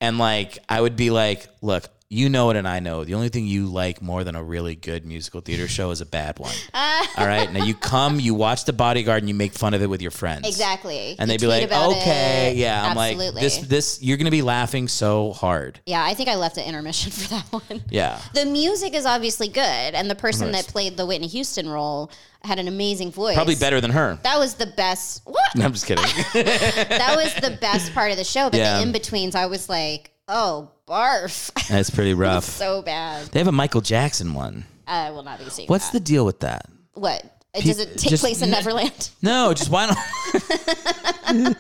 Speaker 2: and like I would be like, look. You know it, and I know. it. The only thing you like more than a really good musical theater show is a bad one. All right, now you come, you watch The Bodyguard, and you make fun of it with your friends.
Speaker 3: exactly.
Speaker 2: and
Speaker 3: You
Speaker 2: they'd be
Speaker 3: tweet
Speaker 2: like,
Speaker 3: about
Speaker 2: "Okay,
Speaker 3: it.
Speaker 2: yeah." I'm
Speaker 3: Absolutely.
Speaker 2: like, "This, this, you're gonna be laughing so hard."
Speaker 3: Yeah, I think I left an intermission for that one.
Speaker 2: Yeah,
Speaker 3: The music is obviously good, and the person
Speaker 2: course.
Speaker 3: that played the Whitney Houston role had an amazing voice.
Speaker 2: probably better than her.
Speaker 3: That was the best. What?
Speaker 2: No, I'm just kidding.
Speaker 3: that was the best part of the show. But
Speaker 2: Yeah.
Speaker 3: the in betweens, I was like, oh, barf,
Speaker 2: That's pretty rough.
Speaker 3: so bad.
Speaker 2: They have a Michael Jackson one.
Speaker 3: I will not be seeing
Speaker 2: What's the
Speaker 3: that.
Speaker 2: deal with that?
Speaker 3: what? Does it take
Speaker 2: just-
Speaker 3: place in Neverland?
Speaker 2: No, just why not?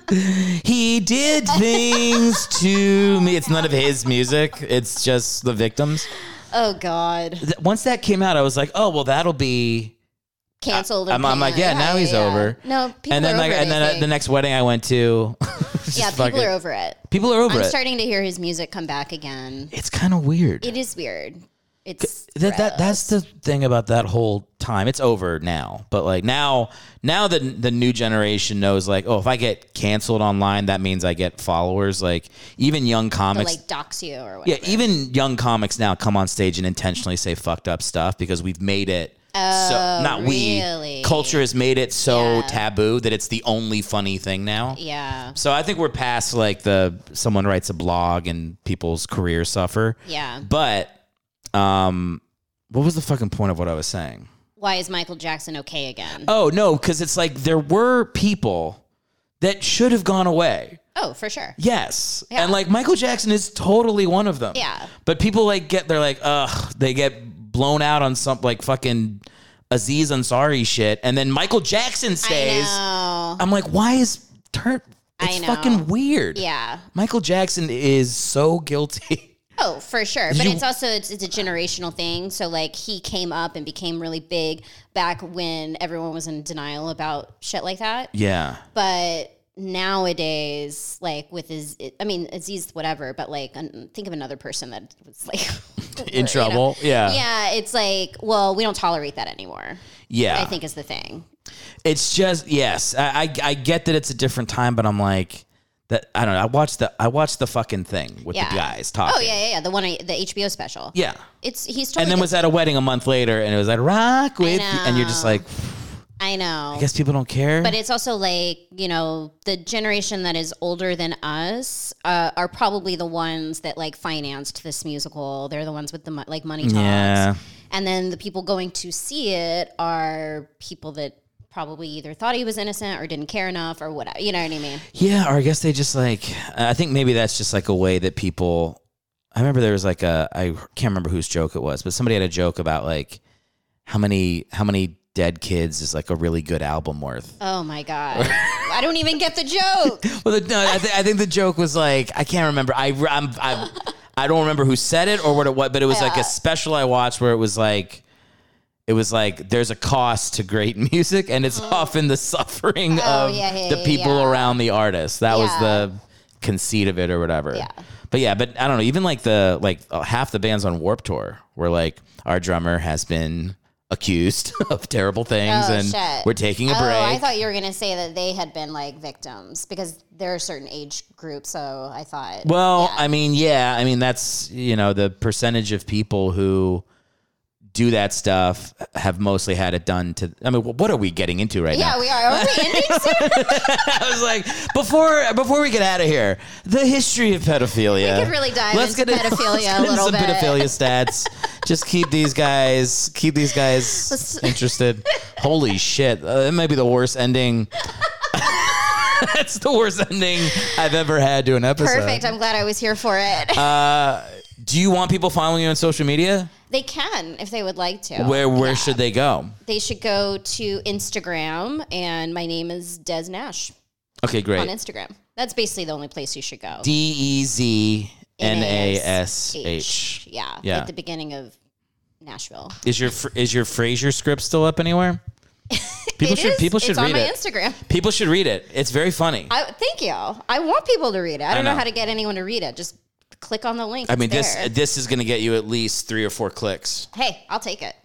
Speaker 2: he did things to me. It's none of his music. It's just the victims.
Speaker 3: Oh God,
Speaker 2: Th- Once that came out, I was like, oh well, that'll be.
Speaker 3: canceled. or
Speaker 2: I'm, I'm like,
Speaker 3: canceled.
Speaker 2: yeah, now he's
Speaker 3: yeah.
Speaker 2: over.
Speaker 3: No, people
Speaker 2: and then
Speaker 3: are
Speaker 2: like,
Speaker 3: over
Speaker 2: and
Speaker 3: it. I
Speaker 2: then uh,
Speaker 3: think.
Speaker 2: the next wedding I went to. just
Speaker 3: yeah,
Speaker 2: fucking-
Speaker 3: people are over it.
Speaker 2: people are over
Speaker 3: I'm
Speaker 2: it.
Speaker 3: starting to hear his music come back again.
Speaker 2: it's kind of weird.
Speaker 3: It is weird. It's
Speaker 2: that, that that's the thing about that whole time. It's over now, but like now, now the the new generation knows like, oh, if I get canceled online, that means I get followers. Like even young
Speaker 3: gross.
Speaker 2: comics,
Speaker 3: like dox you or whatever.
Speaker 2: yeah, even young comics now come on stage and intentionally say fucked up stuff because we've made it so
Speaker 3: Oh,
Speaker 2: not
Speaker 3: really?
Speaker 2: we culture has made it so
Speaker 3: Yeah.
Speaker 2: taboo that it's the only funny thing now.
Speaker 3: Yeah.
Speaker 2: So I think we're past like the someone writes a blog and people's careers suffer.
Speaker 3: Yeah.
Speaker 2: But um what was the fucking point of what I was saying?
Speaker 3: Why is Michael Jackson okay again? Oh,
Speaker 2: Oh no, because it's like there were people that should have gone away.
Speaker 3: Oh, for sure.
Speaker 2: Yes.
Speaker 3: Yeah.
Speaker 2: And like Michael Jackson is totally one of them.
Speaker 3: Yeah.
Speaker 2: But people like get they're like, ugh, they get blown out on some like fucking Aziz Ansari shit. And then Michael Jackson stays.
Speaker 3: I know.
Speaker 2: I'm like, why is turn
Speaker 3: I
Speaker 2: it's
Speaker 3: know.
Speaker 2: fucking weird.
Speaker 3: Yeah.
Speaker 2: Michael Jackson is so guilty.
Speaker 3: Oh, for sure. But
Speaker 2: You-
Speaker 3: it's also it's, it's a generational thing. So like he came up and became really big back when everyone was in denial about shit like that.
Speaker 2: yeah.
Speaker 3: But nowadays, like with his, I mean, Aziz, whatever. But like, un- think of another person that was like you
Speaker 2: In
Speaker 3: know.
Speaker 2: trouble. Yeah.
Speaker 3: Yeah, it's like, well, we don't tolerate that anymore.
Speaker 2: Yeah.
Speaker 3: I think is the thing.
Speaker 2: it's just yes. I, I I get that it's a different time, but I'm like that I don't know. I watched the I watched the fucking thing with
Speaker 3: Yeah.
Speaker 2: the guys talking.
Speaker 3: Oh yeah, yeah, yeah. The one, I, the HBO special.
Speaker 2: Yeah.
Speaker 3: It's he's totally.
Speaker 2: And then
Speaker 3: good-
Speaker 2: was at a wedding a month later and it was like rock with you," and you're just
Speaker 3: know.
Speaker 2: like
Speaker 3: I know.
Speaker 2: I guess people don't care.
Speaker 3: But it's also like, you know, the generation that is older than us uh, are probably the ones that like financed this musical. They're the ones with the mo- like money talks.
Speaker 2: Yeah.
Speaker 3: And then the people going to see it are people that probably either thought he was innocent or didn't care enough or whatever. You know what I mean?
Speaker 2: yeah, or I guess they just like I think maybe that's just like a way that people I remember there was like a I can't remember whose joke it was, but somebody had a joke about like how many how many dead kids is like a really good album worth.
Speaker 3: Oh my God. I don't even get the joke.
Speaker 2: Well, the, no, I, th- I think the joke was like I can't remember. I I'm, I'm I don't remember who said it or what it was, but it was like a special I watched where it was like it was like there's a cost to great music, and it's often the suffering
Speaker 3: Mm-hmm. Oh,
Speaker 2: of
Speaker 3: yeah, yeah,
Speaker 2: the
Speaker 3: yeah,
Speaker 2: people
Speaker 3: yeah.
Speaker 2: around the artist. That was
Speaker 3: Yeah.
Speaker 2: the conceit of it or whatever.
Speaker 3: Yeah.
Speaker 2: But yeah, but I don't know. Even like the like uh, half the bands on Warp Tour were like our drummer has been accused of terrible things,
Speaker 3: Oh,
Speaker 2: and
Speaker 3: shit.
Speaker 2: we're taking a break.
Speaker 3: Oh, I thought you were going to say that they had been like victims because they're a certain age group. So I thought.
Speaker 2: Well, I mean, yeah, I mean that's you know the percentage of people who do that stuff have mostly had it done to. I mean, wh- what are we getting into right
Speaker 3: yeah,
Speaker 2: now?
Speaker 3: we are. Are we ending soon?
Speaker 2: I was like, before before we get out of here, the history of pedophilia.
Speaker 3: We could really dive into
Speaker 2: in-
Speaker 3: pedophilia
Speaker 2: let's get
Speaker 3: a
Speaker 2: into
Speaker 3: little
Speaker 2: some
Speaker 3: bit.
Speaker 2: pedophilia stats. Just keep these guys keep these guys
Speaker 3: Let's-
Speaker 2: interested. Holy shit, uh, that might be the worst ending. That's the worst ending I've ever had to an episode. Uh,
Speaker 3: Perfect. I'm glad I was here for it.
Speaker 2: Do you want people following you on social media?
Speaker 3: they can if they would like to.
Speaker 2: Where where should they go?
Speaker 3: They should go to Instagram, and my name is Des Nash
Speaker 2: Okay,
Speaker 3: on
Speaker 2: great.
Speaker 3: Instagram. That's basically the only place you should go.
Speaker 2: D E Z N A S
Speaker 3: E
Speaker 2: H.
Speaker 3: Yeah,
Speaker 2: Yeah.
Speaker 3: At the beginning of Nashville.
Speaker 2: Is your Fr- is your Frasier script still up anywhere? People
Speaker 3: It
Speaker 2: should
Speaker 3: is-
Speaker 2: people should
Speaker 3: it's
Speaker 2: read
Speaker 3: on my
Speaker 2: it.
Speaker 3: Instagram.
Speaker 2: People should read it. It's very funny. I,
Speaker 3: I, thank you. I want people to read it. I don't know.
Speaker 2: know.
Speaker 3: how to get anyone to read it. Just click on the link.
Speaker 2: mean,
Speaker 3: It's
Speaker 2: this uh,
Speaker 3: there.
Speaker 2: this is going to get you at least three or four clicks.
Speaker 3: hey, I'll take it.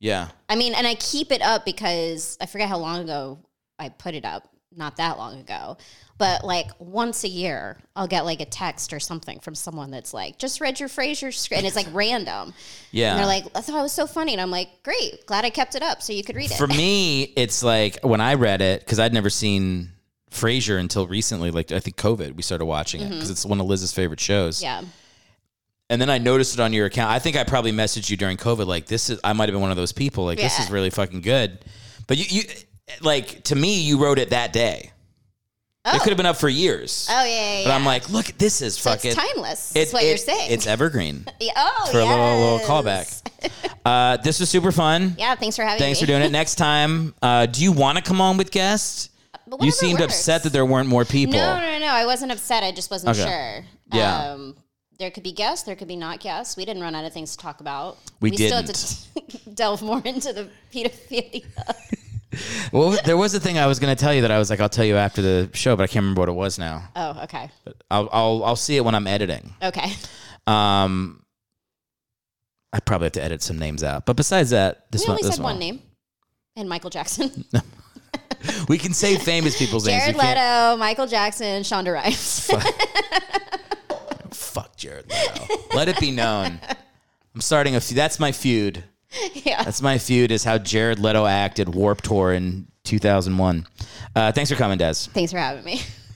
Speaker 2: Yeah.
Speaker 3: I mean, and I keep it up because I forget how long ago I put it up. Not that long ago. But like once a year, I'll get like a text or something from someone that's like, just read your Frasier script. And it's like random.
Speaker 2: Yeah.
Speaker 3: And they're like, I thought it was so funny. And I'm like, great. Glad I kept it up so you could read it.
Speaker 2: For me, it's like when I read it because I'd never seen Frasier until recently. Like I think COVID, we started watching it because it's one of Liz's favorite shows.
Speaker 3: Mm-hmm. yeah.
Speaker 2: and then I noticed it on your account. I think I probably messaged you during COVID. Like this is, I might have been one of those people. Like this
Speaker 3: Yeah.
Speaker 2: is really fucking good. But you, you, like to me, you wrote it that day.
Speaker 3: Oh.
Speaker 2: It could have been up for years.
Speaker 3: Oh, yeah. yeah,
Speaker 2: But
Speaker 3: yeah.
Speaker 2: I'm like, look, this is
Speaker 3: So
Speaker 2: fucking.
Speaker 3: it's timeless.
Speaker 2: it-
Speaker 3: It's what
Speaker 2: it-
Speaker 3: you're saying.
Speaker 2: It's evergreen
Speaker 3: Yeah, oh,
Speaker 2: for a little
Speaker 3: yes.
Speaker 2: little callback. Uh, this was super fun.
Speaker 3: Yeah. Thanks for having me.
Speaker 2: Thanks for doing it. Next time, uh, do you want to come on with guests?
Speaker 3: But
Speaker 2: You
Speaker 3: whatever
Speaker 2: seemed
Speaker 3: works.
Speaker 2: upset that there weren't more people.
Speaker 3: No, no, no. I wasn't upset. I just wasn't
Speaker 2: Okay.
Speaker 3: sure.
Speaker 2: Yeah.
Speaker 3: Um, there could be guests. There could be not guests. We didn't run out of things to talk about.
Speaker 2: We
Speaker 3: still have to delve more into the pedophilia.
Speaker 2: Well, there was a thing I was going to tell you that I was like, I'll tell you after the show, but I can't remember what it was now.
Speaker 3: Oh, okay.
Speaker 2: I'll I'll, I'll see it when I'm editing.
Speaker 3: Okay.
Speaker 2: Um, I probably have to edit some names out. But besides that, this
Speaker 3: We
Speaker 2: one,
Speaker 3: only
Speaker 2: this
Speaker 3: said one name. And Michael Jackson.
Speaker 2: We can say famous people's names.
Speaker 3: Jared
Speaker 2: We can't-
Speaker 3: Leto, Michael Jackson, Shonda Rhimes.
Speaker 2: Fuck Jared Leto. Let it be known. I'm starting a feud. That's my feud.
Speaker 3: yeah.
Speaker 2: That's my feud is how Jared Leto acted Warp Tour in 2001. Uh, thanks for coming, Des.
Speaker 3: Thanks for having me.